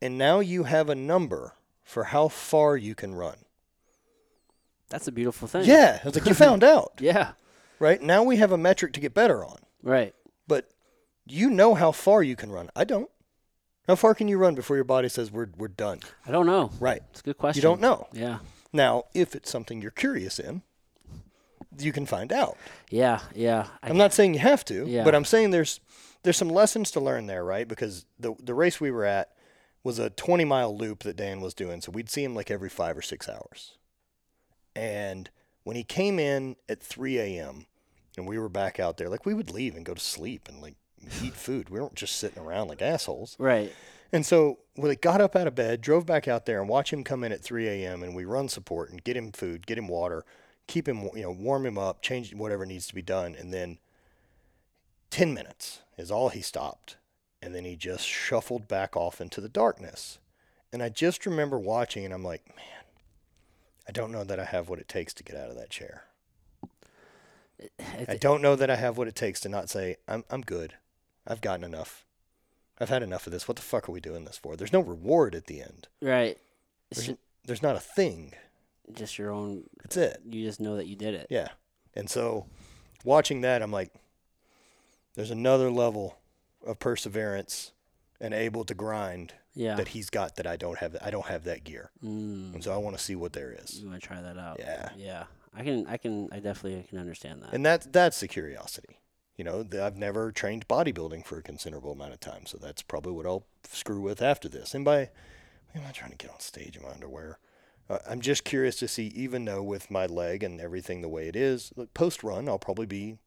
[SPEAKER 2] And now you have a number for how far you can run.
[SPEAKER 1] that's a beautiful thing.
[SPEAKER 2] Yeah. I was like, you found out,
[SPEAKER 1] yeah,
[SPEAKER 2] right? Now we have a metric to get better on.
[SPEAKER 1] right.
[SPEAKER 2] But you know how far you can run. I don't. How far can you run before your body says, we're, we're done?
[SPEAKER 1] I don't know.
[SPEAKER 2] Right.
[SPEAKER 1] It's a good question.
[SPEAKER 2] You don't know.
[SPEAKER 1] Yeah,
[SPEAKER 2] Now, if it's something you're curious in, you can find out.
[SPEAKER 1] yeah, yeah. I,
[SPEAKER 2] I'm not saying you have to,
[SPEAKER 1] Yeah.
[SPEAKER 2] but I'm saying there's there's some lessons to learn there, right? Because the the race we were at was a 20 mile loop that Dan was doing, so we'd see him like every five or six hours. And when he came in at 3 a.m. and we were back out there, like we would leave and go to sleep and like eat food. We weren't just sitting around like assholes.
[SPEAKER 1] right.
[SPEAKER 2] And so we like, got up out of bed, drove back out there, and watch him come in at 3 a.m. and we run support and get him food, get him water, keep him, you know, warm him up, change whatever needs to be done, and then 10 minutes is all he stopped, and then he just shuffled back off into the darkness. And I just remember watching, and I'm like, man, I don't know that I have what it takes to get out of that chair. I don't know that I have what it takes to not say I'm I'm good. I've gotten enough. I've had enough of this. What the fuck are we doing this for? There's no reward at the end.
[SPEAKER 1] Right. It's
[SPEAKER 2] There's,
[SPEAKER 1] ju-
[SPEAKER 2] there's not a thing.
[SPEAKER 1] just your own.
[SPEAKER 2] That's it.
[SPEAKER 1] You just know that you did it.
[SPEAKER 2] Yeah. And so watching that, I'm like, there's another level of perseverance and able to grind
[SPEAKER 1] Yeah.
[SPEAKER 2] that he's got that I don't have. I don't have that gear.
[SPEAKER 1] Mm,
[SPEAKER 2] And so I want to see what there is.
[SPEAKER 1] you want to try that out?
[SPEAKER 2] Yeah.
[SPEAKER 1] Yeah. I can. I can. I definitely can understand that.
[SPEAKER 2] And that that's the curiosity. You know, th- I've never trained bodybuilding for a considerable amount of time, so that's probably what I'll screw with after this. And by, I'm not trying to get on stage in my underwear. Uh, I'm just curious to see, even though with my leg and everything the way it is, like post run, I'll probably be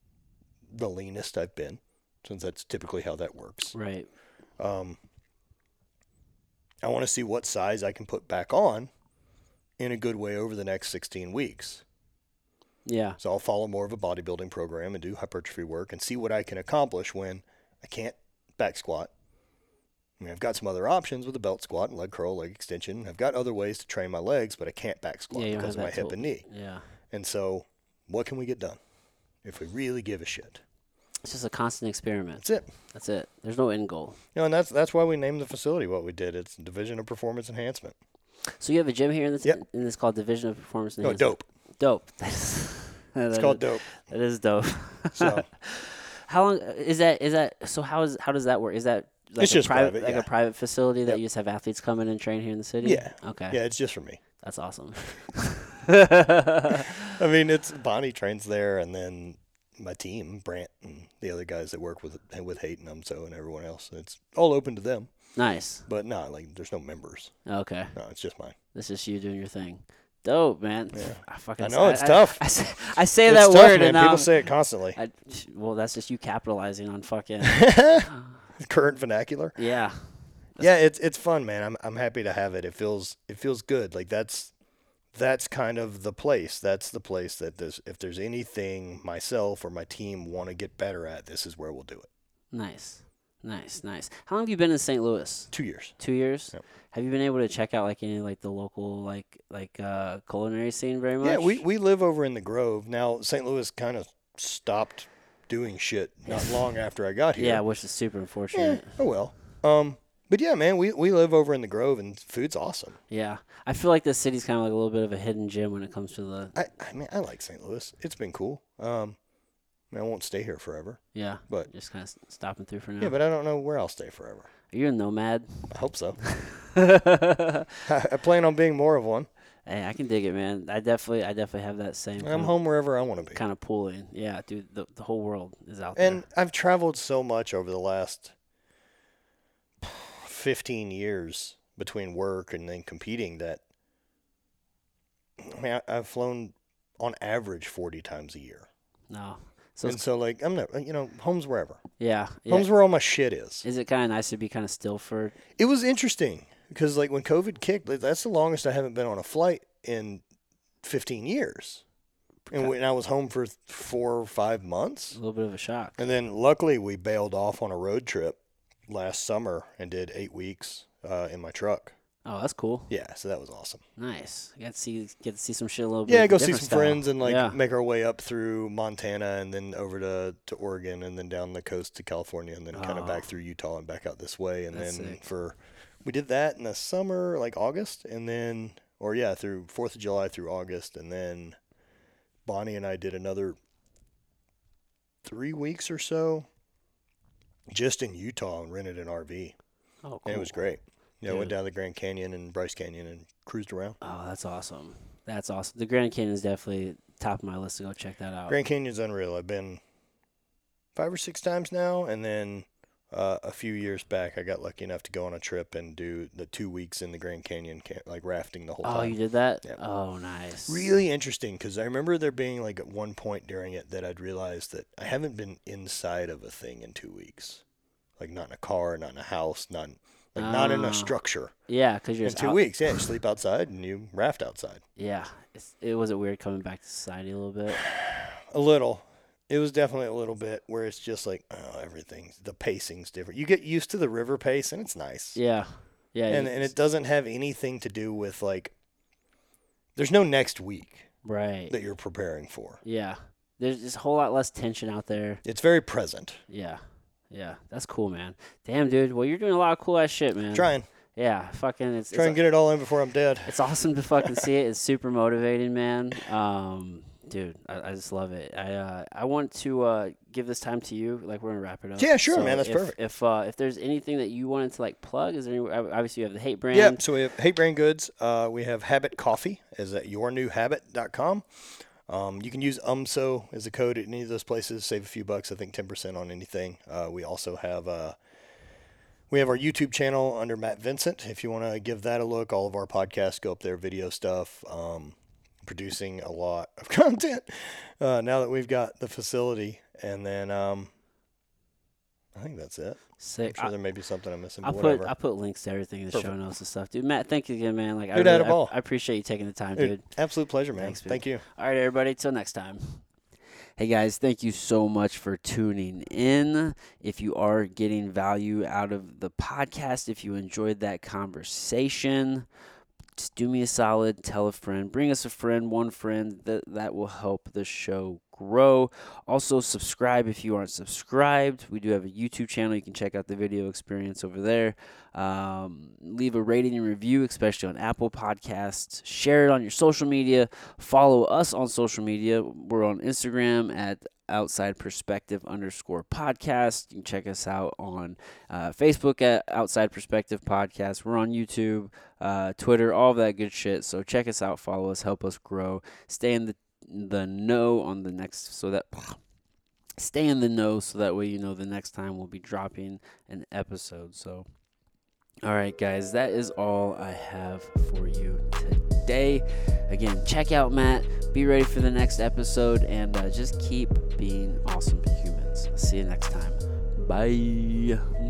[SPEAKER 2] the leanest I've been, since that's typically how that works.
[SPEAKER 1] right.
[SPEAKER 2] Um, I want to see what size I can put back on in a good way over the next 16 weeks.
[SPEAKER 1] Yeah.
[SPEAKER 2] So I'll follow more of a bodybuilding program and do hypertrophy work and see what I can accomplish when I can't back squat. I mean, I've got some other options with a belt squat and leg curl, leg extension. I've got other ways to train my legs, but I can't back squat
[SPEAKER 1] Yeah, you don't
[SPEAKER 2] because of
[SPEAKER 1] have
[SPEAKER 2] my
[SPEAKER 1] that
[SPEAKER 2] hip
[SPEAKER 1] tool.
[SPEAKER 2] and knee.
[SPEAKER 1] Yeah.
[SPEAKER 2] And so, what can we get done if we really give a shit?
[SPEAKER 1] It's just a constant experiment.
[SPEAKER 2] That's it.
[SPEAKER 1] That's it. There's no end goal.
[SPEAKER 2] You know, and that's that's why we named the facility what we did. It's Division of Performance Enhancement.
[SPEAKER 1] So you have a gym here, and it's,
[SPEAKER 2] Yep.
[SPEAKER 1] and it's called Division of Performance.
[SPEAKER 2] No,
[SPEAKER 1] Enhancement.
[SPEAKER 2] dope.
[SPEAKER 1] Dope. That's
[SPEAKER 2] It's called dope.
[SPEAKER 1] That is dope.
[SPEAKER 2] So
[SPEAKER 1] How long is that? Is that so? How is how does that work? Is that like
[SPEAKER 2] It's
[SPEAKER 1] a
[SPEAKER 2] just
[SPEAKER 1] private,
[SPEAKER 2] private,
[SPEAKER 1] like
[SPEAKER 2] yeah.
[SPEAKER 1] a private facility that
[SPEAKER 2] Yep.
[SPEAKER 1] you just have athletes come in and train here in the city?
[SPEAKER 2] Yeah.
[SPEAKER 1] Okay.
[SPEAKER 2] yeah, it's just for me.
[SPEAKER 1] That's awesome.
[SPEAKER 2] I mean, it's Bonnie trains there, and then my team, Brant, and the other guys that work with with Haight and Umso and everyone else. It's all open to them,
[SPEAKER 1] nice.
[SPEAKER 2] but not like there's no members.
[SPEAKER 1] Okay.
[SPEAKER 2] No, it's just mine.
[SPEAKER 1] This is you doing your thing. Dope, man. I fucking
[SPEAKER 2] I know, it's tough.
[SPEAKER 1] I, say, I say
[SPEAKER 2] it's
[SPEAKER 1] that
[SPEAKER 2] tough,
[SPEAKER 1] word
[SPEAKER 2] man.
[SPEAKER 1] and
[SPEAKER 2] People
[SPEAKER 1] now
[SPEAKER 2] say it constantly.
[SPEAKER 1] I, well, that's just you capitalizing on fucking
[SPEAKER 2] Current vernacular.
[SPEAKER 1] yeah.
[SPEAKER 2] Yeah, it's it's fun, man. I'm I'm happy to have it. It feels it feels good. Like that's that's kind of the place. That's the place that there's if there's anything myself or my team want to get better at, this is where we'll do it.
[SPEAKER 1] Nice, nice, nice. How long have you been in St. Louis?
[SPEAKER 2] Two years.
[SPEAKER 1] Two years.
[SPEAKER 2] Yep.
[SPEAKER 1] Have you been able to check out like any like the local like like uh culinary scene very much?
[SPEAKER 2] Yeah, we, we live over in the Grove. Now, St. Louis kind of stopped doing shit not long after I got here.
[SPEAKER 1] Yeah, which is super
[SPEAKER 2] Eh,
[SPEAKER 1] unfortunate.
[SPEAKER 2] oh well. Um, But yeah, man, we, we live over in the Grove and food's awesome.
[SPEAKER 1] Yeah, I feel like this city's kind of like a little bit of a hidden gem when it comes to the
[SPEAKER 2] I, I mean, I like St. Louis. It's been cool. Um, I, mean, I won't stay here forever,
[SPEAKER 1] yeah.
[SPEAKER 2] but
[SPEAKER 1] Just kind of stopping through for now.
[SPEAKER 2] yeah, but I don't know where I'll stay forever.
[SPEAKER 1] You're a nomad.
[SPEAKER 2] I hope so.
[SPEAKER 1] hey,
[SPEAKER 2] I plan on being more of one.
[SPEAKER 1] I can dig it, man. I definitely, I definitely have that same.
[SPEAKER 2] I'm home wherever I want to be.
[SPEAKER 1] Kind of pulling. Yeah, dude. The, the whole world is out
[SPEAKER 2] And I've traveled so much over the last 15 years between work and then competing that I mean, I, I've flown on average 40 times a year.
[SPEAKER 1] there. No. So
[SPEAKER 2] and
[SPEAKER 1] it's,
[SPEAKER 2] so, like, I'm not, you know, home's wherever.
[SPEAKER 1] yeah, yeah.
[SPEAKER 2] Home's where all my shit is.
[SPEAKER 1] Is it kind of nice to be kind of still for?
[SPEAKER 2] It was interesting because, like, when COVID kicked, like, that's the longest I haven't been on a flight in 15 years. And when I was home for four or five months.
[SPEAKER 1] A little bit of a shock.
[SPEAKER 2] And then luckily we bailed off on a road trip last summer and did eight weeks uh, in my truck.
[SPEAKER 1] Oh, that's cool.
[SPEAKER 2] Yeah, so that was awesome.
[SPEAKER 1] Nice. You got to see, get to see some shit a little bit.
[SPEAKER 2] Yeah, go see
[SPEAKER 1] different
[SPEAKER 2] some
[SPEAKER 1] style.
[SPEAKER 2] friends and like
[SPEAKER 1] Yeah.
[SPEAKER 2] make our way up through Montana and then over to, to Oregon and then down the coast to California and then kind
[SPEAKER 1] Oh.
[SPEAKER 2] of back through Utah and back out this way and
[SPEAKER 1] That's
[SPEAKER 2] then
[SPEAKER 1] sick.
[SPEAKER 2] for we did that in the summer like August and then or yeah through Fourth of July through August and then Bonnie and I did another three weeks or so just in Utah and rented an RV
[SPEAKER 1] Oh, cool.
[SPEAKER 2] and it was great. Yeah,
[SPEAKER 1] Dude.
[SPEAKER 2] went down the Grand Canyon and Bryce Canyon and cruised around.
[SPEAKER 1] Oh, that's awesome. That's awesome. The Grand Canyon is definitely top of my list to go check that out.
[SPEAKER 2] Uh, Grand Canyon's unreal. I've been five or six times now, and then uh, a few years back, I got lucky enough to go on a trip and do the two weeks in the Grand Canyon, ca- like rafting the whole
[SPEAKER 1] oh,
[SPEAKER 2] time.
[SPEAKER 1] you did that?
[SPEAKER 2] Yeah.
[SPEAKER 1] Oh, nice.
[SPEAKER 2] Really interesting because I remember there being like at one point during it that I'd realized that I haven't been inside of a thing in two weeks, like not in a car, not in a house, not in, like not in
[SPEAKER 1] Ah.
[SPEAKER 2] a structure
[SPEAKER 1] Yeah, because you're
[SPEAKER 2] in
[SPEAKER 1] just
[SPEAKER 2] two
[SPEAKER 1] out-
[SPEAKER 2] weeks. Yeah, you sleep outside and you raft outside.
[SPEAKER 1] Yeah, it's, it was it weird coming back to society a little bit.
[SPEAKER 2] A little. It was definitely a little bit where it's just like, oh, everything's the pacing's different. You get used to the river pace and it's nice.
[SPEAKER 1] Yeah, yeah,
[SPEAKER 2] and
[SPEAKER 1] you-
[SPEAKER 2] and it doesn't have anything to do with like there's no next week
[SPEAKER 1] right.
[SPEAKER 2] that you're preparing for.
[SPEAKER 1] yeah, there's just a whole lot less tension out there.
[SPEAKER 2] It's very present.
[SPEAKER 1] Yeah, yeah, that's cool, man. Damn, dude. Well, you're doing a lot of cool ass shit, man.
[SPEAKER 2] Trying.
[SPEAKER 1] Yeah, fucking. It's
[SPEAKER 2] Try
[SPEAKER 1] Mm. it's,
[SPEAKER 2] and get it all in before I'm dead.
[SPEAKER 1] it's awesome to fucking see it. It's super motivating, man. Um, dude, I, I just love it. I uh, I want to uh, give this time to you. Like we're gonna wrap it up.
[SPEAKER 2] Yeah, sure, man, that's
[SPEAKER 1] if,
[SPEAKER 2] perfect.
[SPEAKER 1] If uh, if there's anything that you wanted to like plug, is there any? ob- Obviously, you have the hate brand.
[SPEAKER 2] Yeah, so we have Hate Brain Goods. Uh, we have Habit Coffee is at yournewhabit.com. Um, you can use UMSO as a code at any of those places. Save a few bucks, I think 10% on anything. Uh, we also have uh, we have our YouTube channel under Matt Vincent. If you want to give that a look, all of our podcasts go up there, video stuff, um, producing a lot of content uh, now that we've got the facility. And then um, I think that's it. I'm
[SPEAKER 1] Sick.
[SPEAKER 2] sure there may be something I'm missing,
[SPEAKER 1] I'll
[SPEAKER 2] but
[SPEAKER 1] put
[SPEAKER 2] whatever.
[SPEAKER 1] I'll put links to everything in the show
[SPEAKER 2] Perfect.
[SPEAKER 1] notes and stuff, dude. Matt, thank you again, man. Like I,
[SPEAKER 2] Dude, I had
[SPEAKER 1] really-
[SPEAKER 2] a ball.
[SPEAKER 1] I, I appreciate you taking the time,
[SPEAKER 2] Dude,
[SPEAKER 1] dude.
[SPEAKER 2] Absolute pleasure, man.
[SPEAKER 1] Thanks, man.
[SPEAKER 2] Thank you.
[SPEAKER 1] All right, everybody. Till next time. Hey guys, thank you so much for tuning in. If you are getting value out of the podcast, if you enjoyed that conversation, just do me a solid, tell a friend, bring us a friend, one friend that that will help the show grow. Also, subscribe if you aren't subscribed. We do have a YouTube channel. You can check out the video experience over there. Um, leave a rating and review, especially on Apple Podcasts. Share it on your social media follow us on social media. We're on Instagram at outside perspective underscore podcast. You can check us out on uh, Facebook at outside perspective podcast. We're on YouTube, uh, Twitter, all of that good shit. So check us out, follow us, help us grow, stay in the the know on the next so that stay in the know so that way you know the next time we'll be dropping an episode. So all right guys, that is all I have for you today. Again, check out Matt, be ready for the next episode and uh, just keep being awesome humans. See you next time. Bye.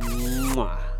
[SPEAKER 1] Mwah.